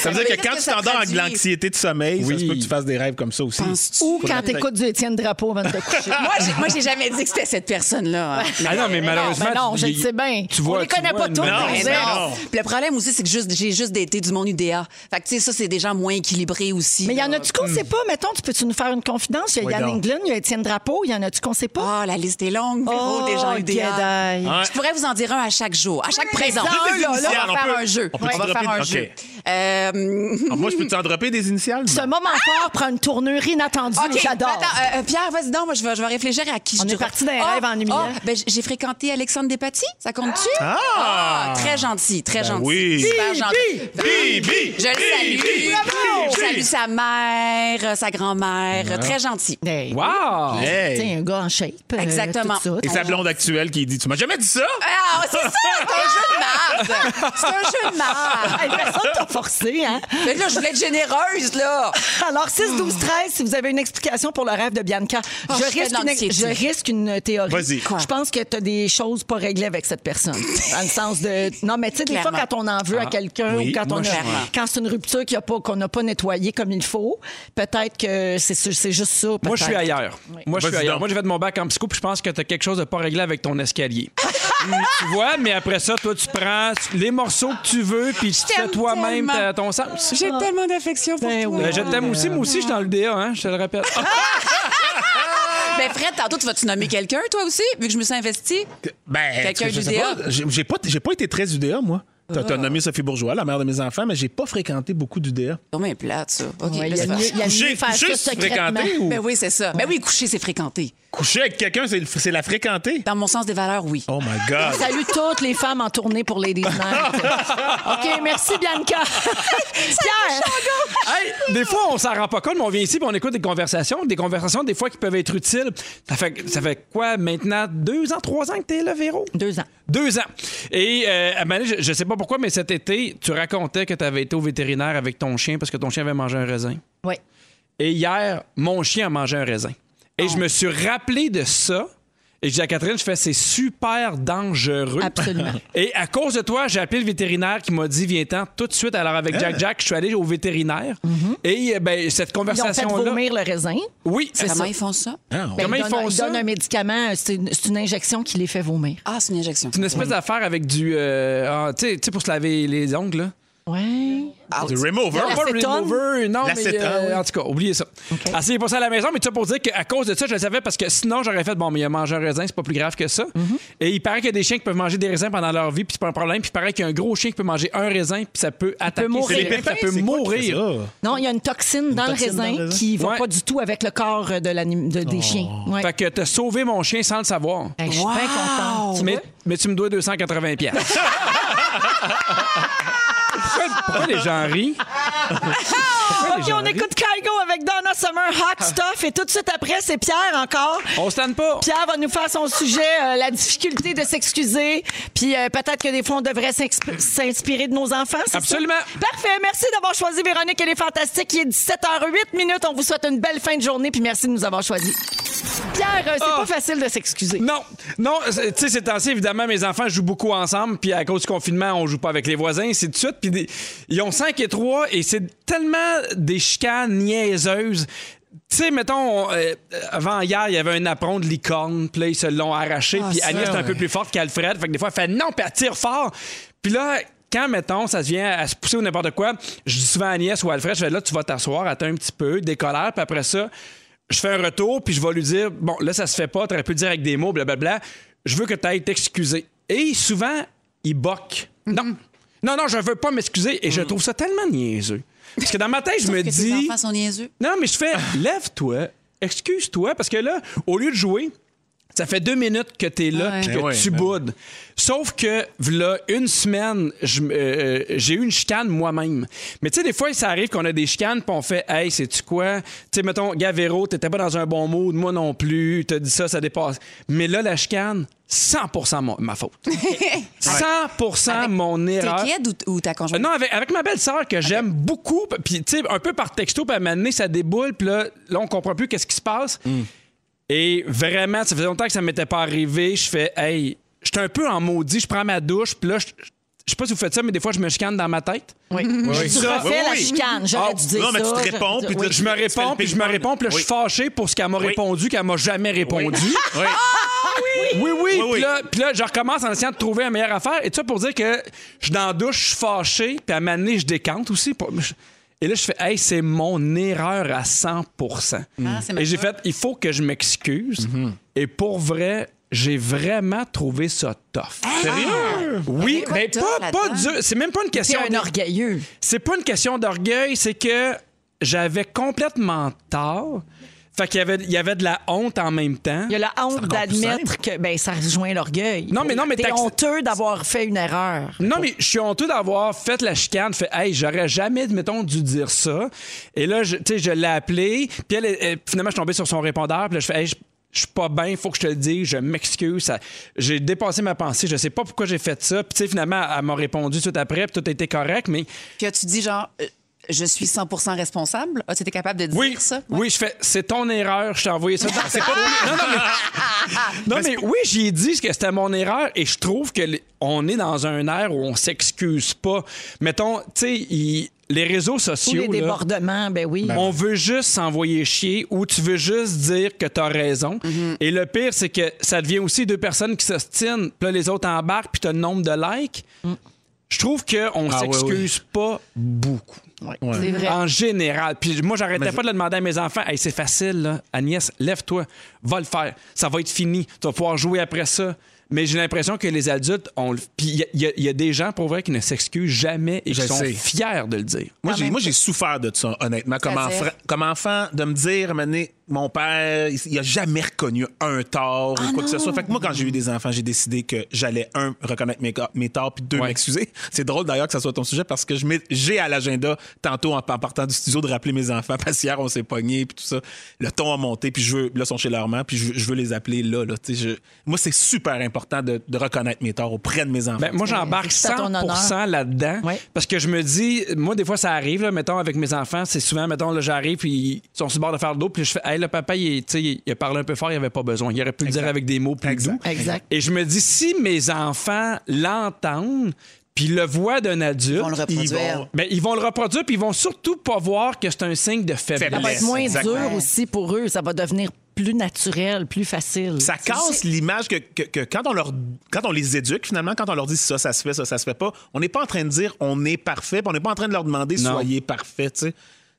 Speaker 2: Ça veut dire que
Speaker 4: Qu'est-ce
Speaker 2: quand
Speaker 4: que
Speaker 2: tu
Speaker 4: ça
Speaker 2: t'endors avec
Speaker 4: traduit?
Speaker 2: de l'anxiété de sommeil, ça
Speaker 3: Oui.
Speaker 2: se peut que tu fasses des rêves comme ça aussi.
Speaker 4: Penses-tu?
Speaker 1: Ou quand t'écoutes du Étienne Drapeau avant de te
Speaker 2: *laughs*
Speaker 1: coucher.
Speaker 4: Moi, j'ai- Moi, j'ai jamais dit que c'était cette personne-là. hein.
Speaker 3: Ah non, mais malheureusement.
Speaker 1: ben non,
Speaker 3: tu-
Speaker 1: je le sais bien.
Speaker 3: Tu vois,
Speaker 1: On les
Speaker 3: tu
Speaker 1: connaît
Speaker 3: vois
Speaker 1: pas
Speaker 3: une-
Speaker 1: tous,
Speaker 2: Non,
Speaker 4: Mais
Speaker 2: mais Eh
Speaker 4: non.
Speaker 2: ben non.
Speaker 4: Puis Le problème aussi, c'est que juste, j'ai juste daté du monde UDA. Fait que, tu sais, ça, c'est des gens moins équilibrés aussi.
Speaker 1: Mais il y en
Speaker 4: là.
Speaker 1: a-tu
Speaker 2: Hmm.
Speaker 1: qu'on sait pas? Mettons, tu peux-tu nous faire une confidence? Il y a
Speaker 2: Oui,
Speaker 1: Yann
Speaker 2: donc.
Speaker 1: Englund, il y a Étienne Drapeau. Il y en a-tu qu'on sait pas?
Speaker 4: Ah, la liste est longue, Véro, des gens UDA.
Speaker 1: Guédaille.
Speaker 2: Ouais.
Speaker 4: Je pourrais vous en dire un à chaque jour, à chaque présent.
Speaker 2: mais
Speaker 4: Là,
Speaker 2: juste des
Speaker 4: là, là,
Speaker 2: initiales,
Speaker 4: on va
Speaker 2: on
Speaker 4: faire
Speaker 2: peut-
Speaker 4: un jeu.
Speaker 2: on
Speaker 4: On,
Speaker 2: peut
Speaker 4: va
Speaker 2: dropper-
Speaker 4: faire un
Speaker 2: OK.
Speaker 4: jeu. Euh,
Speaker 2: Ah, moi, je peux t'en dropper des initiales?
Speaker 1: Ce
Speaker 2: moi?
Speaker 1: moment fort prend une tournure inattendue.
Speaker 4: OK,
Speaker 1: J'adore.
Speaker 4: attends, euh, euh, Pierre, vas-y donc, moi, je vais, je vais réfléchir à qui
Speaker 1: On
Speaker 4: je
Speaker 1: est
Speaker 4: dirais.
Speaker 1: parti d'un
Speaker 4: Ah,
Speaker 1: rêve ennuyeux.
Speaker 4: ah, ben, j- j'ai fréquenté Alexandre Despatie, ça compte-tu?
Speaker 2: Ah! Ben
Speaker 4: Très gentil, très gentil.
Speaker 2: oui.
Speaker 4: Super
Speaker 1: Bi,
Speaker 4: gentil. Ben,
Speaker 2: Bi, bi,
Speaker 4: je le salue.
Speaker 2: bi, bi,
Speaker 4: Bravo!
Speaker 2: bi,
Speaker 4: Je salue
Speaker 2: bi.
Speaker 4: sa mère, euh, sa grand-mère. Très gentil.
Speaker 1: Hey.
Speaker 3: Wow!
Speaker 1: Tu sais,
Speaker 2: Hey.
Speaker 1: un gars en shape. euh,
Speaker 4: euh, Exactement.
Speaker 1: tout
Speaker 2: Oh, Et
Speaker 1: ça.
Speaker 2: sa blonde actuelle qui dit, tu m'as jamais dit ça?
Speaker 4: Ah, c'est ça, c'est un jeu de marde. C'est un jeu de
Speaker 1: Ah, Hey,
Speaker 4: marde.
Speaker 1: personne t'a forcé, hein?
Speaker 4: Mais là, je voulais être généreuse, là.
Speaker 1: Alors, 6, 12, 13, si vous avez une explication pour le rêve de Bianca,
Speaker 4: Oh, je
Speaker 1: je,
Speaker 4: fais de
Speaker 1: risque une,
Speaker 4: l'anxiété.
Speaker 1: je risque une théorie.
Speaker 2: Vas-y. Quoi?
Speaker 1: Je pense que tu as des choses pas réglées avec cette personne. Dans le sens de. Non, mais tu sais, des fois,
Speaker 4: Clairement.
Speaker 1: quand on en veut à quelqu'un
Speaker 2: Ah. oui,
Speaker 1: ou quand,
Speaker 2: moi,
Speaker 1: on
Speaker 2: je
Speaker 1: a-
Speaker 2: comprends.
Speaker 1: quand c'est une rupture qu'il y a pas- qu'on n'a pas nettoyée comme il faut, peut-être que c'est su- c'est juste ça.
Speaker 3: Moi, je suis
Speaker 1: peut-être.
Speaker 3: ailleurs. Moi, je suis
Speaker 2: Vas-y
Speaker 3: ailleurs.
Speaker 2: donc.
Speaker 3: Moi, j'ai fait de mon bac en psycho, puis je pense que t'as quelque chose de pas réglé avec ton
Speaker 1: *laughs*
Speaker 3: escalier. Mm, tu vois, mais après ça, toi, tu prends les morceaux que tu veux, puis tu fais
Speaker 4: t'aime
Speaker 3: toi-même
Speaker 4: tellement.
Speaker 3: ta- ton sens. Ben,
Speaker 4: J'ai tellement d'affection pour
Speaker 1: Ben
Speaker 4: toi.
Speaker 1: oui. *laughs*
Speaker 3: Euh, je t'aime aussi. Moi aussi, je suis dans le DA, hein, je te le répète.
Speaker 4: Ben Ben Fred, tantôt, tu vas-tu nommer quelqu'un, toi aussi, vu que je me suis investie?
Speaker 2: Ben,
Speaker 4: Quelqu'un
Speaker 2: tu sais, je sais
Speaker 4: d'UDA?
Speaker 2: pas, J'ai j'ai pas, j'ai pas été très UDA, moi. T'as t'as nommé Sophie Bourgeois, la mère de mes enfants, mais j'ai pas fréquenté beaucoup d'UDA.
Speaker 4: Oh, mais plate, ça. OK,
Speaker 1: Ouais,
Speaker 4: là,
Speaker 1: il y
Speaker 4: c'est
Speaker 1: a mieux,
Speaker 4: fâchant.
Speaker 1: il y a mieux
Speaker 2: Coucher-
Speaker 1: faire
Speaker 2: coucher,
Speaker 1: ça
Speaker 2: c'est
Speaker 1: secrètement.
Speaker 2: fréquenté ou-
Speaker 4: Ben oui, c'est ça. Ben oui, coucher, c'est fréquenter.
Speaker 2: Coucher avec quelqu'un, c'est le- c'est la fréquenter.
Speaker 4: Dans mon sens des valeurs, oui.
Speaker 2: Oh my God.
Speaker 1: Salut toutes les femmes en tournée pour Ladies Night. OK, merci *laughs* Bianca. Pierre,
Speaker 3: Hey, des fois, on s'en rend pas compte, mais on vient ici et on écoute des conversations. Des conversations, des fois, qui peuvent être utiles. Ça fait, ça fait quoi maintenant? Deux ans, trois ans que t'es là, Véro?
Speaker 1: deux ans.
Speaker 3: Deux ans. Et euh, à un moment donné, je, je sais pas pourquoi, mais cet été, tu racontais que tu avais été au vétérinaire avec ton chien parce que ton chien avait mangé un raisin.
Speaker 1: Oui.
Speaker 3: Et hier, mon chien a mangé un raisin. Et
Speaker 1: Oh.
Speaker 3: je me suis rappelé de ça. Et je dis à Catherine, je fais, c'est super dangereux.
Speaker 1: Absolument.
Speaker 3: *laughs* Et à cause de toi, j'ai appelé le vétérinaire qui m'a dit, viens-t'en tout de suite. Alors, avec Jack Jack, je suis allé au vétérinaire. Et euh, ben, cette
Speaker 1: Hein? Mm-hmm. Ils ont fait
Speaker 3: conversation-là.
Speaker 1: vomir le raisin.
Speaker 3: Oui, c'est
Speaker 4: Comment
Speaker 3: ça.
Speaker 4: ils font ça?
Speaker 2: Ah, ouais.
Speaker 1: Ben,
Speaker 3: Comment
Speaker 1: ils
Speaker 3: ils
Speaker 1: donnent-
Speaker 3: font
Speaker 1: ils
Speaker 3: ça?
Speaker 1: donnent un médicament, euh, c'est une, c'est une injection qui les fait vomir.
Speaker 4: Ah, c'est une injection.
Speaker 3: C'est une espèce d'affaire avec du. euh, ah, tu sais- tu sais, pour se laver les ongles, là.
Speaker 1: Oui.
Speaker 2: du remover.
Speaker 3: Pas
Speaker 1: L'acétone?
Speaker 3: remover, non, mais
Speaker 2: L'acétone,
Speaker 3: euh,
Speaker 2: oui.
Speaker 3: en tout cas, oubliez ça. Essayez pas ça à la maison, mais tu sais, pour dire qu'à cause de ça, je le savais parce que sinon, j'aurais fait, bon, mais il a mangé un raisin, c'est pas plus grave que ça. Et il paraît qu'il y a des chiens qui peuvent manger des raisins pendant leur vie, puis c'est pas un problème. Puis il paraît qu'il y a un gros chien qui peut manger un raisin, puis ça peut attaquer.
Speaker 1: mourir.
Speaker 3: ses
Speaker 2: C'est les
Speaker 3: pépins,
Speaker 2: pépins,
Speaker 3: ça peut
Speaker 2: c'est quoi qui fait
Speaker 3: mourir.
Speaker 2: ça?
Speaker 1: Non, il y a une toxine, dans,
Speaker 2: toxine
Speaker 1: le
Speaker 2: dans le
Speaker 1: raisin
Speaker 2: raisin?
Speaker 1: qui ne va
Speaker 3: Ouais. Oh.
Speaker 1: pas du tout avec le corps de l'anim- de- des chiens. Ouais.
Speaker 3: Fait que t'as sauvé mon chien sans le savoir.
Speaker 1: Hey, je suis
Speaker 4: Wow!
Speaker 1: bien contente. Tu
Speaker 3: Mais,
Speaker 1: vois?
Speaker 3: mais tu me dois 280 pièces. pourquoi, pourquoi les gens rient? Pourquoi les
Speaker 1: OK,
Speaker 3: gens
Speaker 1: on
Speaker 3: rient?
Speaker 1: écoute Kygo avec Donna Summer, Hot Stuff. Et tout de suite après, c'est Pierre encore.
Speaker 3: Ah. On se tanne pas.
Speaker 1: Pierre va nous faire son sujet, euh, la difficulté de s'excuser. Puis euh, peut-être que des fois, on devrait s'exp- s'inspirer de nos enfants. c'est ça?
Speaker 3: Absolument.
Speaker 1: Parfait. Merci d'avoir choisi Véronique et les Fantastiques. Il est 17h08 minutes. On vous souhaite une belle fin de journée. Puis merci de nous avoir choisis. Pierre, euh, c'est
Speaker 3: Ah.
Speaker 1: pas facile de s'excuser.
Speaker 3: Non, non, c'est- tu sais, ces temps-ci, évidemment, mes enfants jouent beaucoup ensemble, puis à cause du confinement, on joue pas avec les voisins, c'est de suite. Puis des- ils ont 5 et 3, et c'est tellement des chicanes niaiseuses. Tu sais, mettons, on- euh, avant hier, il y avait un apron de licorne, puis là, ils se l'ont arraché, puis
Speaker 4: ça,
Speaker 3: Agnès est un peu
Speaker 2: ouais.
Speaker 3: plus forte qu'Alfred, fait que des fois, elle fait non, puis elle tire fort. Puis là, quand, mettons, ça devient à se pousser ou n'importe quoi, je dis souvent à Agnès ou à Alfred, je fais là, tu vas t'asseoir, attends un petit peu, décolère, puis après ça, je fais un retour, puis je vais lui dire, bon, là, ça se fait pas, t'aurais pu le dire avec des mots, blablabla, je veux que tu ailles t'excuser. Et souvent, il boque.
Speaker 4: Mm-hmm.
Speaker 3: Non, non, non, je veux pas m'excuser, et je trouve ça tellement niaiseux. Parce que dans ma tête, je me
Speaker 4: Mm. que
Speaker 3: dis.
Speaker 4: tes enfants sont niaiseux.
Speaker 3: Non, mais je fais
Speaker 2: Ah.
Speaker 3: lève-toi, excuse-toi, parce que là, au lieu de jouer, ça fait deux minutes que t'es là
Speaker 4: Ouais.
Speaker 3: puis
Speaker 2: Eh
Speaker 3: que
Speaker 2: ouais,
Speaker 3: tu
Speaker 2: ben
Speaker 3: boudes. Sauf que, là, une semaine, je m- euh, euh, j'ai eu une chicane moi-même. Mais tu sais, des fois, ça arrive qu'on a des chicanes puis on fait Hey, sais-tu quoi? Tu sais, mettons, Gavero, t'étais pas dans un bon mood, moi non plus, t'as dit ça, ça dépasse. Mais là, la chicane, 100 mon- ma
Speaker 2: *laughs*
Speaker 3: faute. 100 mon
Speaker 4: T'es
Speaker 3: erreur.
Speaker 4: kid ou, ou ta
Speaker 3: Euh,
Speaker 4: conjointe?
Speaker 3: Non, avec, avec ma belle-sœur que j'aime beaucoup, p- puis tu sais, un peu par texto, puis à un moment donné, ça déboule, puis là, là, on comprend plus qu'est-ce qui se passe.
Speaker 2: Mm.
Speaker 3: Et vraiment, ça faisait longtemps que ça m'était pas arrivé. Je fais, hey, j'étais un peu en maudit, je prends ma douche, puis là, je je sais pas si vous faites ça, mais des fois, je me chicane dans ma tête.
Speaker 1: Oui.
Speaker 2: Oui.
Speaker 1: Tu refais
Speaker 2: Oui,
Speaker 1: la
Speaker 2: oui.
Speaker 1: chicane. J'aurais
Speaker 3: Ah,
Speaker 1: dû dire
Speaker 2: non, mais
Speaker 1: ça,
Speaker 2: tu te
Speaker 1: j'aurais
Speaker 2: réponds,
Speaker 1: dû-
Speaker 2: puis
Speaker 1: oui.
Speaker 2: tu-
Speaker 3: Je me
Speaker 2: fais le
Speaker 3: réponds, puis je me
Speaker 2: ping-pong.
Speaker 3: réponds, puis là, je suis
Speaker 2: Oui.
Speaker 3: fâché pour ce qu'elle m'a répondu, qu'elle m'a jamais répondu.
Speaker 2: Oui.
Speaker 3: Oui, oui.
Speaker 2: Oui,
Speaker 3: puis,
Speaker 2: oui.
Speaker 3: Là, puis là, je recommence en essayant de trouver la meilleure affaire. Et tout ça pour dire que je suis dans la douche, je suis fâché, puis à un moment donné, je décante aussi. pour- je- Et là, je fais, hey, c'est mon erreur à 100
Speaker 4: Ah, c'est ma
Speaker 3: Et j'ai
Speaker 4: faute.
Speaker 3: fait, il faut que je m'excuse. Et pour vrai, j'ai vraiment trouvé ça tough.
Speaker 2: Sérieux?
Speaker 3: Oui,
Speaker 4: quoi
Speaker 3: mais
Speaker 4: de tough
Speaker 3: pas, pas
Speaker 4: là-dedans?
Speaker 3: dur. C'est même pas une
Speaker 1: C'est
Speaker 3: question.
Speaker 1: un
Speaker 3: de-
Speaker 1: orgueilleux.
Speaker 3: c'est pas une question d'orgueil, c'est que j'avais complètement tort. Fait qu'il y avait, il y avait de la honte en même temps.
Speaker 1: Il y a la honte
Speaker 2: encore plus
Speaker 1: d'admettre que ben, ça rejoint l'orgueil.
Speaker 3: Non, mais- non, mais
Speaker 1: T'es
Speaker 3: t'acceptes-
Speaker 1: honteux d'avoir fait une erreur.
Speaker 3: Non, mais je suis honteux d'avoir fait la chicane. Fait, hey, j'aurais jamais, mettons, dû dire ça. Et là, je- tu sais, je l'ai appelé. Puis elle, elle- finalement, je suis tombé sur son répondeur. Puis là, je fais, hey, je je suis pas bien, faut que je te le dise, je m'excuse. ça- J'ai dépassé ma pensée, je sais pas pourquoi j'ai fait ça. Puis, tu sais, finalement, elle m'a répondu tout après, puis tout a été correct, mais
Speaker 4: Puis as-tu dit genre, euh, je suis 100 responsable? As-tu été capable de dire
Speaker 3: oui,
Speaker 4: ça?
Speaker 3: oui, je fais, c'est ton erreur, je t'ai
Speaker 1: *laughs*
Speaker 3: envoyé ça. Non, c'est pas- non, non, mais, non, mais oui, j'y ai dit que c'était mon erreur et je trouve que les- on est dans un air où on s'excuse pas. Mettons, tu sais, il- les réseaux
Speaker 1: Tous
Speaker 3: sociaux,
Speaker 1: les
Speaker 3: là,
Speaker 1: débordements, ben oui.
Speaker 3: on veut juste s'envoyer chier ou tu veux juste dire que t'as raison.
Speaker 1: Mm-hmm.
Speaker 3: Et le pire, c'est
Speaker 1: Mm.
Speaker 3: que ça devient aussi deux personnes qui s'ostinent, puis là, les autres embarquent, puis t'as le nombre de likes. je trouve qu'on
Speaker 2: Ah, oui,
Speaker 3: s'excuse pas beaucoup.
Speaker 1: C'est vrai.
Speaker 4: Ah,
Speaker 3: En général. Puis moi, j'arrêtais
Speaker 2: Mais
Speaker 3: pas de le demander à mes enfants. Hey, c'est facile, là. Agnès, lève-toi. Va le faire. Ça va être fini. Tu vas pouvoir jouer après ça. Mais j'ai l'impression que les adultes, on le- puis il y a- il y, a- il y a des gens, pour vrai, qui ne s'excusent jamais et qui
Speaker 2: Je
Speaker 3: sont
Speaker 2: sais.
Speaker 3: fiers de le dire.
Speaker 2: Moi,
Speaker 4: Quand
Speaker 2: j'ai,
Speaker 4: même.
Speaker 2: moi, j'ai souffert de ça, honnêtement, comme,
Speaker 4: C'est-à-dire?
Speaker 2: enfra- comme enfant, de me dire, mané, mon père, il il a jamais reconnu un tort
Speaker 4: Ah
Speaker 2: ou quoi que ce soit. Fait que moi, quand j'ai eu des enfants, j'ai décidé que j'allais, un, reconnaître mes, ga- mes torts, puis deux,
Speaker 3: Ouais.
Speaker 2: m'excuser. C'est drôle d'ailleurs que ça soit ton sujet parce que je mets- j'ai à l'agenda, tantôt en, en partant du studio, de rappeler mes enfants *laughs* parce qu'hier, on s'est pognés, puis tout ça. Le ton a monté, puis je veux, là, ils sont chez leur mère, puis je, veux- je veux les appeler là. là tu sais, je- moi, c'est super important de, de reconnaître mes torts auprès de mes enfants.
Speaker 3: Ben, moi, j'embarque
Speaker 1: c'est tout à ton
Speaker 3: 100 là-dedans.
Speaker 1: Ouais.
Speaker 3: Parce que je me dis, moi, des fois, ça arrive, là, mettons, avec mes enfants, c'est souvent, mettons, là, j'arrive, puis ils sont sur le bord de faire le dos, puis je fais, hey, le papa, il, est- tu sais, il- il a parlé un peu fort, il avait pas besoin. Il aurait pu le dire avec des mots plus
Speaker 2: Exact.
Speaker 3: doux.
Speaker 1: Exact.
Speaker 3: Et je me dis, si mes enfants l'entendent, puis le voient d'un adulte,
Speaker 6: On le reproduire.
Speaker 2: vont-
Speaker 3: ben, ils vont le reproduire, puis ils vont surtout pas voir que c'est un signe de faiblesse.
Speaker 1: Ça
Speaker 6: Ah
Speaker 1: va
Speaker 6: ben,
Speaker 1: être
Speaker 2: Laisse,
Speaker 1: moins
Speaker 2: exactement.
Speaker 1: dur aussi pour eux. Ça va devenir plus naturel, plus facile.
Speaker 2: Ça casse l'image que, que- que quand, on leur, quand on les éduque, finalement, quand on leur dit ça, ça se fait, ça, ça se fait pas, on n'est pas en train de dire on est parfait, puis on n'est pas en train de leur demander
Speaker 3: Non.
Speaker 2: soyez parfait, tu sais.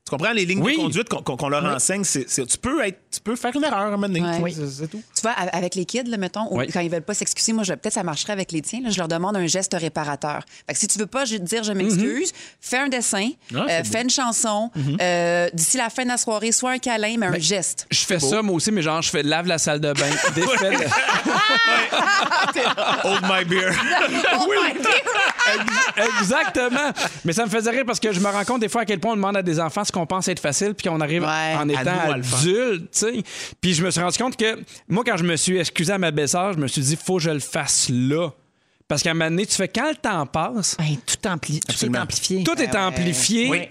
Speaker 2: Tu comprends les lignes
Speaker 3: Oui.
Speaker 2: de conduite qu'on qu'on- qu'on leur enseigne, c'est, c'est- tu, peux être, tu peux faire une erreur à un moment donné.
Speaker 4: Ouais.
Speaker 2: Tu sais, c'est- c'est tout.
Speaker 4: Tu vois, a- avec les kids, là, mettons, ou
Speaker 3: Oui.
Speaker 4: quand ils veulent pas s'excuser, moi, je- peut-être ça marcherait avec les tiens. là, je leur demande un geste réparateur. Fait que si tu veux pas je- dire je m'excuse, fais un dessin, euh, fais une chanson. euh, D'ici la fin de la soirée, soit un câlin, mais un geste.
Speaker 3: Je fais ça, moi aussi, mais genre, je fais lave la salle de bain, défais le-
Speaker 2: Hold my
Speaker 1: *laughs*
Speaker 2: beer.
Speaker 4: Oh
Speaker 2: *laughs*
Speaker 3: Exactement. Mais ça me faisait rire parce que je me rends compte des fois à quel point on demande à des enfants ce qu'on pense être facile puis qu'on arrive
Speaker 6: Ouais.
Speaker 3: en étant
Speaker 2: nous, à le faire.
Speaker 3: adulte, tu sais. Puis je me suis rendu compte que moi quand je me suis excusé à ma belle-sœur, je me suis dit faut que je le fasse là parce qu'à un moment donné, tu fais quand le temps passe,
Speaker 1: Ben, tout, ampli- tout est
Speaker 2: Absolument.
Speaker 1: amplifié.
Speaker 3: tout est amplifié.
Speaker 2: Oui.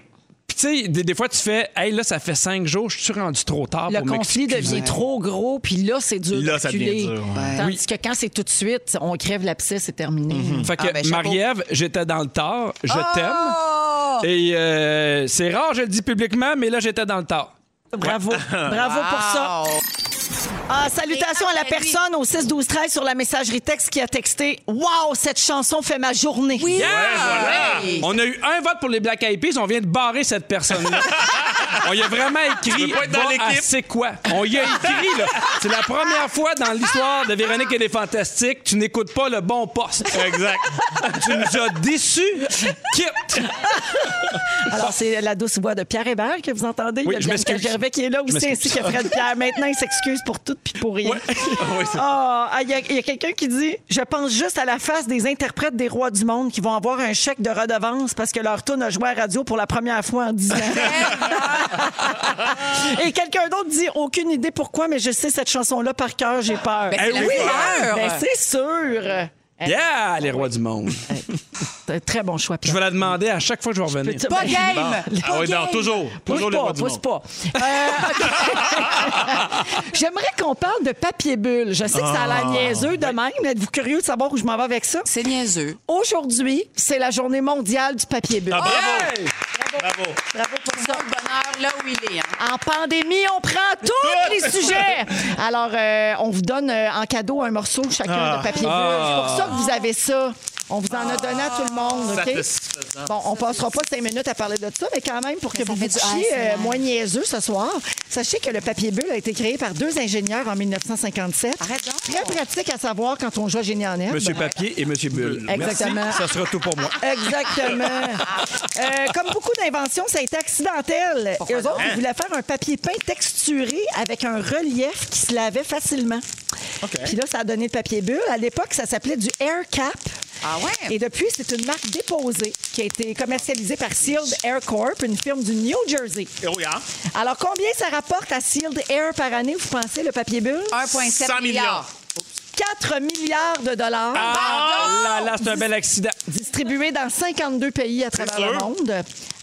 Speaker 3: Puis tu sais, des, des fois tu fais hey là ça fait cinq jours, je suis rendu trop tard
Speaker 1: le
Speaker 3: pour
Speaker 1: conflit
Speaker 3: m'excuser.
Speaker 1: devient trop gros, puis là, c'est dur
Speaker 2: Là,
Speaker 1: de
Speaker 2: ça
Speaker 1: reculer.
Speaker 2: devient dur, ouais.
Speaker 1: Tandis que quand c'est tout de suite, on crève l'abcès, c'est terminé.
Speaker 2: Mhm.
Speaker 3: Fait que
Speaker 6: Ah, ben, chapeau.
Speaker 3: Marie-Ève, j'étais dans le tort, je
Speaker 1: Oh!
Speaker 3: t'aime. Et euh, c'est rare, je le dis publiquement, mais là j'étais dans le tort.
Speaker 1: Bravo.
Speaker 2: *laughs*
Speaker 1: Bravo pour ça. Ah, salutations à la personne au 6 12 13 sur la messagerie texte qui a texté Wow, cette chanson fait ma journée. Oui.
Speaker 3: Yeah! On a eu un vote pour les Black Eyed Peas, on vient de barrer cette
Speaker 1: *laughs*
Speaker 3: personne-là. on y a vraiment écrit
Speaker 2: pas être dans
Speaker 3: va
Speaker 2: l'équipe.
Speaker 3: à c'est quoi. On y a écrit là. C'est la première fois dans l'histoire de Véronique et les Fantastiques, tu n'écoutes pas le bon poste.
Speaker 2: exact.
Speaker 3: tu nous as déçus, tu quittes.
Speaker 1: Alors, c'est la douce voix de Pierre Hébert que vous entendez.
Speaker 3: Oui,
Speaker 1: Il
Speaker 3: je
Speaker 1: y a Bianca
Speaker 3: m'excuse.
Speaker 1: Gervais qui est là
Speaker 3: Je
Speaker 1: aussi, ainsi
Speaker 3: m'excuse.
Speaker 1: que Fred Pierre. Maintenant, il s'excuse pour tout puis pour rien. Ah, il y a, il y a quelqu'un qui dit Je pense juste à la face des interprètes des rois du monde qui vont avoir un chèque de redevance parce que leur tune a joué à la radio pour la première fois en 10 ans. Et quelqu'un d'autre dit Aucune idée pourquoi, mais je sais cette chanson-là par cœur, j'ai peur.
Speaker 2: Eh
Speaker 4: Ben, c'est la
Speaker 3: oui,
Speaker 4: fleur.
Speaker 1: Ben, c'est sûr.
Speaker 3: Yeah, les rois du monde.
Speaker 1: C'est un Très bon choix,
Speaker 3: Je
Speaker 1: Pierre.
Speaker 3: vais la demander à chaque fois que je vais revenir.
Speaker 1: Peux-tu-
Speaker 4: Pas
Speaker 1: Ben,
Speaker 4: game! Pas
Speaker 2: Ah oui, non,
Speaker 4: game!
Speaker 2: toujours.
Speaker 1: Pousse
Speaker 2: Toujours le
Speaker 1: pas,
Speaker 2: roi du
Speaker 1: pousse
Speaker 2: monde.
Speaker 1: pas. Euh, *laughs* OK. J'aimerais qu'on parle de papier bulle. Je sais que ça a
Speaker 2: Ah.
Speaker 1: l'air niaiseux de même. mais Êtes-vous curieux de savoir où je m'en vais avec ça?
Speaker 4: C'est niaiseux.
Speaker 1: Aujourd'hui, c'est la journée mondiale du papier bulle.
Speaker 2: Ah, bravo.
Speaker 3: Hey!
Speaker 2: Bravo.
Speaker 4: Ça, le bonheur là où il est. hein.
Speaker 1: En pandémie, on prend tous les sujets. Alors, euh, on vous donne euh, en cadeau un morceau chacun de papier bulle.
Speaker 3: Ah.
Speaker 1: C'est pour ça que vous avez ça. On vous en a donné à tout le monde, OK?
Speaker 2: Satisfaisant.
Speaker 1: Bon, on passera pas cinq minutes à parler de ça, mais quand même, pour que
Speaker 4: Ça
Speaker 1: vous vous
Speaker 4: fait du
Speaker 1: couchiez euh,
Speaker 4: ASMR.
Speaker 1: moins niaiseux ce soir, sachez que le papier bulle a été créé par deux ingénieurs en 1957.
Speaker 4: Arrête donc.
Speaker 1: Très pratique à savoir quand on joue à Génie en herbe.
Speaker 3: Monsieur Papier et Monsieur Bulle.
Speaker 1: Exactement. Eh.
Speaker 3: Merci, ça sera tout pour moi.
Speaker 1: Exactement. Euh, comme beaucoup d'inventions, ça a été accidentel. Et eux autres, ils voulaient faire un papier peint texturé avec un relief qui se lavait facilement. Puis là, ça a donné le papier bulle. À l'époque, ça s'appelait du Air Cap.
Speaker 4: Ah ouais?
Speaker 1: Et depuis, c'est une marque déposée qui a été commercialisée par Sealed Air Corp, une firme du New Jersey.
Speaker 2: Et oui, hein?
Speaker 1: Alors, combien ça rapporte à Sealed Air par année, vous pensez, le papier bulle?
Speaker 4: 1,7
Speaker 2: 100 milliards.
Speaker 4: milliards.
Speaker 1: 4 milliards de dollars.
Speaker 3: Ah là là, c'est un bel accident.
Speaker 1: distribué dans 52 pays à travers le
Speaker 2: sûr.
Speaker 1: monde.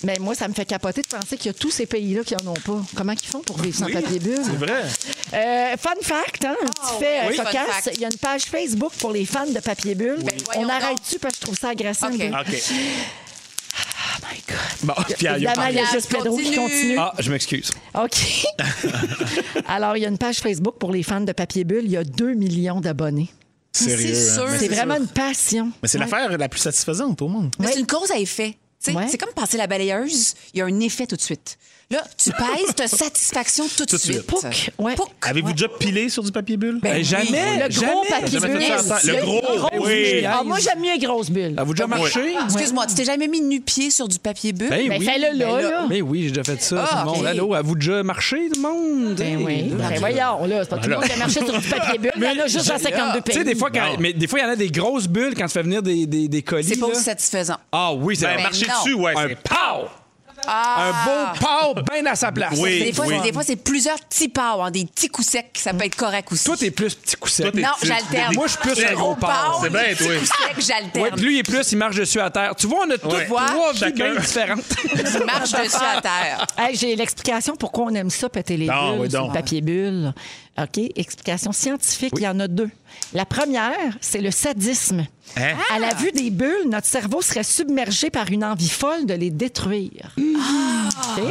Speaker 1: Mais moi, ça me fait capoter de penser qu'il y a tous ces pays-là qui n'en ont pas. Comment ils font pour vivre sans papier bulle?
Speaker 2: C'est vrai.
Speaker 1: Euh, fun fact, hein, un petit fait euh,
Speaker 4: Oh, oui. Fun
Speaker 1: cocasse.
Speaker 4: fact.
Speaker 1: Il y a une page Facebook pour les fans de papier bulle. On
Speaker 4: voyons
Speaker 1: arrête-tu parce que je trouve ça agressant.
Speaker 4: OK.
Speaker 1: un peu.
Speaker 2: OK.
Speaker 1: Oh Ah, my God.
Speaker 2: Bon, *laughs* Pierre, Ah, il a
Speaker 1: Évidemment, il y a
Speaker 4: parlé.
Speaker 1: juste Pedro qui continue.
Speaker 3: Ah, je m'excuse.
Speaker 2: *laughs*
Speaker 1: OK. Alors, il y a une page Facebook pour les fans de papier bulle. Il y a 2 millions d'abonnés.
Speaker 2: Sérieux.
Speaker 4: C'est
Speaker 2: hein.
Speaker 4: sûr.
Speaker 2: Mais
Speaker 1: C'est
Speaker 4: c'est
Speaker 1: vraiment
Speaker 2: sûr.
Speaker 1: une passion.
Speaker 2: Mais c'est l'affaire la plus satisfaisante au monde.
Speaker 4: Mais C'est une cause à effet. Tu sais,
Speaker 1: Ouais.
Speaker 4: C'est comme passer la balayeuse, il y a un effet tout de suite. Là, tu pèses, tu
Speaker 1: *laughs*
Speaker 4: as satisfaction tout de
Speaker 2: Tout de
Speaker 4: suite.
Speaker 2: suite.
Speaker 1: Pouc, ouais.
Speaker 4: Pouc.
Speaker 2: Avez-vous déjà pilé sur du papier bulle?
Speaker 4: Ben
Speaker 3: Eh,
Speaker 4: oui.
Speaker 3: jamais,
Speaker 1: Le gros
Speaker 3: jamais.
Speaker 1: papier
Speaker 2: Jamais fait
Speaker 1: bulle.
Speaker 2: ça ensemble. Le gros, oui.
Speaker 1: bulle. Ah, moi, j'aime mieux les grosses bulles.
Speaker 3: Avez-vous déjà marché?
Speaker 4: Excuse-moi, tu t'es jamais mis nu-pied sur du papier bulle?
Speaker 3: Ben
Speaker 1: Ben,
Speaker 3: oui.
Speaker 1: fais-le là,
Speaker 3: Ben
Speaker 1: là.
Speaker 3: Mais oui, j'ai déjà fait
Speaker 4: Ah,
Speaker 3: ça, tout le monde.
Speaker 4: ok.
Speaker 3: Allô, avez-vous déjà marché, tout le monde?
Speaker 1: Ben
Speaker 3: Hey,
Speaker 1: oui.
Speaker 3: là.
Speaker 1: Ben voyons, là, c'est pas tout le monde qui a marché sur du papier bulle. Il y en a juste dans 52
Speaker 3: Tu
Speaker 1: pays.
Speaker 3: sais, des fois, quand,
Speaker 2: Non.
Speaker 3: mais des fois, il y en a des grosses bulles quand tu fais venir des, des, des colis.
Speaker 4: C'est pas
Speaker 3: là.
Speaker 4: aussi satisfaisant.
Speaker 3: Ah oui, c'est
Speaker 2: Ben,
Speaker 3: vrai.
Speaker 2: marcher
Speaker 4: non.
Speaker 2: dessus, ouais.
Speaker 3: Un
Speaker 2: c'est-
Speaker 3: pow!
Speaker 4: Ah!
Speaker 3: Un beau pow bien à sa place.
Speaker 2: Oui.
Speaker 4: Des fois,
Speaker 2: oui.
Speaker 4: c'est- des fois, c'est plusieurs petits pas, hein, des petits coups secs, ça peut être correct aussi.
Speaker 3: Toi, t'es plus petit coup sec.
Speaker 2: Toi, t'es-
Speaker 4: Non,
Speaker 2: tu-
Speaker 4: j'alterne.
Speaker 2: tu-
Speaker 3: Moi, je suis plus un gros
Speaker 4: pâle,
Speaker 3: pow.
Speaker 2: C'est bête,
Speaker 4: des
Speaker 2: oui.
Speaker 4: petits coups secs,
Speaker 3: Ouais, puis
Speaker 4: j'alterne.
Speaker 3: lui, il est plus, il marche dessus à terre. Tu vois, on a toutes
Speaker 2: Ouais.
Speaker 3: trois vies
Speaker 2: Chacun.
Speaker 3: bien différentes.
Speaker 4: Tu
Speaker 3: *laughs*
Speaker 4: marches dessus à terre.
Speaker 1: Hey, J'ai l'explication pourquoi on aime ça, péter les
Speaker 2: Non,
Speaker 1: bulles
Speaker 2: oui,
Speaker 1: sur
Speaker 2: donc.
Speaker 1: le papier bulle. OK? Explication scientifique, il y en a deux. La première, c'est le sadisme.
Speaker 2: Hein?
Speaker 1: À la vue des bulles, notre cerveau serait submergé par une envie folle de les détruire. OK?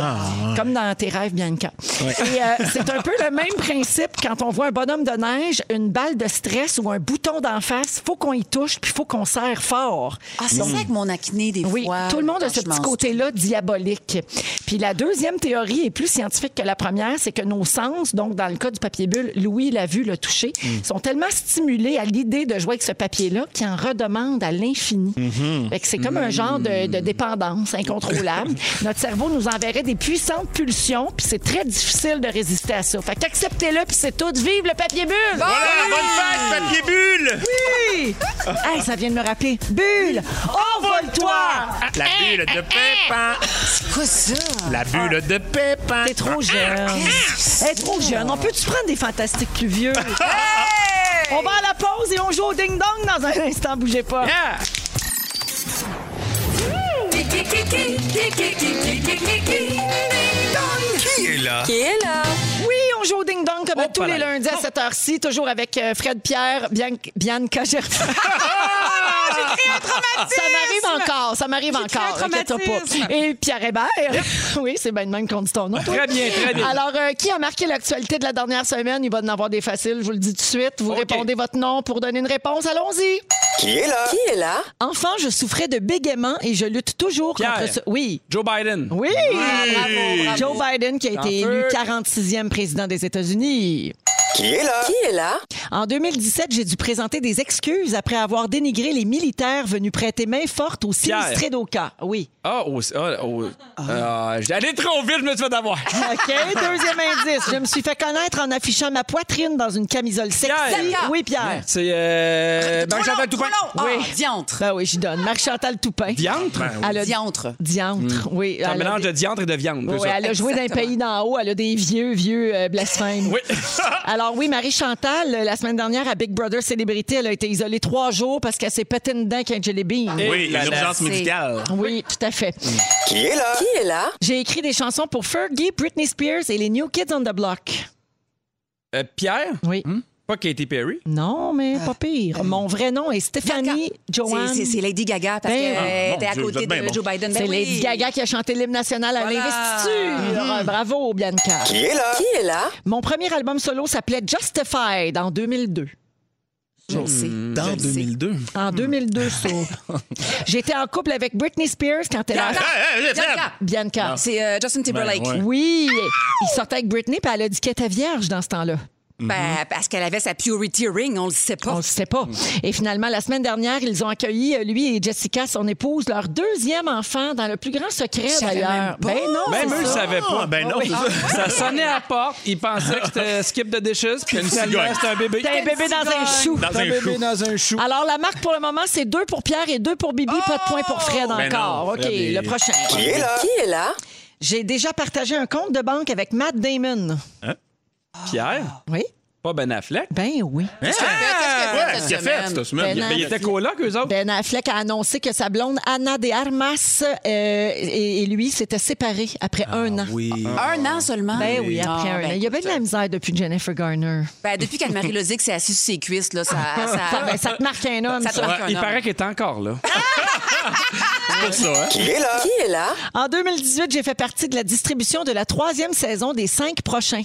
Speaker 1: Comme dans tes rêves, Bianca. Et, euh, c'est un peu le même principe quand on voit un bonhomme de neige, une balle de stress ou un bouton d'en face. faut qu'on y touche, puis faut qu'on serre fort.
Speaker 4: Ah,
Speaker 3: Hmm.
Speaker 4: c'est ça que mon acné, des
Speaker 1: Oui,
Speaker 4: fois.
Speaker 1: tout le monde a
Speaker 4: quand
Speaker 1: ce
Speaker 4: je
Speaker 1: petit
Speaker 4: mange.
Speaker 1: côté-là diabolique. Puis la deuxième théorie est plus scientifique que la première, c'est que nos sens, donc dans le cas du papier bulle, Louis l'a vu, le toucher, sont tellement stimulés à l'idée de jouer avec ce papier-là qu'ils en redemandent à l'infini. Fait que C'est comme un genre de, de dépendance incontrôlable. Notre cerveau nous enverrait des puissantes pulsions, puis c'est très difficile de résister à ça. Fait qu'acceptez-le, puis c'est tout. Vive le papier bulle!
Speaker 2: Voilà, bonne fête, papier bulle!
Speaker 1: Hey, ça vient de me rappeler. Bulle! Envole-toi!
Speaker 2: La bulle de Pépin!
Speaker 4: Quoi, ça?
Speaker 2: La bulle de Pépin!
Speaker 1: T'es trop jeune. Elle est trop jeune. On peut-tu prendre des fantastiques plus vieux? Hey! On va à la pause et on joue au ding-dong dans un instant. Bougez pas.
Speaker 3: Ah!
Speaker 6: Qui est là?
Speaker 4: Qui est là?
Speaker 1: Oui, on joue au ding-dong comme à tous les lundis à cette heure-ci, toujours avec euh, Fred Pierre, Bian- Bianca Gervais. Ça m'arrive encore, ça m'arrive encore. inquiète-toi pas. Et Pierre Hébert. *laughs* oui, c'est bien de même qu'on dit ton nom. toi.
Speaker 3: Très bien, très bien.
Speaker 1: Alors, euh, qui a marqué l'actualité de la dernière semaine? Il va en avoir des faciles, je vous le dis tout de suite. Vous
Speaker 3: OK.
Speaker 1: répondez votre nom pour donner une réponse. Allons-y.
Speaker 6: Qui est là?
Speaker 4: Qui est là?
Speaker 1: Enfant, je souffrais de bégaiement et je lutte toujours
Speaker 3: Pierre.
Speaker 1: contre ce. Oui.
Speaker 3: Joe Biden.
Speaker 1: Oui!
Speaker 4: bravo,
Speaker 1: Joe Biden, qui a été
Speaker 3: J'en
Speaker 1: élu
Speaker 3: veux.
Speaker 1: 46e président des États-Unis.
Speaker 6: Qui est là?
Speaker 4: Qui est là?
Speaker 1: En 2017, j'ai dû présenter des excuses après avoir dénigré les militaires venus prêter main forte aux
Speaker 3: Pierre.
Speaker 1: sinistrés d'Oka. Oui.
Speaker 3: Ah, oh, c'est- ah, oh, ah, j'ai allé trop vite, je me suis fait avoir.
Speaker 1: OK. Deuxième indice. Je me suis fait connaître en affichant ma poitrine dans une camisole sexy.
Speaker 3: Pierre.
Speaker 1: Oui, Pierre.
Speaker 3: C'est
Speaker 4: Trop
Speaker 3: euh,
Speaker 4: long,
Speaker 3: Marc-Chantal Toupin.
Speaker 4: trop long.
Speaker 1: Oui.
Speaker 4: Ah, diantre.
Speaker 1: Ben oui, j'y donne. Marc-Chantal Toupin.
Speaker 3: Diantre? Hmm.
Speaker 1: Elle a-
Speaker 4: Diantre.
Speaker 1: Diantre, oui.
Speaker 3: C'est un
Speaker 1: Elle a
Speaker 3: mélange
Speaker 1: des-
Speaker 3: de diantre et de viande. c'est
Speaker 1: Oui,
Speaker 3: ça.
Speaker 1: elle a joué dans un
Speaker 4: Exactement.
Speaker 1: pays d'en haut. Elle a des vieux, vieux euh, blasphèmes.
Speaker 3: Oui.
Speaker 1: Alors oui, Marie Chantal, la semaine dernière à Big Brother Célébrité, elle a été isolée trois jours parce qu'elle s'est pété une dent avec un jelly bean.
Speaker 3: Et Hmm.
Speaker 2: Oui, il y a
Speaker 3: la-
Speaker 2: une
Speaker 3: la-
Speaker 2: urgence
Speaker 4: c'est-
Speaker 2: médicale.
Speaker 1: Oui, tout à fait.
Speaker 6: Qui est là?
Speaker 4: Qui est là?
Speaker 1: J'ai écrit des chansons pour Fergie, Britney Spears et les New Kids on the Block.
Speaker 3: Euh, Pierre?
Speaker 1: Oui.
Speaker 3: Pas Katy Perry.
Speaker 1: Non, mais pas pire. Mon vrai nom est Stéphanie Joanne.
Speaker 4: Ah. C'est- C'est c'est Lady Gaga parce
Speaker 1: Ben,
Speaker 2: ah,
Speaker 4: qu'elle était à
Speaker 2: mon Dieu, vous
Speaker 4: côté
Speaker 2: êtes bien
Speaker 4: de
Speaker 2: bon.
Speaker 4: Joe Biden. Ben
Speaker 1: C'est
Speaker 4: oui.
Speaker 1: Lady Gaga qui a chanté l'hymne national à
Speaker 4: Voilà. Mm-hmm.
Speaker 1: l'investiture. Bravo, Bianca.
Speaker 6: Qui est là?
Speaker 4: Qui est là?
Speaker 1: Mon premier album solo s'appelait Justified en 2002.
Speaker 4: Je le sais. Je
Speaker 2: Hmm. Dans
Speaker 4: le sais.
Speaker 2: 2002.
Speaker 1: En
Speaker 4: Mm. *laughs*
Speaker 1: 2002, ça. J'étais en couple avec Britney Spears quand elle a...
Speaker 4: Bianca.
Speaker 2: Hey, hey, Fred!
Speaker 4: Bianca.
Speaker 1: Bianca.
Speaker 4: C'est euh, Justin Timberlake.
Speaker 2: Ah.
Speaker 3: Ah,
Speaker 2: Ben, ouais.
Speaker 1: Oui, il sortait avec Britney, puis elle a dit qu'elle était vierge dans ce temps-là.
Speaker 2: Mm-hmm.
Speaker 4: Ben, parce qu'elle avait sa purity ring, on le sait
Speaker 1: On
Speaker 4: pas.
Speaker 1: ne
Speaker 2: Ah.
Speaker 1: sait pas.
Speaker 3: Mm.
Speaker 1: Et finalement, la semaine dernière, ils ont accueilli, euh, lui et Jessica, son épouse, leur deuxième enfant dans le plus grand secret,
Speaker 4: Je savais
Speaker 1: d'ailleurs.
Speaker 4: même pas.
Speaker 1: Ben non,
Speaker 3: Même
Speaker 1: c'est
Speaker 3: eux, ils
Speaker 1: ça.
Speaker 3: savaient pas.
Speaker 2: Ah, ben non, c'est ça.
Speaker 3: Ça sonnait à la porte, ils pensaient que c'était skip de dishes, puis
Speaker 2: cigogne.
Speaker 3: finalement, c'était un bébé.
Speaker 1: T'as un bébé dans Ah, un chou.
Speaker 2: Dans un chou.
Speaker 3: dans un chou.
Speaker 1: Alors, la marque pour le moment, c'est deux pour Pierre et deux pour Bibi. Pas de point pour Fred
Speaker 2: Ben
Speaker 1: encore.
Speaker 2: non,
Speaker 1: OK,
Speaker 2: Fred est-
Speaker 1: le prochain.
Speaker 6: Qui est là?
Speaker 4: Qui est là?
Speaker 1: J'ai déjà partagé un compte de banque avec Matt Damon.
Speaker 3: Pierre,
Speaker 1: Oui?
Speaker 3: pas Ben Affleck.
Speaker 1: Ben oui.
Speaker 2: Hein? Ah, Ouais, qu'est-ce qu'il a
Speaker 4: cette
Speaker 2: fait
Speaker 4: semaine?
Speaker 2: cette semaine?
Speaker 1: Ben,
Speaker 3: Mais il était coloc, eux autres.
Speaker 1: Ben Affleck a annoncé que sa blonde Anna de Armas euh, et, et lui s'étaient séparés après un an.
Speaker 2: Ah Oui.
Speaker 4: Un an seulement.
Speaker 1: Ben oui, après
Speaker 4: Ah,
Speaker 1: un an.
Speaker 4: ben,
Speaker 1: Il y a bien de la misère depuis Jennifer Garner.
Speaker 4: ben, depuis qu'Anne-Marie Lozic s'est assise sur ses cuisses, là, ça. ça-
Speaker 1: Ça, ben, ça te marque un homme.
Speaker 4: Ah. ça
Speaker 1: ça.
Speaker 4: te marque un
Speaker 3: Il
Speaker 4: homme.
Speaker 3: paraît qu'il est encore là.
Speaker 2: C'est pour ça, hein?
Speaker 6: Qui est là?
Speaker 4: est là?
Speaker 1: En 2018, j'ai fait partie de la distribution de la troisième saison des cinq prochains.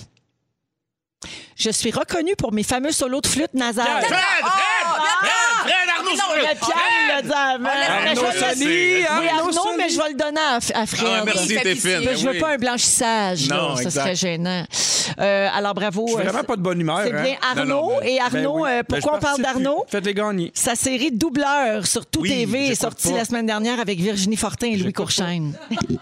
Speaker 1: Je suis reconnue pour mes fameux solos de flûte nasale.
Speaker 3: Pierre.
Speaker 2: Fred!
Speaker 4: Oh,
Speaker 2: Fred!
Speaker 4: Bianca!
Speaker 2: Arnaud
Speaker 1: non,
Speaker 2: Solis.
Speaker 1: mais Pierre, il l'a dit avant. Mais je
Speaker 3: Arnaud
Speaker 1: vais le-
Speaker 3: Soli,
Speaker 1: Oui,
Speaker 3: Arnaud
Speaker 1: Arnaud, mais
Speaker 3: Soli.
Speaker 1: je vais le donner à, à Fred.
Speaker 2: Ah, merci,
Speaker 4: Il fait
Speaker 2: t'es
Speaker 4: pitié.
Speaker 2: fine.
Speaker 1: Parce que je veux
Speaker 2: Oui.
Speaker 1: pas un blanchissage,
Speaker 2: Non,
Speaker 1: là, ça
Speaker 2: exact.
Speaker 1: serait gênant. Euh, alors, bravo.
Speaker 3: Je suis
Speaker 1: euh,
Speaker 3: vraiment
Speaker 1: c'est-
Speaker 3: pas de bonne humeur,
Speaker 1: C'est
Speaker 3: hein.
Speaker 1: bien Arnaud.
Speaker 2: Non, non, mais-
Speaker 1: Et Arnaud,
Speaker 3: Ben oui.
Speaker 1: euh,
Speaker 3: Ben, je
Speaker 1: pourquoi on parle
Speaker 3: participe plus.
Speaker 1: d'arnaud?
Speaker 3: Faites-les gagner.
Speaker 1: Sa série Doubleur sur Tout
Speaker 3: Oui,
Speaker 1: TV est
Speaker 3: j'écoute
Speaker 1: sortie
Speaker 3: pas.
Speaker 1: la semaine dernière avec Virginie Fortin et Louis Courchaine.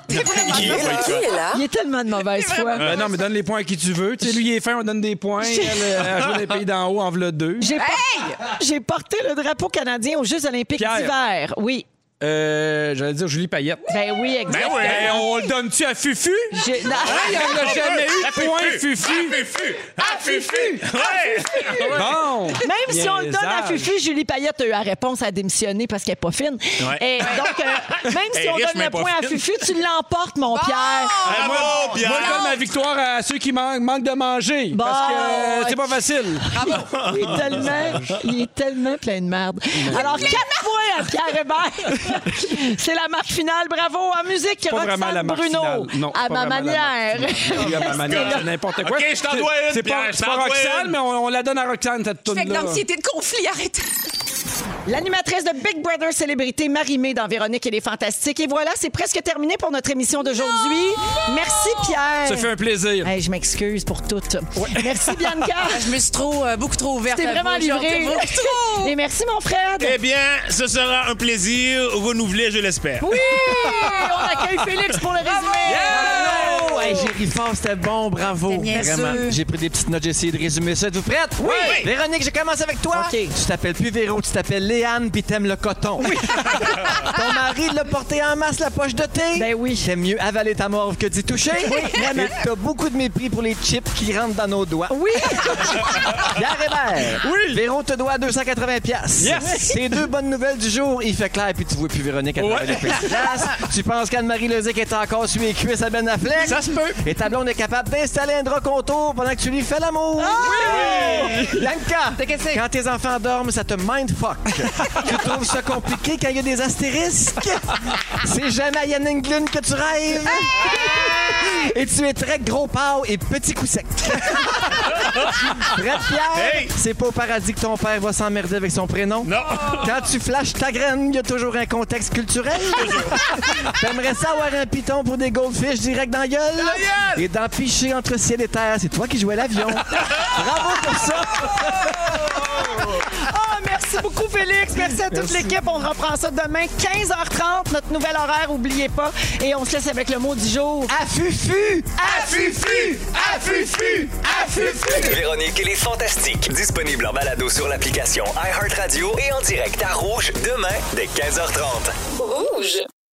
Speaker 6: Qui est là?
Speaker 1: Il est tellement de mauvaise foi.
Speaker 3: Ben non, mais donne les points à qui tu veux. Tu sais, lui, il est fin, on donne des points. Elle, euh, elle joue dans les pays d'en haut, en v'là deux.
Speaker 1: J'ai por- j'ai porté le drapeau canadien aux Jeux olympiques
Speaker 3: Pierre.
Speaker 1: d'hiver. Oui.
Speaker 3: Euh, J'allais dire Julie Payette.
Speaker 1: Ben oui, exactement.
Speaker 2: Ben oui.
Speaker 3: Eh, on le donne-tu à Fufu?
Speaker 1: J'ai- Non.
Speaker 3: Il n'y en a jamais eu
Speaker 2: Ah,
Speaker 3: de point, Fufu.
Speaker 2: Fufu! Ah, Fufu! Ouais!
Speaker 3: Bon.
Speaker 1: Même si on le donne à
Speaker 3: Niaisage.
Speaker 1: Fufu, Julie Payette a eu la réponse à démissionner parce qu'elle n'est pas fine.
Speaker 2: Ouais.
Speaker 1: Et donc, euh, même
Speaker 2: Elle
Speaker 1: si
Speaker 2: est
Speaker 1: on
Speaker 2: riche,
Speaker 1: donne
Speaker 2: mais
Speaker 1: le
Speaker 2: pas
Speaker 1: point à
Speaker 2: fine.
Speaker 1: Fufu, tu l'emportes, mon Pierre.
Speaker 2: Bravo, Pierre!
Speaker 3: Moi, je donne ma victoire à ceux qui man- manquent de manger.
Speaker 1: Bon.
Speaker 3: Parce que euh, c'est pas facile.
Speaker 1: Il
Speaker 2: *laughs*
Speaker 1: est tellement, il est tellement plein de merde. Alors, quatre points à Pierre Hébert. *laughs* C'est la marque finale. Bravo. En musique,
Speaker 3: pas
Speaker 1: Roxane
Speaker 3: vraiment la marque
Speaker 1: Bruno.
Speaker 3: finale. Non,
Speaker 1: à
Speaker 3: pas
Speaker 1: ma
Speaker 3: vraiment la
Speaker 1: manière.
Speaker 3: Oui, à ma manière,
Speaker 1: Restez là.
Speaker 3: c'est n'importe quoi.
Speaker 2: OK, je t'en
Speaker 3: C'est-
Speaker 2: dois une,
Speaker 3: C'est pas,
Speaker 2: Pierre,
Speaker 3: c'est
Speaker 2: je
Speaker 3: pas
Speaker 2: t'en dois
Speaker 3: Roxane,
Speaker 2: une.
Speaker 3: mais on, on la donne à Roxane,
Speaker 4: Fait
Speaker 3: cette
Speaker 4: que
Speaker 3: toune-là.
Speaker 4: l'anxiété de conflit, arrête.
Speaker 1: L'animatrice de Big Brother Célébrité, Marie-Mé, dans Véronique et les Fantastiques. Et voilà, c'est presque terminé pour notre émission d'aujourd'hui. Merci, Pierre.
Speaker 3: Ça fait un plaisir.
Speaker 1: Hey, je m'excuse pour tout. Merci, Bianca.
Speaker 4: Je me suis trop, euh, beaucoup trop ouverte.
Speaker 1: T'es
Speaker 4: à
Speaker 1: vraiment
Speaker 4: vous, genre, *laughs*
Speaker 1: livré.
Speaker 4: beaucoup trop.
Speaker 1: Et merci, mon frère.
Speaker 2: Eh bien, ce sera un plaisir renouvelé, je l'espère.
Speaker 1: Oui! On accueille Félix pour le résumé.
Speaker 7: Oh, hey, j'ai ri fort, c'était bon, bravo.
Speaker 4: bien sûr.
Speaker 7: Vraiment. J'ai pris des petites notes, j'ai essayé de résumer ça. Êtes-vous prête? Oui. Véronique, je commence avec toi.
Speaker 1: OK.
Speaker 7: Tu t'appelles plus Véro, tu t'appelles Léane, puis t'aimes le coton. Oui. *laughs* Ton mari l'a porté en masse la poche de thé.
Speaker 1: Ben oui.
Speaker 7: T'aimes mieux avaler ta morve que d'y toucher. Oui, vraiment. T'as beaucoup de mépris pour les chips qui rentrent dans nos doigts.
Speaker 1: Oui!
Speaker 7: Pierre Hébert. Oui. Véro te doit 280 pièces.
Speaker 3: Yes.
Speaker 7: Tes deux bonnes nouvelles du jour, il fait clair puis tu vois plus Véronique à travers les
Speaker 3: *laughs*
Speaker 7: petites glaces. Tu penses qu'Anne-Marie Lezic est encore sur les cuisses à Ben Affleck.
Speaker 3: Ça se peut.
Speaker 7: Et ta blonde est capable d'installer un drap contour pendant que tu lui fais l'amour.
Speaker 3: Ah!
Speaker 7: Oui! Bianca, quand tes enfants dorment, ça te
Speaker 3: *laughs*
Speaker 7: mindfuck. tu trouves ça compliqué quand il y a des astérisques. C'est jamais à Yann Englund que tu rêves. Et tu es très gros pau et petit coup sec. Bref, Pierre,
Speaker 2: Hey!
Speaker 7: c'est pas au paradis que ton père va s'emmerder avec son prénom.
Speaker 2: Non!
Speaker 7: Quand tu flashes ta graine, il y a toujours un contexte culturel. T'aimerais ça avoir un piton pour des goldfish direct dans la gueule? Et d'en picher entre ciel et terre, c'est toi qui jouais *laughs* l'avion. Bravo pour ça!
Speaker 1: Ah, merci beaucoup, Félix. Merci à toute l'équipe. On reprend ça demain, 15h30, notre nouvel horaire. Oubliez pas. Et on se laisse avec le mot du jour.
Speaker 7: À fufu!
Speaker 6: Véronique et les Fantastiques. Disponible en balado sur l'application iHeartRadio et en direct à Rouge demain dès 15h30.